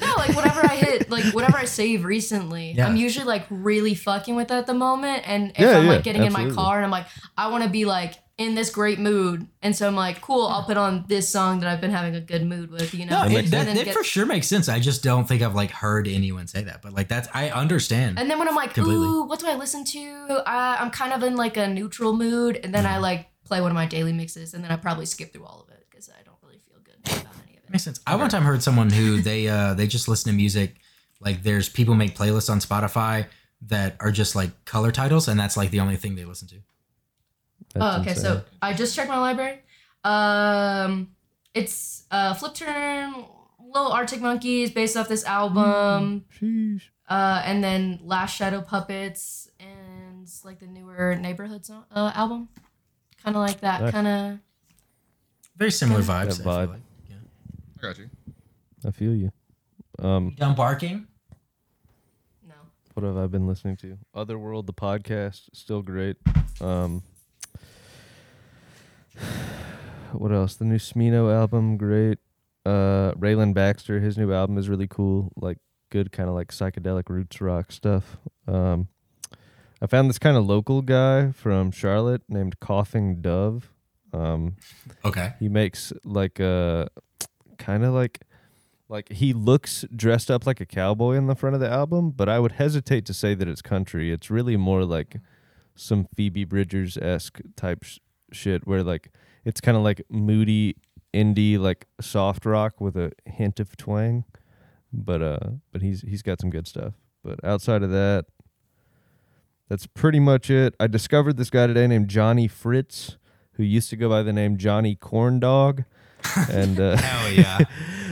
No, like whatever I hit, like whatever I save recently, Yeah. I'm usually like really fucking with at the moment. And if Yeah, I'm yeah, like getting in absolutely. my car and I'm like, I want to be like in this great mood, and so I'm like, cool, I'll put on this song that I've been having a good mood with, you No, know. That it, makes that, sense. that for sure makes sense. I just don't think I've like heard anyone say that. But like that's I understand. And then when I'm like, Completely. ooh, what do I listen to? I, I'm kind of in like a neutral mood, and then I like play one of my daily mixes, and then I probably skip through all of it because I don't really feel good about any of it. Makes sense. I one time heard someone who they uh they just listen to music. Like there's people make playlists on Spotify that are just like color titles, and that's like the only thing they listen to. That's oh, okay. insane. So I just checked my library. Um, it's uh, Flip Turn, Little Arctic Monkeys, based off this album, Sheesh. uh, and then Last Shadow Puppets, and like the newer Neighborhood song, uh, album. Kind of like that. Nice. Kind of. Very similar vibes. That I feel vibe. like. Yeah. I got you. I feel you. Um, Done barking. No. what have I been listening to? Otherworld, the podcast, still great. Um, (sighs) what else? The new Smino album, great. Uh, Raylan Baxter, his new album is really cool. Like good kind of like psychedelic roots rock stuff. Um, I found this kind of local guy from Charlotte named Coughing Dove. Um, Okay. he makes like a kind of like like he looks dressed up like a cowboy in the front of the album, but I would hesitate to say that it's country. It's really more like some Phoebe Bridgers esque type sh- shit, where like it's kind of like moody indie, like soft rock with a hint of twang. But uh, but he's he's got some good stuff. But outside of that, that's pretty much it. I discovered this guy today named Johnny Fritz, who used to go by the name Johnny Corndog, (laughs) and uh, Hell yeah.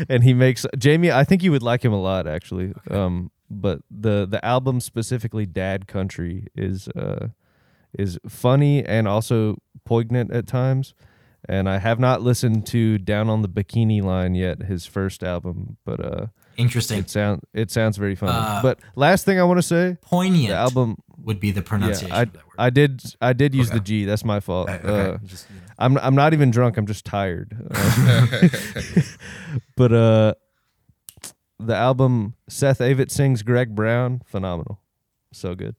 (laughs) and he makes Jamie. I think you would like him a lot, actually. Um, but the the album specifically, Dad Country, is uh, is funny and also poignant at times, And I have not listened to Down on the Bikini Line yet, his first album, but uh, Interesting. it sound it sounds very funny. Uh, but last thing I want to say, Poignant the album. would be the Yeah, pronunciation I of that word. I did I did use Okay. the G. That's my fault. Uh, okay. Uh, Just, you know. I'm I'm not even drunk. I'm just (laughs) tired. (laughs) Uh, but uh, the album Seth Avett sings Greg Brown, phenomenal, so good.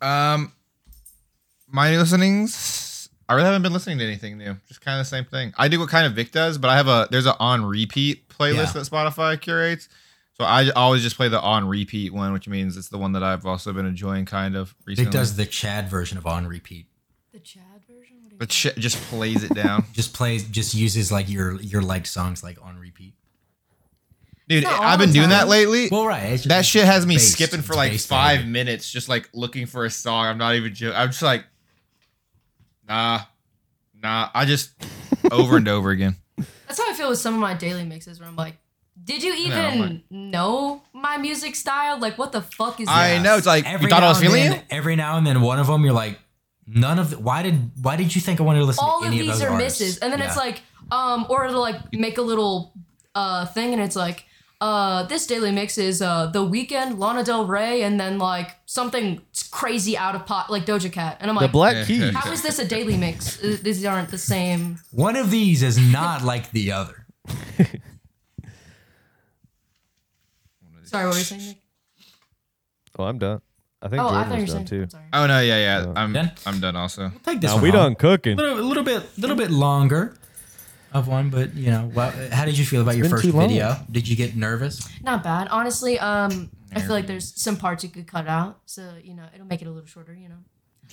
Um, my new listenings. I really haven't been listening to anything new. Just kind of the same thing. I do what kind of Vic does, but I have a there's an on repeat playlist Yeah. that Spotify curates. So I always just play the on repeat one, which means it's the one that I've also been enjoying kind of recently. Vic does the Chad version of on repeat. The Chad version? What do you but shit just plays it (laughs) down, Just plays, just uses like your your liked songs like on repeat. dude. not I've all been the doing that time. lately. Well, right. it's- that it's shit has me based- skipping for it's like based five on- minutes, just like looking for a song. I'm not even joking. I'm just like, nah, nah. I (laughs) just over and over again. That's how I feel with some of my daily mixes where I'm like, did you even Yeah, I'm know my music style? Like, what the fuck is I this? know. It's like Every you thought now I was and feeling then, you. Every now and then, one of them, you're like, none of the. Why did Why did you think I wanted to listen All to of any these those are artists? misses. And then it's Yeah. like, um, or it'll like make a little uh thing and it's like, uh, this daily mix is uh The Weekend, Lana Del Rey, and then like something crazy out of pot, like Doja Cat. And I'm The like, Black Keys. how is this a daily mix? Uh, These aren't the same. one of these is not like the other. Sorry, what were you saying? Nick? Oh, I'm done. I think Oh, I Jordan thought you were was saying. done too. I'm sorry. Oh no, yeah, yeah. I'm Done? I'm done also. Take this Now one we home. done cooking. little, little bit, little bit longer of one, but you know, wha- how did you feel about your been first too long. video? Did you get nervous? Not bad, honestly. Um, I feel like there's some parts you could cut out, so you know it'll make it a little shorter. You know,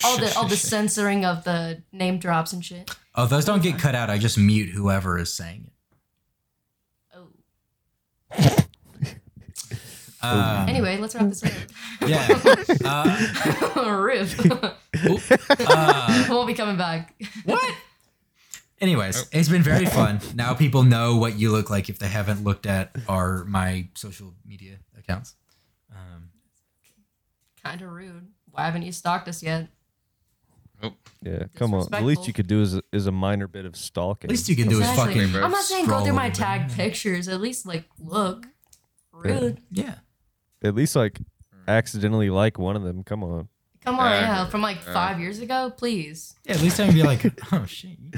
all the all the censoring of the name drops and shit. Oh, those don't get cut out. I just mute whoever is saying it. Oh. Oh, Um, Anyway, let's wrap this yeah. (laughs) Uh, (laughs) up. Rip. oop, uh, (laughs) won't be coming back. what? Anyways, it's been very fun. Now people know what you look like if they haven't looked at our my social media accounts. Um, Kind of rude. Why haven't you stalked us yet? Yeah, come on. The least Disrespectful. you could do is is a minor bit of stalking. at least you can do Exactly. is fucking. I'm not saying go scroll through my over. tag pictures. At least like look. Rude. Yeah. At least like Mm. accidentally like one of them. Come on. Come on, Yeah. yeah, from like five years ago, please. Yeah. At least I can be like, (laughs) oh shit, you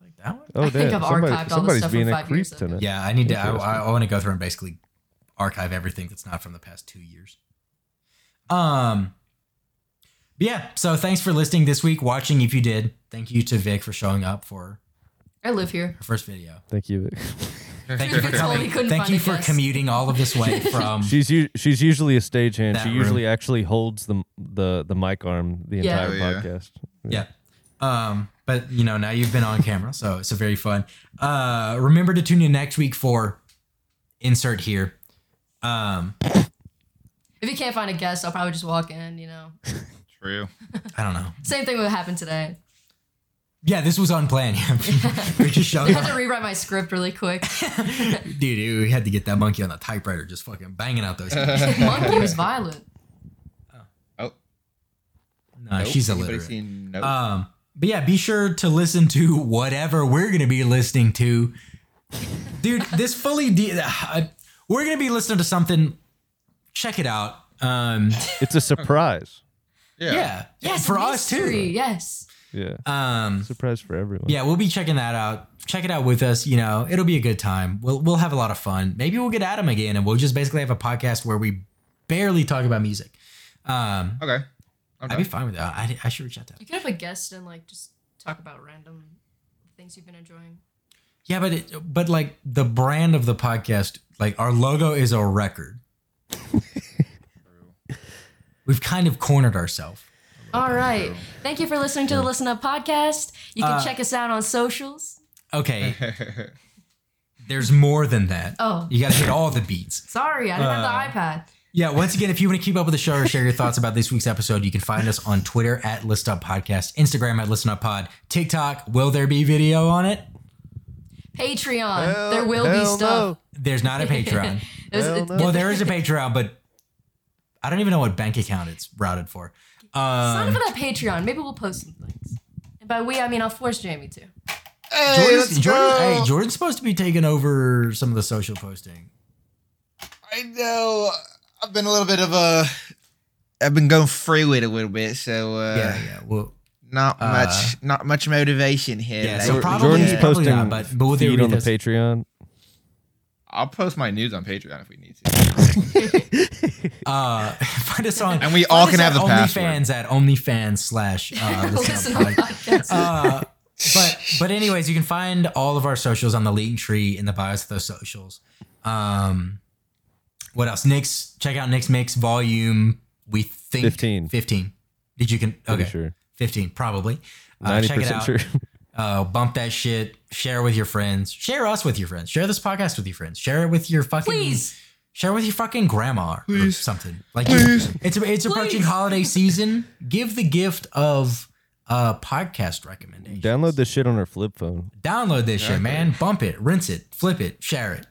like that one. Oh, I damn. think I've somebody, archived all the somebody's stuff from being a five years creep ago. tonight. Yeah, I need to. I, Interesting. I, want to go through and basically archive everything that's not from the past two years. Um. But yeah. So thanks for listening this week, watching if you did. Thank you to Vic for showing up for I live here. her first (laughs) video. (laughs) Thank you. Thank you for Totally coming. couldn't Thank find you a for guest. commuting all of this (laughs) way from. She's u- she's usually a stagehand. That She room. usually actually holds the the the mic arm the Yeah. entire Oh, yeah. podcast. Yeah. Um, but you know, now you've been on camera, so it's a very fun. Uh, remember to tune in next week for insert here. Um, If you can't find a guest, I'll probably just walk in. You know, (laughs) (laughs) True. I don't know. same thing would happen today. Yeah, this was unplanned. (laughs) we just I showed had to up. rewrite my script (laughs) really quick. (laughs) Dude, we had to get that monkey on the typewriter just fucking banging out those. (laughs) no, Monkey was violent. Oh, Uh, she's Anybody illiterate. seen- nope. Um, but yeah, be sure to listen to whatever we're gonna be listening to, dude. This fully, de- uh, I- we're gonna be listening to something. Check it out. Um, It's a surprise. yeah. yeah, Yes, for mystery, Yes. Yeah. us too. Um, Surprise for everyone. yeah, we'll be checking that out. Check it out with us. You know, it'll be a good time. We'll we'll have a lot of fun. Maybe we'll get Adam again, and we'll just basically have a podcast where we barely talk about music. Um, Okay. (laughs) I'm I'd be done. fine with that. I, I should reach out to. Adam. You could have a guest and like just talk about random things you've been enjoying. Yeah, but it, but like the brand of the podcast, like our logo is a record. We've kind of cornered ourselves. All right. Thank you for listening to the Listen Up podcast. You can Uh, check us out on socials. Okay, there's more than that. Oh. You got to hit all the beats. Sorry, I didn't have the iPad. Yeah, once again, if you want to keep up with the show or share your thoughts about this week's episode, you can find us on Twitter at List Up Podcast, Instagram at Listen Up Pod, TikTok, will there be video on it? Patreon. there will be hell stuff. There's not a (laughs) Patreon. It was- Hell no. well, there is a Patreon, but I don't even know what bank account it's routed for. Sign up Um, for that Patreon. Maybe we'll post some things. It By we, I mean I'll force Jamie to. Hey, Jordan's, let's Jordan, go. hey, Jordan's supposed to be taking over some of the social posting. I know. I've been a little bit of a. I've been going through it a little bit, so uh, yeah, yeah. Well, not Uh, much, not much motivation here. yeah. lately. So probably, Jordan's probably posting not, but, but with feed on the Euridius- Patreon. I'll post my news on Patreon if we need to. Uh, (laughs) find us on, And we find all us can at have the password. OnlyFans at OnlyFans slash (laughs) (laughs) uh, listen Listen up to pod. podcasts. (laughs) Uh, but but anyways, you can find all of our socials on the link tree in the bios of those socials. Um, what else? Nick's check out Nick's Mix volume. We think 15. Fifteen. Did you can Pretty okay? sure. Fifteen probably. Uh, Ninety check it percent out. sure. (laughs) Uh, bump that shit. Share with your friends. Share us with your friends. Share this podcast with your friends. Share it with your fucking Please. Share with your fucking grandma or something. Like it's it's approaching holiday season. Give the gift of uh podcast recommendations. Download this shit on her flip phone. Download this shit, man. Bump it, rinse it, flip it, share it.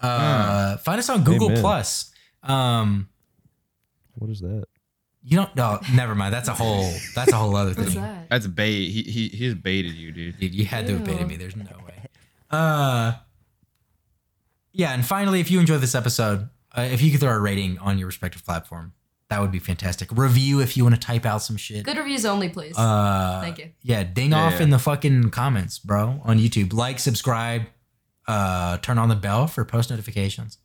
Uh, Find us on Google Hmm. Amen. Plus. Um, What is that? you don't. No, never mind. That's a whole. That's a whole other thing. What's that? That's bait. He he he's baited you, dude. Dude, you had to have baited Ew. me. There's no way. Uh, yeah, and finally, if you enjoyed this episode, uh, if you could throw a rating on your respective platform, that would be fantastic. Review if you want to type out some shit. Good reviews only, please. Uh, Thank you. Yeah, ding Yeah, off yeah. in the fucking comments, bro, on YouTube. Like, subscribe, uh, turn on the bell for post notifications.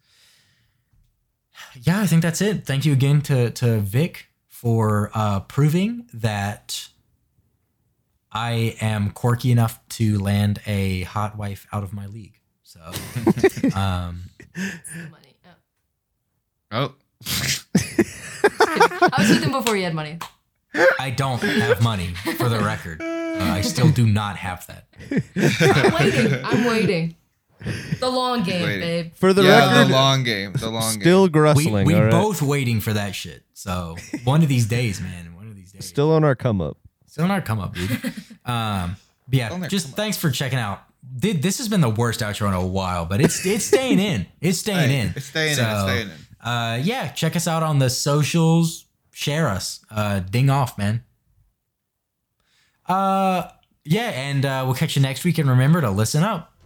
Yeah, I think that's it. Thank you again to to Vic for uh, proving that I am quirky enough to land a hot wife out of my league. (laughs) So, um, money. Oh, Oh. Oh. I was with him before he had money. I don't have money for the record. Uh, I still do not have that. I'm waiting. I'm waiting. The long game, Waiting. babe. For the yeah, record, the long game. The long still we grustling. we all right? both waiting for that shit. So one of these days, man. One of these days. still on our come up. still not come up, dude. um, but yeah, Still not just come up. thanks for checking out. Did this has been the worst outro in a while, but it's it's staying in. It's game. staying in. It's staying in. It's So, staying in. Uh, yeah, check us out on the socials. Share us. Uh, ding off, man. Uh, yeah, and uh, we'll catch you next week. And remember to listen up.